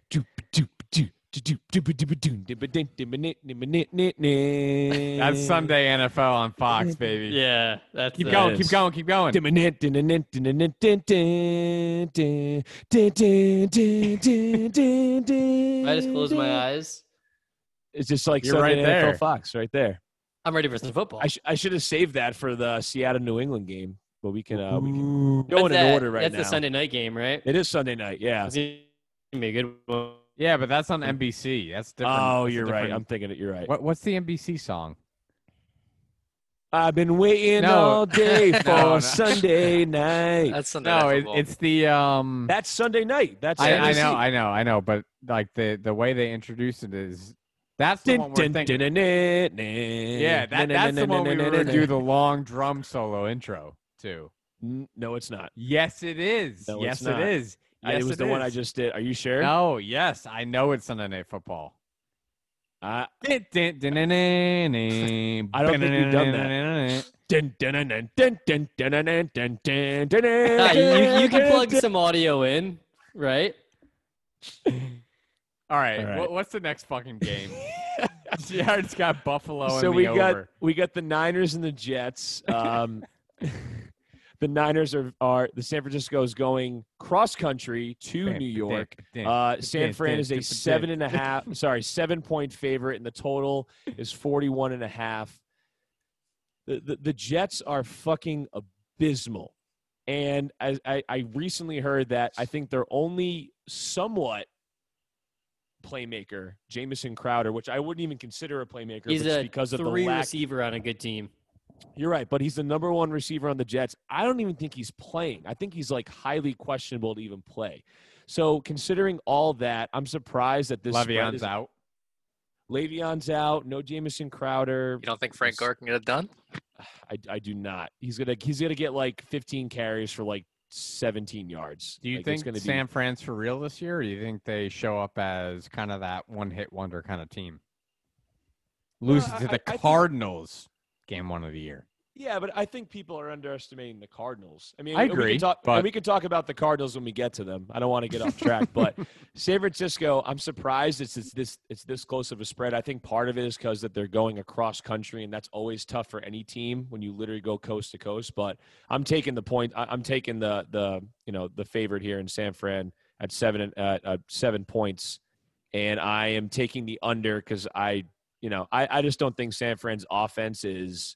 D: do. That's
A: That's
D: Sunday NFL
A: (laughs)
D: on Fox, baby.
C: Yeah, that's
D: Keep
A: That
D: going,
A: is-
D: keep going, keep going.
C: I just close my eyes.
A: It's just like
D: You're
A: Sunday
D: right
A: Night
D: there.
A: NFL Fox right there.
C: I'm ready for some football.
A: I, sh- I should have saved that for the Seattle New England game, but we can uh, we can
D: Ooh.
A: go in
C: That's that-
A: order right
C: That's
A: now.
C: the Sunday night game, right?
A: It is Sunday night, yeah.
C: It's gonna be a good one.
D: Yeah, but that's on NBC. That's different.
A: Oh,
D: that's a
A: you're right.
D: different-
A: I'm thinking it. You're right.
D: What, what's the NBC song?
A: I've been waiting
D: No.
A: all day
B: No,
A: for
D: (laughs) no.
A: Sunday night.
B: That's Sunday
D: No,
B: Night
D: it,
B: Football.
D: it's the um.
A: That's Sunday night. That's
D: I, I
A: NBC.
D: know, I know, I know. But like the the way they introduced it is that's the
A: Dun,
D: one we're
A: dun,
D: thinking.
A: dun, dun, dun, dun.
D: Yeah, that,
A: Dun, dun, dun,
D: that's the one we
A: dun,
D: were
A: dun,
D: gonna
A: dun,
D: do
A: dun.
D: the long drum solo intro to.
A: N- No, it's not.
D: Yes, it is.
A: No, it's
D: yes,
A: not.
D: it is.
A: I-
D: Yes,
A: it was the one I
D: is.
A: just did. Are you sure?
D: No, yes, I know it's Sunday Night Football.
A: (laughs) I-
D: I don't think we've
A: I don't think we've done
D: that.
A: Dun, dun, dun, dun, dun, dun, dun, dun, dun, dun, dun, dun,
C: Ah,
D: (laughs)
C: you, you-
A: (laughs)
C: you
A: dun,
C: can plug
A: dun.
C: some audio in, right?
D: (laughs) All right,
A: All right.
D: What, what's the next fucking
A: (laughs)
D: game? (laughs) Jared's got Buffalo and
A: So
D: the
A: we got
D: over.
A: we got the Niners and the
D: (laughs)
A: Jets. Um, (laughs) the Niners are are the San Francisco is going cross country to New York. Uh, San Fran is a seven and a half,
C: (laughs)
A: sorry, seven point favorite, and the total is 41 and a half. The, the, the Jets are fucking abysmal. And I, I, I recently heard that I think their only somewhat playmaker, Jamison Crowder, which I wouldn't even consider a playmaker
C: He's
A: but just
C: a
A: because of the
C: three
A: lack.
C: receiver on a good team.
A: You're right, but he's the number one receiver on the Jets. I don't even think he's playing. I think he's like highly questionable to even play. So considering all that, I'm surprised that this spread
D: Le'Veon's
A: is-
D: out.
A: Le'Veon's out. No Jamison Crowder.
B: you don't think Frank Gore can get it done?
A: I, (sighs) I do not. He's gonna he's gonna get like 15 carries for like 17 yards.
D: Do you
A: Like, it's
D: think
A: gonna be-
D: San Fran's for real this year, or do you think they show up as kind of that one-hit wonder kind of team? Lose
A: I-
D: to the
A: I- I think-
D: Cardinals, game one of the year.
A: Yeah, but I think people are underestimating the Cardinals. I mean,
D: I
A: and We
D: agree,
A: can talk, and
D: but-
A: we can talk about the Cardinals when we get to them. I don't want to get off track,
D: (laughs)
A: but San Francisco, I'm surprised it's, it's this it's this close of a spread. I think part of it is because that they're going across country, and that's always tough for any team when you literally go coast to coast. But I'm taking the point. I, I'm taking the the you know the favorite here in San Fran at seven and- uh, uh, seven points, and I am taking the under because I you know I, I just don't think San Fran's offense is.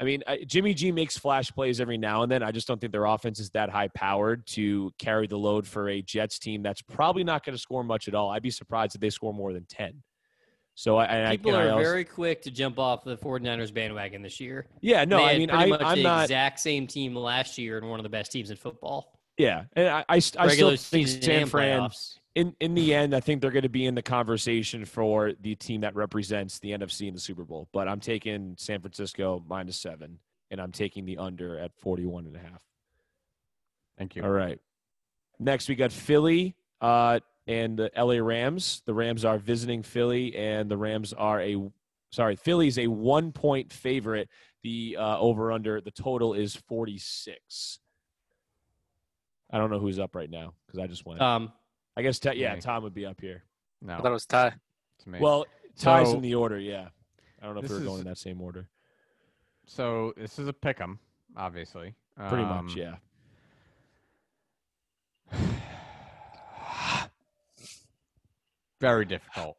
A: I mean, I, Jimmy G makes flash plays every now and then. I just don't think their offense is that high powered to carry the load for a Jets team that's probably not going to score much at all. I'd be surprised if they score more than 10. So I, and I,
C: People
A: and I
C: are
A: also-
C: very quick to jump off the 49ers bandwagon this year.
A: yeah, no,
C: They
A: I
C: had
A: mean, I,
C: pretty much
A: I'm
C: the
A: not,
C: exact same team last year and one of the best teams in football.
A: yeah. And I, I, st- I
C: Regular
A: still think
C: season
A: San
C: and
A: Fran,
C: playoffs.
A: in, in the end, I think they're going to be in the conversation for the team that represents the NFC in the Super Bowl. But I'm taking San Francisco minus seven, and I'm taking the under at 41 and a half.
D: Thank you.
A: All right. Next, we got Philly uh, and the LA Rams. The Rams are visiting Philly, and the Rams are a sorry, Philly's a one point favorite. The uh, over under the total is forty six. I don't know who's up right now because I just went.
C: Um,
A: I guess Ta- yeah,
D: me.
A: Tom would be up here.
D: No,
B: I thought it was Ty.
D: it's me.
A: Well, ties
D: So-
A: in the order. Yeah, I don't know if we
D: This
A: we're going
D: is-
A: in that same order.
D: so this is a pick 'em, obviously.
A: Pretty
D: Um,
A: much, yeah.
D: (sighs) very difficult.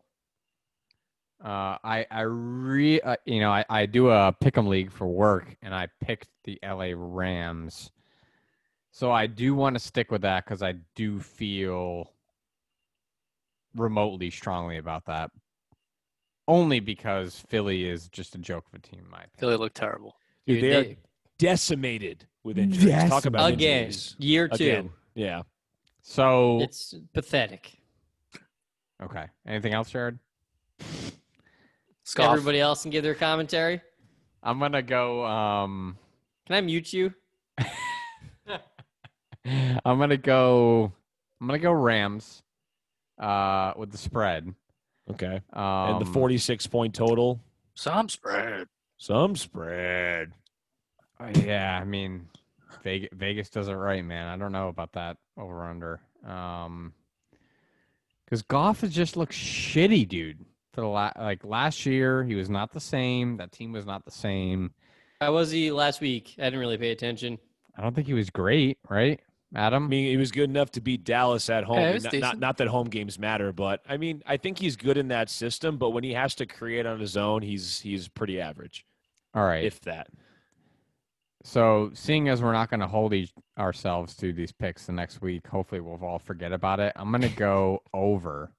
D: Uh, I I re uh, you know I, I do a pick'em league for work and I picked the LA Rams, so I do want to stick with that because I do feel remotely strongly about that. Only because Philly is just a joke of a team, in my opinion.
B: Philly looked terrible.
A: Dude,
C: dude,
A: they are
C: they-
A: decimated with injuries. Talk about
C: again,
A: injuries.
C: year two.
A: Again, yeah.
D: So
C: It's pathetic.
D: okay, anything else, Jared?
B: Scoff.
C: Everybody else can give their commentary.
D: I'm gonna go. Um,
C: Can I mute you?
D: (laughs) I'm gonna go. I'm gonna go Rams. Uh, with the spread.
A: Okay.
D: Um,
A: and the 46 point total.
B: So I'm spread.
A: Some spread.
D: Uh, yeah, I mean, Vegas, Vegas does it right, man. I don't know about that over under. Um, because Goff has just looked shitty, dude. For the la- like last year, he was not the same. That team was not the same.
C: How was he last week? I didn't really pay attention.
D: I don't think he was great, right,
A: I
D: Adam?
A: mean, he was good enough to beat Dallas at home.
B: Yeah,
A: And
B: it was
A: not, not,
B: decent.
A: not that home games matter, but I mean, I think he's good in that system. But when he has to create on his own, he's he's pretty average,
D: All right.
A: if that.
D: so, seeing as we're not going to hold each- ourselves to these picks the next week, hopefully we'll all forget about it. I'm going to go over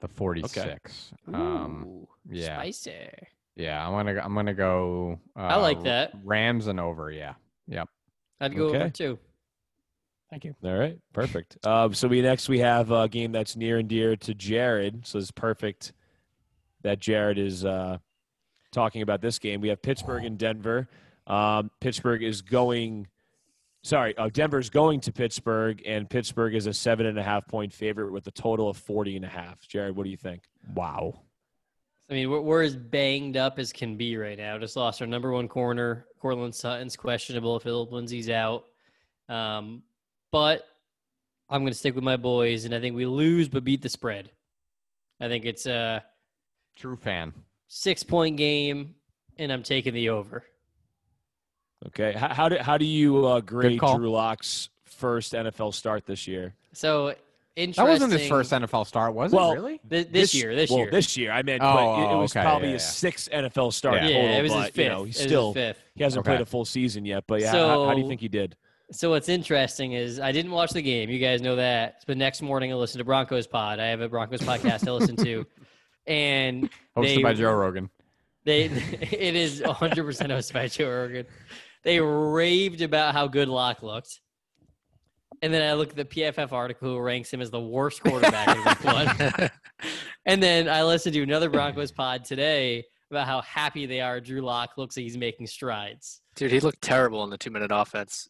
D: the 46. Um,
C: Ooh,
D: yeah.
C: spicy.
D: Yeah, I'm gonna go- I'm gonna go. Uh,
C: I like
D: R-
C: that.
D: Rams and over. Yeah.
C: I'd go over
A: Okay.
C: too.
D: Thank you.
A: All right, perfect. Um, so we next we have a game that's near and dear to Jared. So it's perfect that Jared is uh, talking about this game. We have Pittsburgh and Denver. Um, Pittsburgh is going. Sorry, uh, Denver's going to Pittsburgh, and Pittsburgh is a seven and a half point favorite with a total of 40 and a half. Jared, what do you think?
D: Wow.
C: I mean, we're, we're as banged up as can be right now. Just lost our number one corner. Cortland Sutton's questionable. Philip Lindsay's out. Um, but I'm going to stick with my boys, and I think we lose but beat the spread. I think it's a
D: True fan.
C: six point game, and I'm taking the over.
A: Okay, how, how do how do you uh, grade
D: call.
A: Drew Locke's first NFL start this year?
C: So interesting.
D: That wasn't his first NFL start, was
A: Well,
D: it? Really?
C: Thi- this, year. This
A: well,
C: year.
A: this year I meant,
D: Oh,
A: but it, it
D: oh,
A: was
D: okay,
A: probably
D: yeah,
A: his
D: yeah.
A: sixth NFL start.
D: Yeah.
A: total,
C: yeah, it was
A: but,
C: his fifth.
A: You know, he's
C: It was his
A: still
C: fifth.
A: He hasn't
D: Okay.
A: played a full season yet, but yeah, how, how do you
C: So-
A: think he did?
C: So what's interesting is I didn't watch the game. You guys know that. But next morning I listened to Broncos Pod. I have a Broncos podcast I listen to, and
D: Hosted
C: they-
D: by Joe Rogan.
C: they (laughs) it is 100 percent hosted by Joe Rogan. They raved about how good Locke looked, and then I look at the PFF article who ranks him as the worst quarterback in Week One.
B: (laughs)
C: And then I listened to another Broncos pod today about how happy they are. Drew Locke looks like he's making strides.
B: Dude, he looked terrible in the two-minute offense.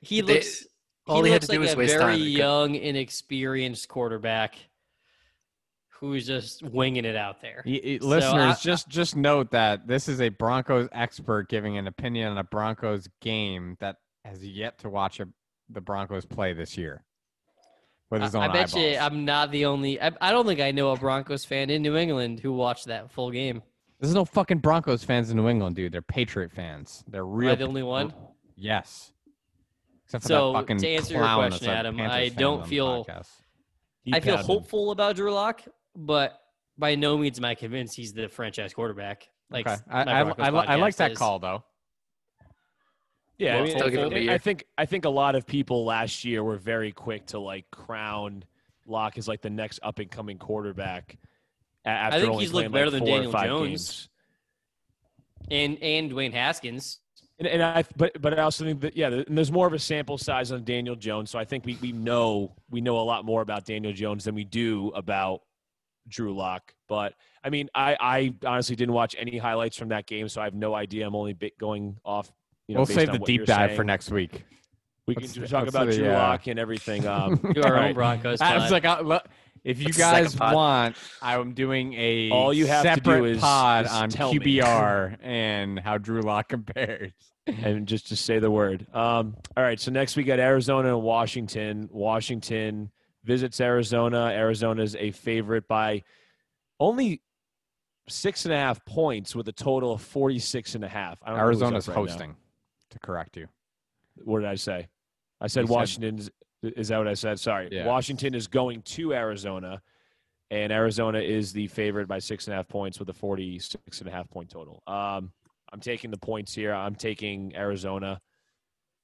C: He
B: They-
C: looks.
B: All he, had
C: looks
B: to do
C: like
B: was
C: a
B: waste
C: very
B: time. He could-
C: young, inexperienced quarterback who's just winging it out there.
D: Y- y-
C: So
D: listeners,
C: I-
D: just just note that this is a Broncos expert giving an opinion on a Broncos game that has yet to watch a, the Broncos play this year with
C: I,
D: his own
C: I bet
D: eyeballs.
C: you I'm not the only. I, I don't think I know a Broncos fan in New England who watched that full game.
D: There's no fucking Broncos fans in New England, dude. They're Patriot fans. They're
C: Am
D: real.
C: I the only one?
D: Yes. Except for
C: So,
D: that fucking
C: to answer your
D: clown that's
C: question,
D: a
C: Adam,
D: Panthers
C: I
D: fan
C: don't
D: on the
C: feel-
D: podcast.
A: He
C: I feel
A: pounded.
C: hopeful about Drew Locke, but by no means am I convinced he's the franchise quarterback. Like
D: okay. I,
C: my
D: I,
C: Broncos
D: I, li- I like
C: podcast
D: that
C: is.
D: call though.
A: Yeah,
B: Well,
A: I, mean,
B: I'll give him a
A: I- I,
B: year.
A: think I think a lot of people last year were very quick to like crown Locke as like the next up and coming quarterback. a- After
C: think
A: only
C: he's looked
A: playing,
C: better
A: like
C: than
A: four or
C: Daniel
A: five
C: Jones.
A: games.
C: and and Dwayne Haskins.
A: And, and I, but but I also think that yeah, and there's more of a sample size on Daniel Jones, so I think we, we know we know a lot more about Daniel Jones than we do about Drew Lock. But I mean, I I honestly didn't watch any highlights from that game, so I have no idea. I'm only bit going off. You know,
D: we'll
A: based
D: save
A: on
D: the
A: what
D: deep
A: you're
D: dive for
A: saying.
D: next week.
A: We can
D: Let's-
A: just talk
D: let's
A: about
D: do the,
A: Drew
D: uh,
A: Lock and everything.
D: (laughs)
A: Um,
C: (laughs) Do our
A: All
C: own
A: right.
C: Broncos.
D: Adam's
C: pod.
D: like, (laughs) I, look, if you
B: That's the second
D: guys
B: pod.
D: want, I'm doing a
A: All you have to do
D: separate
A: is-
D: pod
A: is
D: on
A: tell me.
D: QBR and how Drew Lock (laughs) compares.
A: (laughs) and just to say the word. Um, all right, so next we got Arizona and Washington. Washington visits Arizona. Arizona is a favorite by only six and a half points with a total of 46 and a half. I don't know who's up
D: Arizona's
A: right now.
D: hosting. To correct you,
A: What did I say? I said
D: You said-
A: Washington. is- Is that what I said? Sorry.
D: Yeah.
A: Washington is going to Arizona, and Arizona is the favorite by six and a half points with a 46 and a half point total. Um, I'm taking the points here. I'm taking Arizona.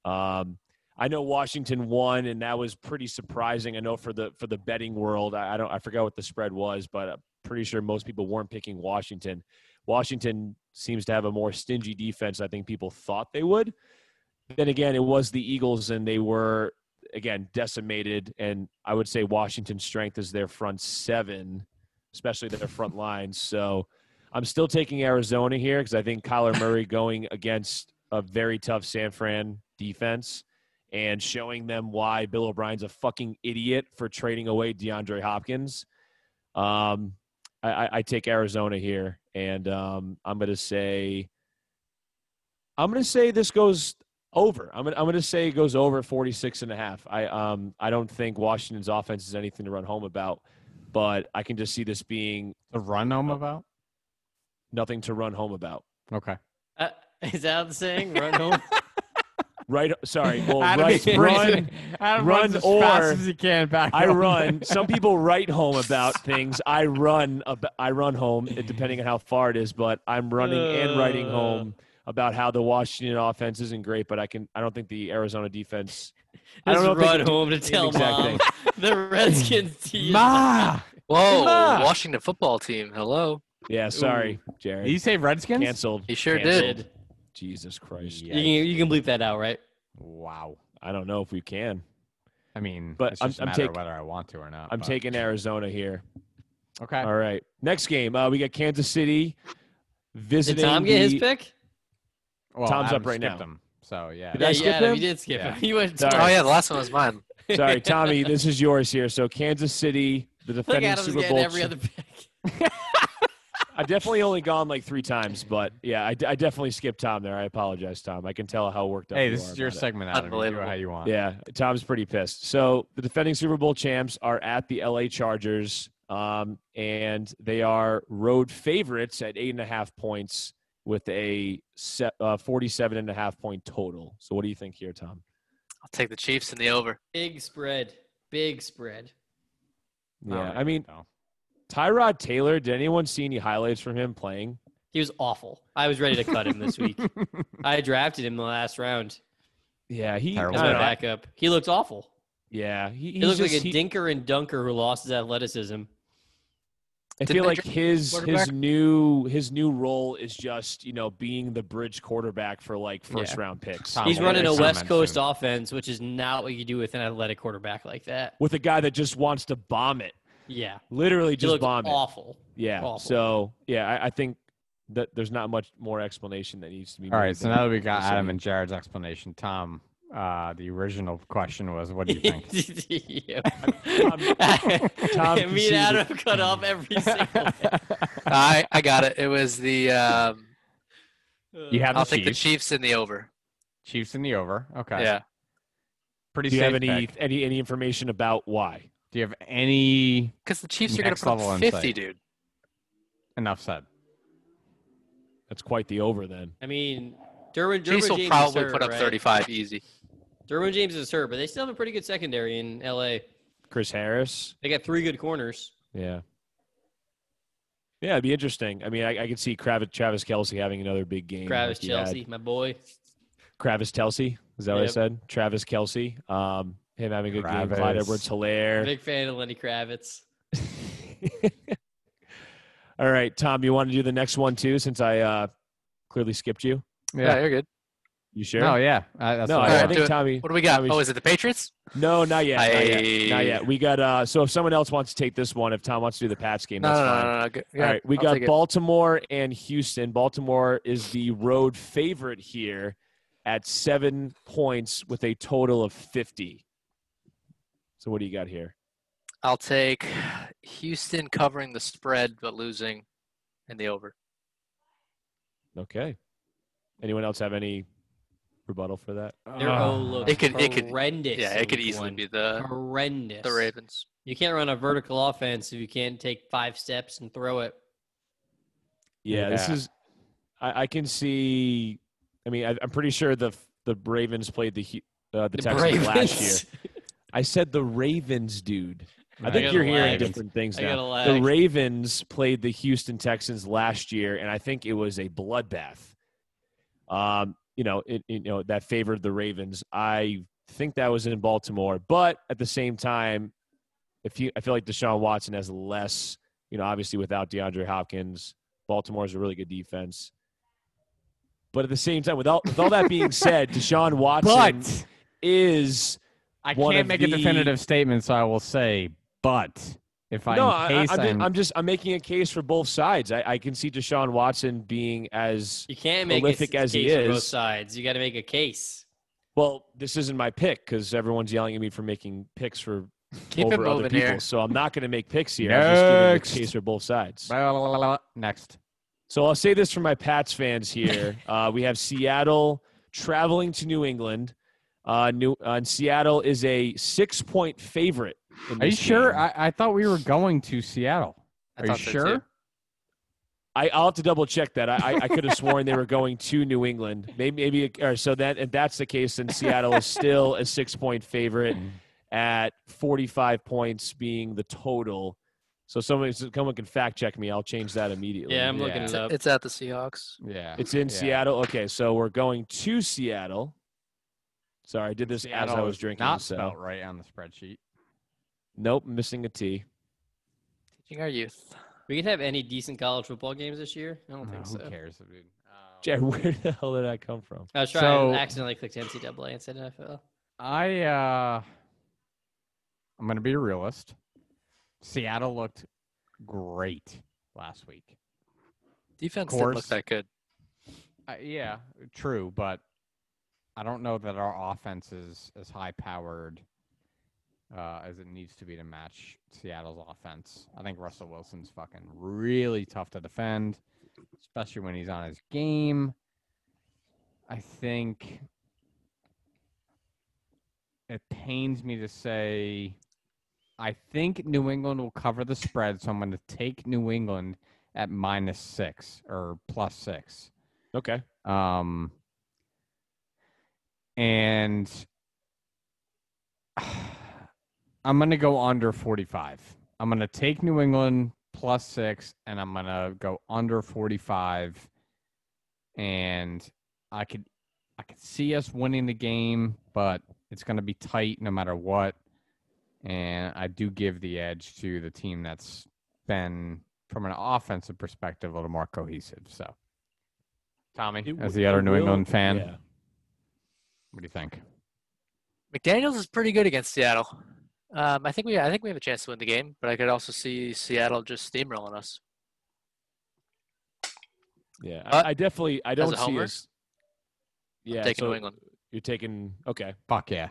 A: Um, I know Washington won, and that was pretty surprising. I know for the for the betting world, I, I don't I forgot what the spread was, but I'm pretty sure most people weren't picking Washington. Washington seems to have a more stingy defense. than I think people thought they would. Then again, it was the Eagles, and they were again decimated. And I would say Washington's strength is their front seven, especially their front line. So I'm still taking Arizona here because I think Kyler Murray going against a very tough San Fran defense and showing them why Bill O'Brien's a fucking idiot for trading away DeAndre Hopkins. Um, I, I, I take Arizona here, and um, I'm going to say I'm going to say this goes over. I'm going I'm to say it goes over 46 and a half. I, um, I don't think Washington's offense is anything to run home about, but I can just see this being
D: The run home about?
A: nothing to run home about.
D: Okay.
C: Uh, (laughs) is that the saying?
D: (laughs)
C: Run home.
A: Right. Sorry.
C: (laughs)
A: Well,
D: Adam
A: right,
D: is racing-
A: run.
D: Adam
A: run
D: runs as
A: or
D: fast as he can
C: (laughs)
D: back.
A: I
D: home.
A: run.
D: (laughs)
A: Some people write home about things. I run. Ab- I run home, it- depending on how far it is. But I'm running and writing
C: Uh.
A: home about how the Washington offense isn't great. But I can. I don't think the Arizona defense. I don't
C: Just
A: know if they
C: run
A: can do
C: home to
A: same
C: tell
A: exact
C: mom (laughs) the Redskins team.
D: Ma.
B: Whoa,
D: Ma.
B: Washington football team. Hello.
A: Yeah. Sorry,
D: Did you
A: Jared.
D: say Redskins?
A: Canceled.
B: He sure
A: Canceled.
B: did.
A: Jesus Christ.
D: Yeah.
C: You can you can bleep that out, right?
D: Wow.
A: I don't know if we can.
D: I mean,
A: But
D: it's
A: I'm-
D: just a
A: I'm
D: matter of
A: taking-
D: whether I want to or not.
A: I'm
D: but-
A: taking Arizona here.
D: Okay.
A: All right. Next game. Uh, we got Kansas City
C: Did
A: visiting.
C: Tom get his
A: the-
C: pick?
D: Well,
A: Tom's
D: Adam
A: up right
D: skipped
A: now.
D: Him, so yeah.
A: Did I skip
C: Adam,
A: him?
C: You did skip
D: Yeah.
C: him. (laughs) You went.
A: Sorry.
B: Oh yeah, the last one was mine.
A: (laughs) Sorry,
C: (laughs)
A: Tommy. This is yours here. So Kansas City, the
C: Look,
A: defending
C: Adam's
A: Super
C: getting
A: Bowl.
C: every
A: ch-
C: other pick. (laughs)
A: I've definitely only gone like three times, but yeah, I, I definitely skipped Tom there. I apologize, Tom. I can tell how worked up. you
D: Hey, this
A: are
D: is your
A: about it.
D: segment, Adam. You do it
B: Unbelievable.
D: how you want.
A: Yeah, Tom's pretty pissed. So the defending Super Bowl champs are at the LA Chargers, um, and they are road favorites at eight and a half points with a se- uh, 47 and a half point total. So what do you think here, Tom?
B: I'll take the Chiefs in
C: (laughs)
B: the over.
C: Big spread. Big spread.
A: Yeah,
D: All right,
A: I mean
D: though.
A: Tyrod Taylor. Did anyone see any highlights from him playing?
C: He was awful. I was ready to cut him
A: (laughs)
C: this week. I drafted him in the last round
A: Yeah, he. I
D: Terrible.
C: as
A: don't
C: my
A: know, I-
C: backup. He looked awful.
A: yeah, he,
C: He
A: he's
C: looked like
A: just-
C: a
A: he-
C: dinker and dunker who lost his athleticism.
A: I
B: Didn't
A: feel
B: they
A: like
B: draft
A: his his
B: quarterback?
A: new his new role is just you know being the bridge quarterback for like first round picks.
D: Tom
C: He's
D: Brady.
C: running a
D: Tom
C: West Coast
D: Henson.
C: offense, which is not what you do with an athletic quarterback like that.
A: with a guy that just wants to bomb it,
C: Yeah,
A: literally
C: he
A: just
C: looked
A: bomb it.
C: awful.
A: Yeah.
C: awful.
A: So yeah, I, I think that there's not much more explanation that needs to be.
D: All
A: made
D: right. So
A: than
D: now that we got
A: just
D: Adam
A: saying-
D: and Jared's explanation, Tom, uh, the original question was, what do (laughs) you think?
C: (laughs) Yeah.
A: Tom
C: Me
A: conceded.
C: and Adam cut off every single.
A: (laughs)
B: I I got it. It was the. Um,
D: (laughs) you have
B: I'll
D: the
B: take the
D: Chiefs.
B: Chiefs in the over.
D: Chiefs in the over. Okay.
B: Yeah.
D: Pretty
A: do you
D: safe
A: have any
D: pick.
A: any any information about why?
D: Do you have any
B: Because the Chiefs are going
D: Next
B: to put
D: level
B: up 50,
D: insight.
B: dude.
D: enough said?
A: That's quite the over then.
C: I mean, Derwin, Derwin
B: Chiefs
C: James
B: will
C: is
B: probably
C: hurt,
B: put up
C: right?
B: 35 easy.
C: Derwin James is hurt, but they still have a pretty good secondary in LA.
A: Chris Harris.
C: They got three good corners.
A: Yeah. Yeah, it'd be interesting. I mean, I, I could see Travis, Travis Kelsey having another big game.
C: Travis
A: like he had.
C: Chelsea, my boy.
A: Travis Kelsey. Is that what I
C: Yep.
A: said? Travis Kelsey. Um, him having a good game. Clyde
D: Travis.
A: Edwards Hilaire.
C: Big fan of Lenny Kravitz.
A: (laughs) All right, Tom, you want to do the next one too, since I uh, clearly skipped you?
B: Yeah, you're good.
A: You sure?
D: No, yeah. I, that's
A: no,
D: what
A: I, I
B: want.
D: want.
B: Do
A: think
B: it.
A: Tommy.
B: What do we got?
A: Tommy's-
B: Oh, is it the Patriots?
A: No, not yet. Not yet. Not
B: Hey.
A: yet. We got uh so if someone else wants to take this one, if Tom wants to do the Pats game,
B: No,
A: that's
B: no, no,
A: fine.
B: no, no. Good.
A: All right, we
B: I'll
A: got
B: take it.
A: Baltimore and Houston. Baltimore is the road favorite here at seven points with a total of 50. So, what do you got here?
B: I'll take Houston covering the spread but losing in the over.
A: Okay. Anyone else have any rebuttal for that?
C: Their
A: Uh,
C: O looks
B: It could- it could-
C: horrendous.
B: yeah,
C: in
B: it could
C: week
B: easily
C: one.
B: be the
C: horrendous.
B: the Ravens.
C: You can't run a vertical offense if you can't take five steps and throw it.
A: Yeah, this
D: Yeah.
A: is. I, I can see. I mean, I, I'm pretty sure the the Ravens played the Hu- uh, the, Texans last year. I said the Ravens, dude. I
D: I
A: think
C: got
A: you're
C: a
A: hearing
C: lag.
A: different things
C: (laughs) I got a
A: now.
C: lag.
A: The Ravens played the Houston Texans last year, and I think it was a bloodbath. Um, you know, it, you know that favored the Ravens. I think that was in Baltimore, but at the same time, if you, I feel like Deshaun Watson has less. You know, obviously without DeAndre Hopkins, Baltimore is a really good defense. But at the same time, without with all that
D: (laughs)
A: being said, Deshaun Watson
D: But
A: is
D: I
A: one
D: can't
A: of
D: make
A: the-
D: a definitive statement, so I will say, but if I
A: no,
D: in case
A: I, I, I'm,
D: am
A: I'm just I'm making a case for both sides. I, I can see Deshaun Watson being as
C: You can't make
A: Prolific
C: a s-
A: as he
C: case on both
A: is.
C: sides. You got to make a case.
A: well. This isn't my pick because everyone's yelling at me for making picks for
B: Keep it
A: over other
B: moving
A: people.
B: here.
A: So I'm not going to make picks here. I'm just giving a
D: Next.
A: case for both sides.
D: Blah, blah, blah, blah, blah. next.
A: So I'll say this for my Pats fans
D: (laughs)
A: here: uh, we have Seattle traveling to New England. Uh, New uh, and Seattle is a six-point favorite. in
D: Are you
A: this
D: sure?
A: game.
D: I, I thought we were going to Seattle.
B: I
D: Are you
B: thought so, too.
D: sure?
A: I, I'll have to double check that. I, I, I could have sworn they were going to New England. Maybe, maybe or so that if that's the case, then Seattle is still a six point favorite at 45 points being the total. So somebody, someone can fact check me. I'll change that immediately.
C: Yeah, I'm looking
D: Yeah.
C: it
B: It's,
C: up.
B: it's at the Seahawks.
D: Yeah.
A: It's in
D: Yeah.
A: Seattle. Okay, so we're going to Seattle. Sorry, I did this as I
D: Seattle
A: was
D: is
A: drinking.
D: Not
A: so.
D: spelled right on the spreadsheet.
A: Nope, missing a T.
B: Teaching our youth.
C: We could have any decent college football games this year. I don't
D: No,
C: think
D: who
C: so.
D: cares, dude? Um,
A: Jared, where the hell did that come from?
C: I was trying.
D: So-
C: I accidentally clicked NCAA instead of NFL.
D: I uh I'm gonna be a realist. Seattle looked great last week.
B: Defense
D: Of
B: didn't look
D: course.
B: that good.
D: Uh, yeah, true, but I don't know that our offense is as high powered uh, as it needs to be to match Seattle's offense. I think Russell Wilson's fucking really tough to defend, especially when he's on his game. I think it pains me to say I think New England will cover the spread, so I'm going to take New England at minus six or plus six.
A: Okay.
D: Um, and (sighs) I'm going to go under 45. I'm going to take New England plus six, and I'm going to go under 45. And I could, I could see us winning the game, but it's going to be tight no matter what. And I do give the edge to the team that's been, from an offensive perspective, a little more cohesive. So, Tommy,
A: It
D: as
A: w-
D: the
A: it
D: other New
A: will-
D: England fan,
A: yeah.
D: what do you think?
B: McDaniel's is pretty good against Seattle. Um, I think we I think we have a chance to win the game, but I could also see Seattle just steamrolling us.
A: Yeah,
B: Uh,
A: I, I definitely I don't see
B: homer,
A: us. Yeah,
B: Taking
A: so
B: New England
A: you're taking okay.
D: Fuck yeah.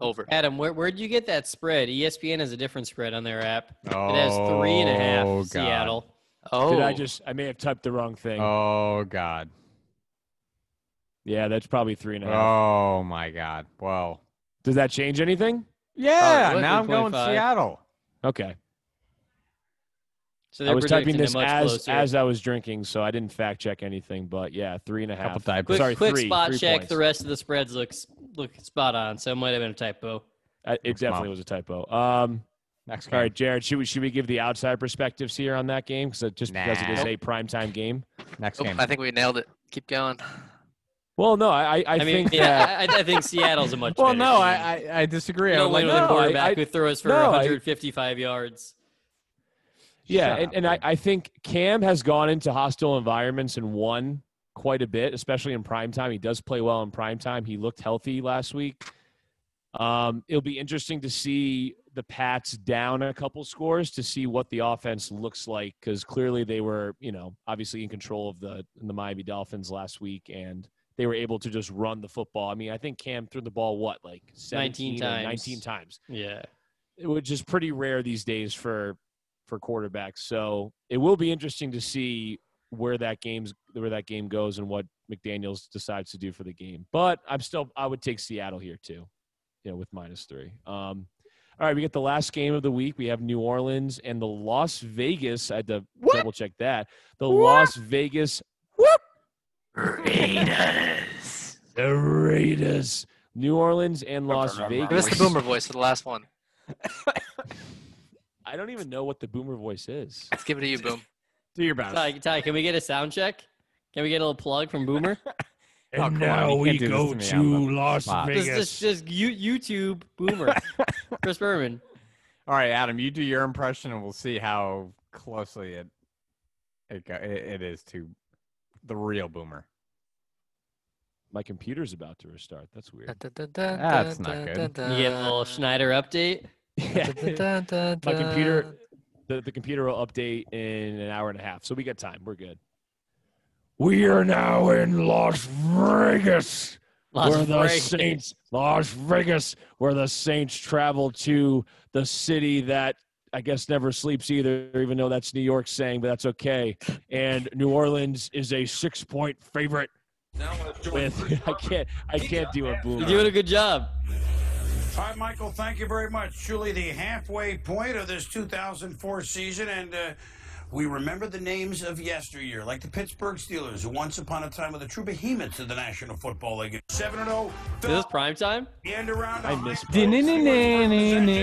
B: over.
C: Adam, where where'd you get that spread? E ESPN has a different spread on their app. It has three and a half
D: Oh, God.
C: Seattle.
B: Oh,
A: Did I just? I may have typed the wrong thing.
D: Oh God.
A: yeah, that's probably three and a half.
D: Oh my God. Well.
A: Does that change anything?
D: Yeah.
C: look,
D: now
C: we're
D: I'm going
C: 25.
D: Seattle.
A: Okay,
C: So
A: I
C: they're
A: was typing
C: predicting it
A: this
C: much
A: as
C: closer.
A: as I was drinking, so I didn't fact check anything. But yeah, three and a half.
D: Couple diapers.
C: quick,
A: Sorry,
C: quick
A: three-
C: spot
A: three
C: check.
A: points.
C: The rest of the spreads looks look spot on. So it might have been a typo.
A: Uh, it
D: Looks mild.
A: definitely was a typo. Um,
D: Next
A: all
D: card.
A: right, Jared, should we should we give the outside perspectives here on that game? Because just because it
D: Nah.
A: is a primetime game.
D: Next
B: Nope,
D: game.
B: Oh, I think we nailed it. Keep
A: (laughs)
B: going.
A: Well, no, I I, I,
C: I, mean,
A: think that.
C: yeah, I, I think Seattle's
A: (laughs)
C: a much.
D: well,
C: better
D: no,
C: team.
D: I I, I disagree.
C: You
D: I
C: don't
D: was
C: win
D: like,
C: with a
A: no, I-
C: quarterback
A: I-
C: who throws for
A: no, I-
C: 155 yards.
A: Yeah,
D: Shut
A: and,
D: up,
A: and I,
D: dude.
A: I think Cam has gone into hostile environments and won quite a bit, especially in prime time. He does play well in prime time. He looked healthy last week. Um, it'll be interesting to see the Pats down a couple scores to see what the offense looks like because clearly they were, you know, obviously in control of the the Miami Dolphins last week and they were able to just run the football. I mean, I think Cam threw the ball what like
C: 19
A: 17 or
C: times.
A: 19 times
C: Yeah.
A: which is pretty rare these days for for quarterbacks. So it will be interesting to see where that game's where that game goes and what McDaniel's decides to do for the game. But I'm still I would take Seattle here too, you know, with minus three. Um, all right, we get the last game of the week. We have New Orleans and the Las Vegas. I had to
D: What?
A: double check that. The
D: What?
A: Las Vegas
D: (laughs)
B: Raiders.
A: the Raiders. New Orleans and Las
B: Give us
A: Vegas.
B: the boomer voice for the last one.
A: I don't even know what the boomer voice is.
B: Let's give it to you, Boom.
D: Do your best.
C: Ty, Ty, can we get a sound check? Can we get a little plug from Boomer?
D: Oh, come on, you can't do this to me on the spot.
C: Just, just, just you, YouTube Boomer, Chris Berman.
D: All right, Adam, you do your impression, and we'll see how closely it it go, it, it is to the real boomer.
A: My computer's about to restart. (laughs) That's weird.
C: (laughs)
D: That's not good.
C: You get a
B: Uh,
C: little Schneider update.
A: (laughs) Yeah. (laughs) My computer, the, the computer will update in an hour and a half, so we got time. We're good. We are now in Las Vegas,
C: Las
A: where the
C: Vegas.
A: Saints, Las Vegas, where the Saints travel to the city that I guess never sleeps either, even though that's New York saying, but that's okay. And New Orleans is a six point favorite. With (laughs) I can't I can't do a
C: You're
A: boomer.
C: doing a good job.
F: All right, Michael, thank you very much. Truly the halfway point of this 2004 season, and uh, we remember the names of yesteryear, like the Pittsburgh Steelers, who once upon a time were the true behemoths of the National Football League. 7 0,
C: Is this prime time?
F: the end around.
A: I miss-
F: They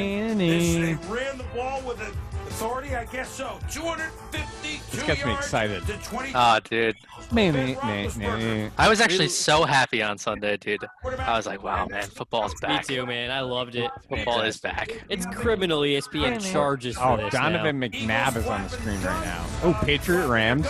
F: ran the ball with authority, I guess so. 252
D: This gets me
F: yards
D: excited.
F: to 20.
B: Ah, dude.
D: Man,
F: Ben
D: man, man, man.
F: Roethlisberger.
B: I was actually so happy on Sunday, dude.
F: Quarterback.
B: I was like, wow, man, football's
C: Me
B: back.
C: too, man. I loved it.
B: Football is back.
C: It's criminal E ESPN charges for
D: Oh,
C: this
D: Donovan McNabb is on the screen right now. Oh, Patriot Rams.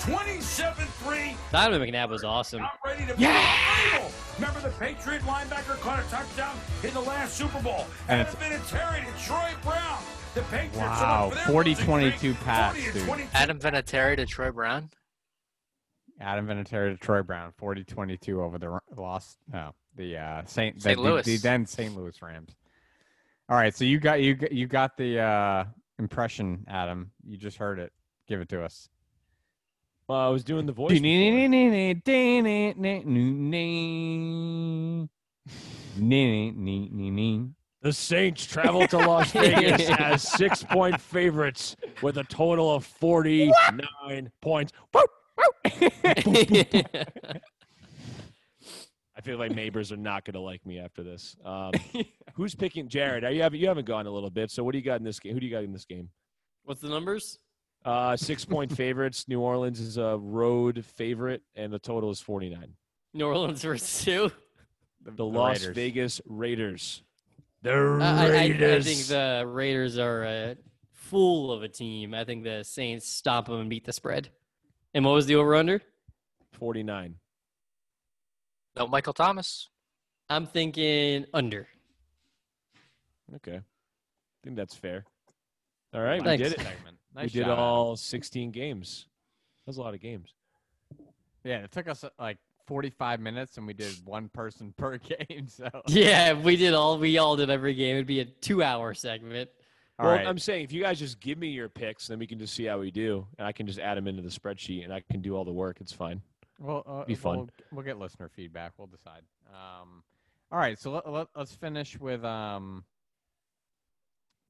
F: 27 3.
C: now. Donovan McNabb was awesome.
F: Not ready to yeah! Remember the Patriot linebacker caught a touchdown in the last Super Bowl.
D: And
F: And
D: it's-
F: it's been Terry to Troy Brown. The Patriots
D: Wow,
F: are up for their
D: 40-22
F: losing streak,
D: pass,
F: 40 to
D: dude.
F: 22.
B: Adam Vinatieri to Troy Brown.
D: Adam Vinatieri to Troy Brown, 40-22 over the Ra- lost. No, the uh, Saint,
B: St.
D: the- the- the
B: Louis.
D: then St. Louis Rams. All right, so you got you got- you got the uh, impression, Adam. You just heard it. Give it to us.
A: Well, Uh, I was doing the voice. before.
D: That's
A: The Saints travel to
C: (laughs)
A: Las Oh, Vegas as six point favorites with a total of 49 points. Woo! I feel like neighbors are not going to like me after this.
C: (laughs)
A: Um, who's picking Jared? Are you haven't you haven't gone a little bit. So what do you got in this game? Who do you got in this game?
C: What's the numbers?
A: Uh, six
C: (laughs)
A: point favorites. New Orleans is a road favorite, and the total is 49.
C: New Orleans versus two.
A: The, Las
D: Raiders.
A: Vegas Raiders. The
C: I, I, I
A: Raiders.
C: think the Raiders are a fool of a team. I think the Saints stomp them and beat the spread. And what was the over under?
A: 49.
B: No, Michael Thomas.
C: I'm thinking under. (laughs)
A: Okay. I think that's fair. All right, we
C: Thanks.
A: did
D: (laughs)
A: it. we did all 16 games. That's a lot of games.
D: Yeah, it took us uh, like 45 minutes, and we did one person per (laughs) game. So
C: Yeah, if we did all we all did every game. It'd be a two hour segment.
D: all
A: well,
D: right.
A: I'm saying if you guys just give me your picks, then we can just see how we do, and I can just add them into the spreadsheet, and I can do all the work. It's fine.
D: Well, uh,
A: be fun.
D: We'll, we'll get listener feedback. We'll decide. Um, all right, so let, let, us finish with um,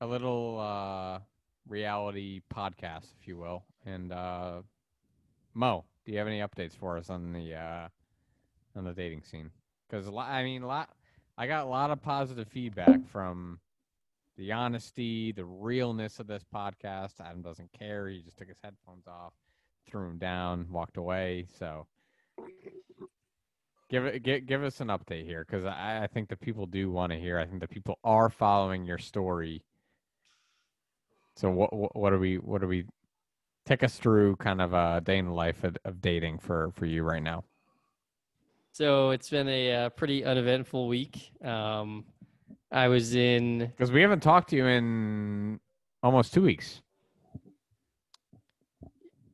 D: a little uh, reality podcast, if you will. And uh, Mo, do you have any updates for us on the uh, on the dating scene? Because I mean, a lot I got a lot of positive feedback from the honesty, the realness of this podcast. Adam doesn't care. He just took his headphones off, threw them down, walked away. So give it give, give us an update here because I, I think the people do want to hear. I think the people are following your story. So what what, what are we what are we take us through kind of a day in the life of, of dating for for you right now?
C: So it's been a uh, pretty uneventful week. Um, I was in
D: Because we haven't talked to you in almost two weeks.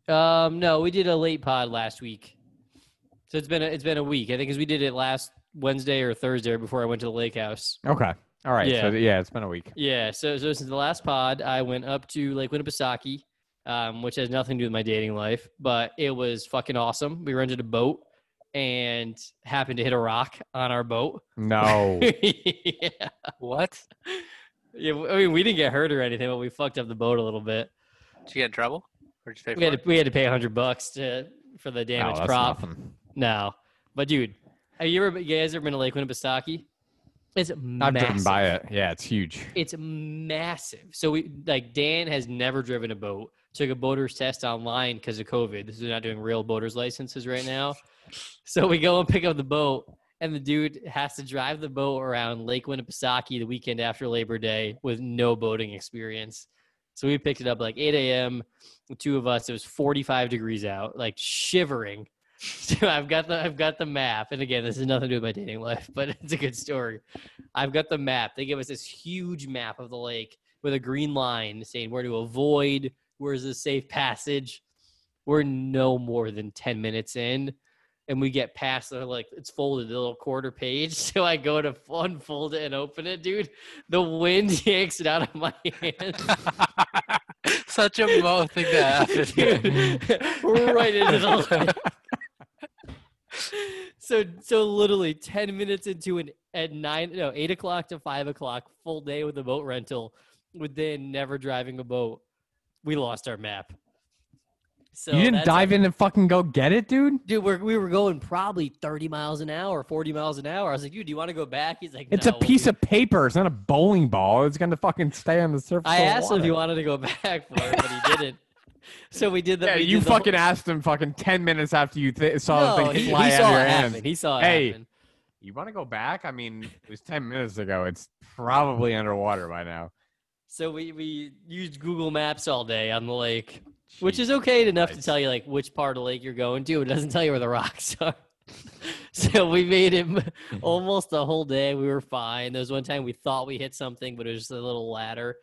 C: Um, no, we did a late pod last week, so it's been a, it's been a week. I think 'cause we did it last Wednesday or Thursday before I went to the lake house.
D: Okay. All right.
C: Yeah.
D: So yeah, it's been a week.
C: Yeah, so so since the last pod, I went up to Lake Winnipesaukee, um, which has nothing to do with my dating life, but it was fucking awesome. We rented a boat and happened to hit a rock on our boat. (laughs)
D: No.
C: yeah.
B: What?
C: yeah, I mean we didn't get hurt or anything, but we fucked up the boat a little bit.
B: Did you get in trouble? Or did you pay for
C: We had
B: it?
C: to, we had to pay hundred bucks to for the
D: No,
C: damaged
D: that's
C: prop.
D: nothing.
C: No, but dude, have you ever you guys ever been to Lake Winnipesaukee? It's
D: I've
C: massive.
D: driven by it. Yeah, it's huge.
C: It's massive. So we like Dan has never driven a boat. Took a boater's test online because of COVID. This is not doing real boaters licenses right now. so we go and pick up the boat, and the dude has to drive the boat around Lake Winnipesaukee the weekend after Labor Day with no boating experience. So we picked it up like 8 a.m. The two of us. It was 45 degrees out, like shivering. (laughs) So I've got the I've got the map, and again, this has nothing to do with my dating life, but it's a good story. I've got the map. They give us this huge map of the lake with a green line saying where to avoid, where's the safe passage. We're no more than 10 minutes in. and we get past they're like it's folded the little quarter page (laughs) so i go to unfold it and open it dude the wind (laughs) yanks it out of my hands
B: (laughs) Such a mo thing to happen.
C: Dude, we're right into the so so literally 10 minutes into an at nine no eight o'clock to five o'clock full day with a boat rental with then never driving a boat we lost our map so
D: you didn't
C: that's-
D: dive in and fucking go get it, dude.
C: dude we're, we were going probably 30 miles an hour 40 miles an hour i was like dude do you want to go back he's like
D: It's
C: "No,
D: a
C: we'll
D: piece
C: be-"
D: of paper. It's not a bowling ball. It's gonna fucking stay on the surface.
C: i
D: of the
C: asked him if he
D: water.
C: wanted to go (laughs) back for it but he didn't so we did the
D: Yeah,
C: we
D: you
C: did the whole-
D: fucking asked him fucking ten minutes after you th- saw the
C: No,
D: thing
C: he,
D: fly
C: he
D: out of
C: saw
D: your
C: it
D: hands.
C: happen. He saw it
D: Hey,
C: happen.
D: You want to go back? I mean, it was ten minutes ago. It's probably underwater by now.
C: So we we used Google Maps all day on the lake, which is okay enough to
D: Christ.
C: tell you like which part of the lake you're going to. It doesn't tell you where the rocks (laughs) are. so we made him almost the whole day. We were fine. There was one time we thought we hit something, but it was just a little ladder.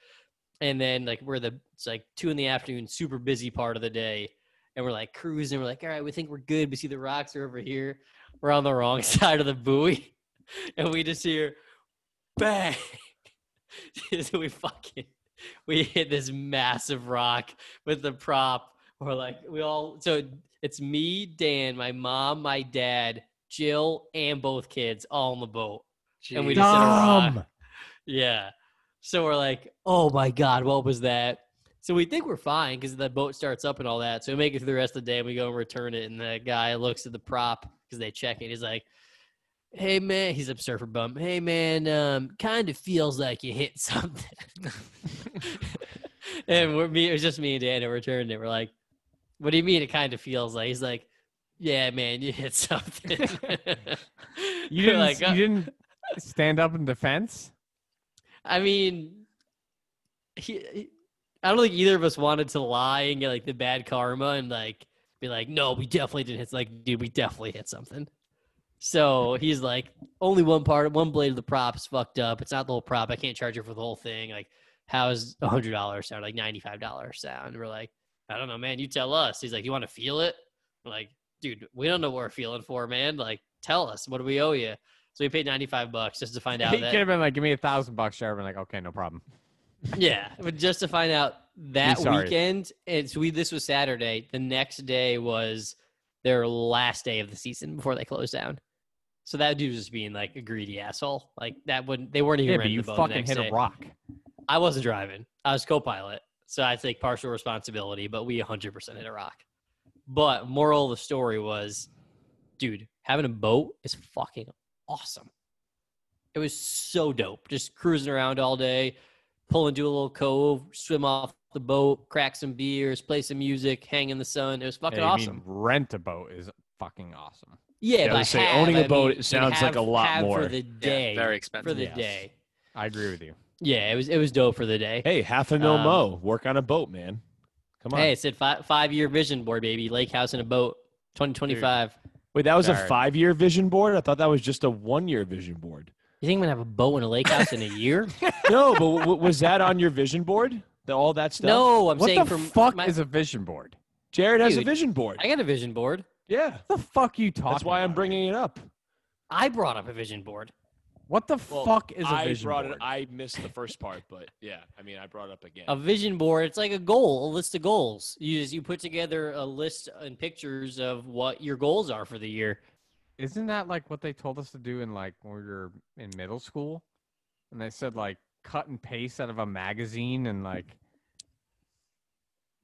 C: And then like we're the it's like two in the afternoon, super busy part of the day, and we're like cruising. We're like, all right, we think we're good. We see the rocks are over here. We're on the wrong (laughs) side of the buoy, (laughs) and we just hear bang. (laughs) so we fucking we hit this massive rock with the prop. We're like, we all, so it's me, Dan, my mom, my dad, Jill, and both kids all on the boat. (laughs) And we
B: (laughs) Jeez.
C: just hit a
D: "Oh,
C: rock. (laughs)
D: Dumb.
C: Yeah. So we're like, oh my God, what was that? So we think we're fine because the boat starts up and all that. So we make it through the rest of the day and we go and return it. And the guy looks at the prop because they check it. He's like, hey man, he's a surfer bum. Hey man, um, kind of feels like you hit (laughs)
D: (laughs)
C: something. and we're me, it was just me and Dan who returned it. We're like, what do you mean it kind of feels like? He's like, yeah, man, you hit
D: (laughs)
C: something. (laughs)
D: You
C: We're
D: didn't.
C: like,
D: you
C: "Uh,
D: didn't stand up
C: (laughs)
D: in defense.
C: I mean, he, he- I don't think either of us wanted to lie and get like the bad karma and like be like, no, we definitely didn't hit. Like, dude, we definitely hit something. So he's like, only one part, one blade of the prop's fucked up. It's not the whole prop. I can't charge you for the whole thing. Like, how is a hundred dollars sound? Like ninety five dollars sound? And we're like, I don't know, man. You tell us. He's like, you want to feel it? We're like, dude, we don't know what we're feeling for, man. Like, tell us what do we owe you? So we paid ninety five bucks just to find
D: (laughs)
C: out.
D: he
C: that
D: could have been like, "Give me a thousand bucks." Sure, I've been like, "Okay, no problem."
C: yeah, but just to find out that
D: sorry.
C: weekend, it's we. This was Saturday. The next day was their last day of the season before they closed down. So that dude was just being like a greedy asshole. Like that wouldn't. They weren't even.
D: Yeah, but
C: renting
D: you
C: the boat the
D: fucking
C: next
D: hit
C: day.
D: a rock.
C: I wasn't driving. I was co-pilot, so I take partial responsibility. But we 100% hit a rock. But moral of the story was, dude, having a boat is fucking awesome. It was so dope. Just cruising around all day, pull into a little cove, swim off the boat, crack some beers, play some music, hang in the sun. It was fucking
D: Hey, you mean
C: awesome.
D: rent a boat is fucking awesome.
C: Yeah,
A: Yeah, I
C: but
A: would say
C: have,
A: owning a
C: I mean,
A: boat
C: you
A: sounds like
C: have-
A: a lot
C: have
A: more.
C: for the
B: Yeah,
C: day.
B: very
C: for
B: expensive.
C: the
D: Yes.
C: day.
D: I agree with you.
C: Yeah, it was it was dope for the day.
A: Hey, half a mil
C: Um,
A: mo. Work on a boat, man. Come on.
C: Hey, it said five five year vision board, baby. Lake house and a boat, twenty twenty five.
A: Wait, that was a
D: Sorry.
A: five year vision board? I thought that was just a one year vision board.
C: You think I'm gonna have a boat and a lake house in a year?
A: No, but w- w- was that on your vision board? The, all that stuff?
C: (laughs) no, I'm
D: what
C: saying
D: the
C: from
D: fuck
C: my,
D: is a vision board?
A: Jared has
C: Dude,
A: a vision board.
C: I got a vision board.
A: yeah.
D: What the fuck you talking?
A: That's why I'm
D: about?
A: bringing it up.
C: I brought up a vision board.
D: What the
A: Well,
D: fuck is a
A: I
D: vision
A: brought
D: board?
A: it. I missed the first part, but yeah. I mean, I brought it up again.
C: A vision board. It's like a goal, a list of goals. You just you put together a list and pictures of what your goals are for the year.
D: Isn't that like what they told us to do in like when we were in middle school? And they said like cut and paste out of a magazine and like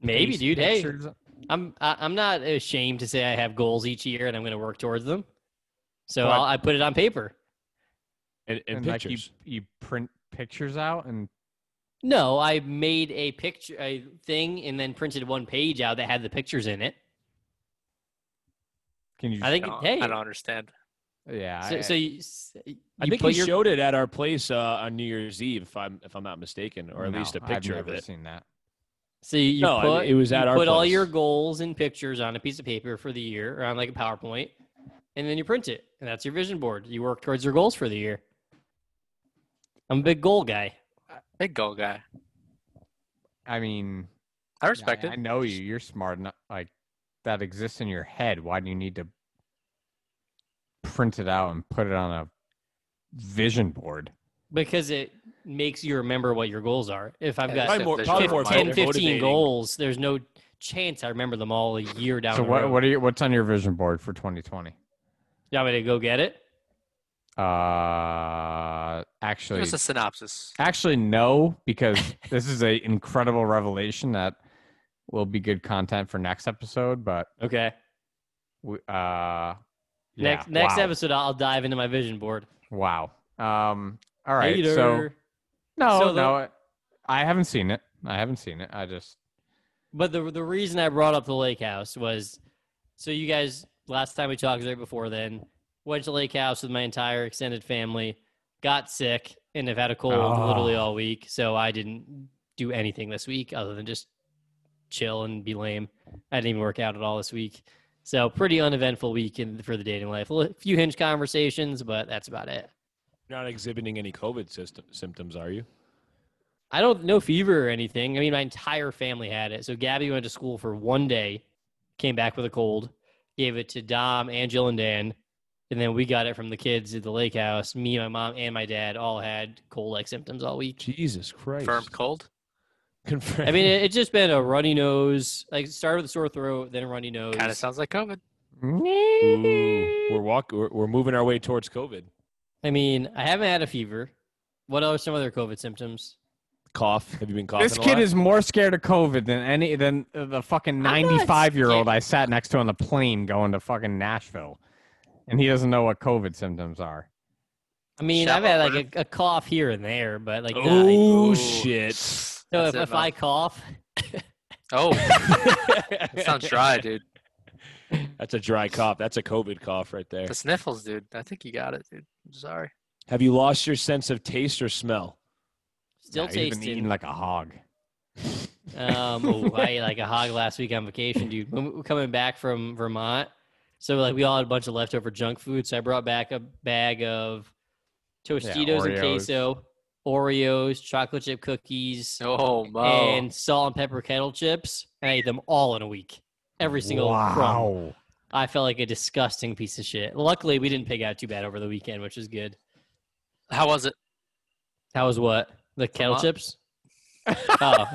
C: Maybe,
D: paste
C: dude. Hey,
D: pictures.
C: I'm I, I'm not ashamed to say I have goals each year and I'm gonna work towards them. So
D: But-
C: I'll, I put it on paper.
A: and, and
D: and like you,
A: pictures.
D: you print pictures out and
C: No, I made a picture, a thing, and then printed one page out that had the pictures in it.
D: can you?
C: I
B: I
C: think,
B: don't,
C: hey,
B: I don't understand.
D: yeah.
C: so,
D: I-
C: so you, s- you
A: I think
C: put
A: he
C: your,
A: showed it at our place uh, on New Year's Eve, if I'm if I'm not mistaken, or at
D: no,
A: least a picture
D: I've
A: of
D: never
A: it.
D: Seen that?
C: so you you
A: No, I mean,
C: put,
A: it was
C: you
A: at our
C: put all your
A: place.
C: goals and pictures on a piece of paper for the year or on like a PowerPoint, and then you print it, and that's your vision board. You work towards your goals for the year. I'm a big goal guy.
B: Big goal guy.
D: I mean,
B: I
D: Yeah,
B: respect
D: I know you. You're smart enough. Like that exists in your head. Why do you need to print it out and put it on a vision board.
C: because it makes you remember what your goals are. If I've got
B: Yeah, that's
A: Probably more,
B: fif-
A: probably
C: fif-
A: more
C: 10,
A: mo-
C: 15
A: motivating.
C: goals, there's no chance I remember them all a year down
D: so
C: the
D: what
C: road.
D: what are you what's on your vision board for 2020?
C: you want me to go get it?
D: Uh
B: Give
D: actually
B: us a synopsis.
D: actually no
C: (laughs)
D: because this is a incredible revelation that will be good content for next episode, but
C: Okay.
D: we, uh
C: Next
D: yeah,
C: next
D: wow.
C: episode, I'll dive into my vision board.
D: Wow. Um all right. So
C: Later.
D: no,
C: So the-
D: no. I haven't seen it. I haven't seen it. I just
C: But the the reason I brought up the lake house was so you guys last time we talked was right before then went to lake house with my entire extended family, got sick and have had a cold
D: Oh.
C: literally all week. So I didn't do anything this week other than just chill and be lame. I didn't even work out at all this week. So pretty uneventful week in, for the dating life. A li- few hinge conversations, but that's about it.
A: You're not exhibiting any COVID system, symptoms, are you?
C: I don't no fever or anything. I mean, my entire family had it. So Gabby went to school for one day, came back with a cold, gave it to Dom, Angela, and Dan, and then we got it from the kids at the lake house. Me, my mom, and my dad all had cold-like symptoms all week.
A: Jesus Christ.
B: Firm cold.
A: Confirmed.
C: I mean, it- it's just been a runny nose. Like started with a sore throat, then a runny nose.
B: Kind of sounds like COVID.
A: (laughs) Ooh, we're walk. We're, we're moving our way towards COVID.
C: I mean, I haven't had a fever. What are some other COVID symptoms?
A: Cough. Have you been coughing?
D: this
A: a
D: kid
A: lot? (laughs)
D: is more scared of COVID than any than the fucking
C: not
D: ninety-five year old I sat next to on the plane going to fucking Nashville, and he doesn't know what COVID symptoms are.
C: I mean,
B: Shallow
C: I've had like a, a cough here and there, but like, not-
A: Oh
B: Ooh.
A: shit.
C: so
B: That's
C: if,
B: it,
C: if
B: Mel.
C: I cough,
B: Oh, that sounds dry, dude.
A: That's a dry cough. That's a COVID cough right there.
B: The sniffles, dude. I think you got it, dude. I'm sorry.
A: Have you lost your sense of taste or (laughs) smell?
C: still
D: Nah, he's been
C: tasting
D: eating like a hog.
C: Um, oh, I ate like a hog last week on vacation, dude. When we were coming back from Vermont, so like we all had a bunch of leftover junk food. So I brought back a bag of Tostitos and
D: Oreos.
C: queso, Oreos, chocolate chip cookies,
B: Oh, Mo.
C: and salt and pepper kettle chips, and I ate them all in a week. Every single crumb.
D: wow.
C: I felt like a disgusting piece of shit. Luckily, we didn't pig out too bad over the weekend, which is good.
B: How was it?
C: That was what the kettle
B: Vermont?
C: chips. oh,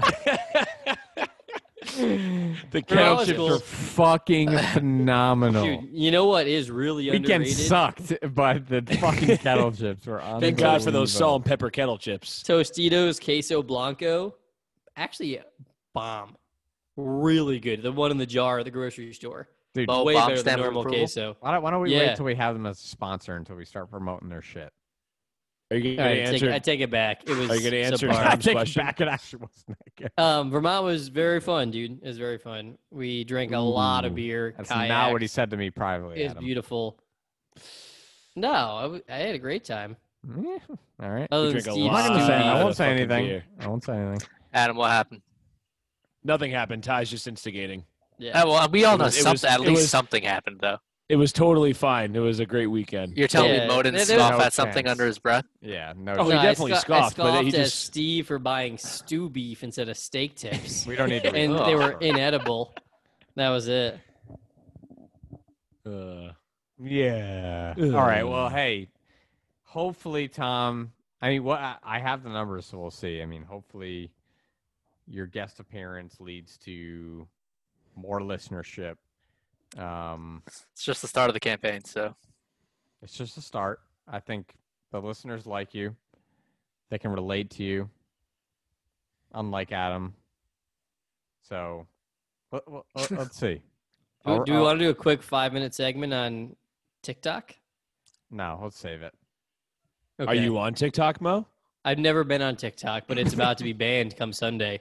A: The
C: Well,
A: kettle
C: it's
A: chips
C: cool.
A: are
D: They're fucking phenomenal.
C: dude, you know what is really
D: Weekend
C: underrated?
D: sucked, but the fucking kettle chips were on.
A: Thank God for those salt and pepper kettle chips.
C: Tostitos queso blanco, actually bomb, really good. The one in the jar at the grocery store,
D: Dude,
B: Bo- Oh,
C: way
B: bomb
C: better than
B: stamp of
C: normal
B: approval?
C: queso.
D: why don't, why don't we
C: Yeah.
D: wait till we have them as a sponsor until we start promoting their shit?
A: Are you
C: All
A: going
C: right,
A: to
C: I, take, I
A: answer?
C: take it back. It was.
A: Are you gonna answer
C: subpar.
A: Tom's
D: I take
A: question?
D: it back. It actually wasn't that good.
C: Um, Vermont was very fun, dude. It was very fun. We drank a lot of
D: Ooh,
C: beer.
D: That's
C: kayaks.
D: not what he said to me privately.
C: It was
D: Adam.
C: beautiful. No, I, w- I had a great time.
D: Yeah. Mm-hmm. All right.
C: Other than
A: drink a
C: Steve's
A: lot
D: I'm not
A: Wow.
D: gonna say.
C: stupid-
D: I
A: Wow.
D: won't say
A: Fucking
D: anything.
A: beer.
D: I won't say anything.
B: Adam, what happened?
A: Nothing happened. Ty's just instigating.
C: Yeah.
B: Uh, well, we all
A: It
B: know
A: was- it
B: something.
A: was-
B: at
A: it
B: least
A: was-
B: something happened, though.
A: It was totally fine. It was a great weekend.
B: You're telling
C: Yeah,
B: me Mo didn't
C: there- there's-
B: scoff
D: No
B: at something
D: chance.
B: under his breath?
D: Yeah. No.
A: Oh, he
C: No, I
A: definitely
C: sco- I
A: scoffed, but he
C: scoffed at
A: just-
C: Steve for buying stew beef instead of steak tips,
A: (laughs)
D: we don't need to.
C: (laughs) and
D: read
C: they
D: that.
C: were inedible. That was it.
A: Uh,
D: Yeah.
A: Ugh.
D: All right. Well, hey. Hopefully, Tom. I mean, what I- I have the numbers, so we'll see. I mean, hopefully, your guest appearance leads to more listenership. Um,
B: It's just the start of the campaign, so
D: it's just a start. I think the listeners like you. They can relate to you. Unlike Adam. So let, let, let- let's see.
C: Do,
D: I'll-
C: do we
D: I'll-
C: want to do a quick five minute segment on TikTok?
D: No, let's save it.
A: Are you on TikTok, Mo?
C: I've never been on TikTok, but it's about to be banned come Sunday.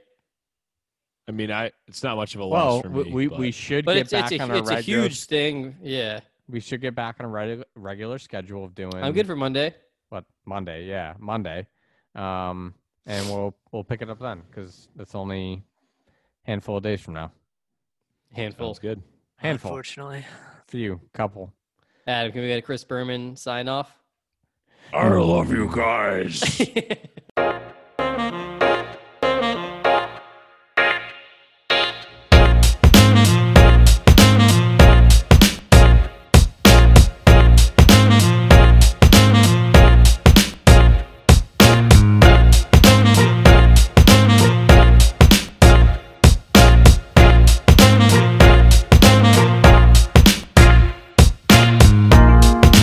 A: I mean, I it's not much of a
D: Well,
A: loss for
D: we,
A: me.
D: we,
A: but-
D: we should
C: But
D: get
C: it's
D: back
C: it's a,
D: on
C: it's a
D: regular
C: huge thing. Yeah,
D: We should get back on a regu- regular schedule of doing.
C: I'm good for Monday.
D: what Monday? Yeah, Monday. Um, and we'll we'll pick it up then because it's only handful of days from now.
C: Handful.
A: sounds good.
D: Handful,
B: unfortunately,
D: few, couple.
C: Adam, can we get a Chris Berman sign off?
F: (laughs) I love you guys.
C: All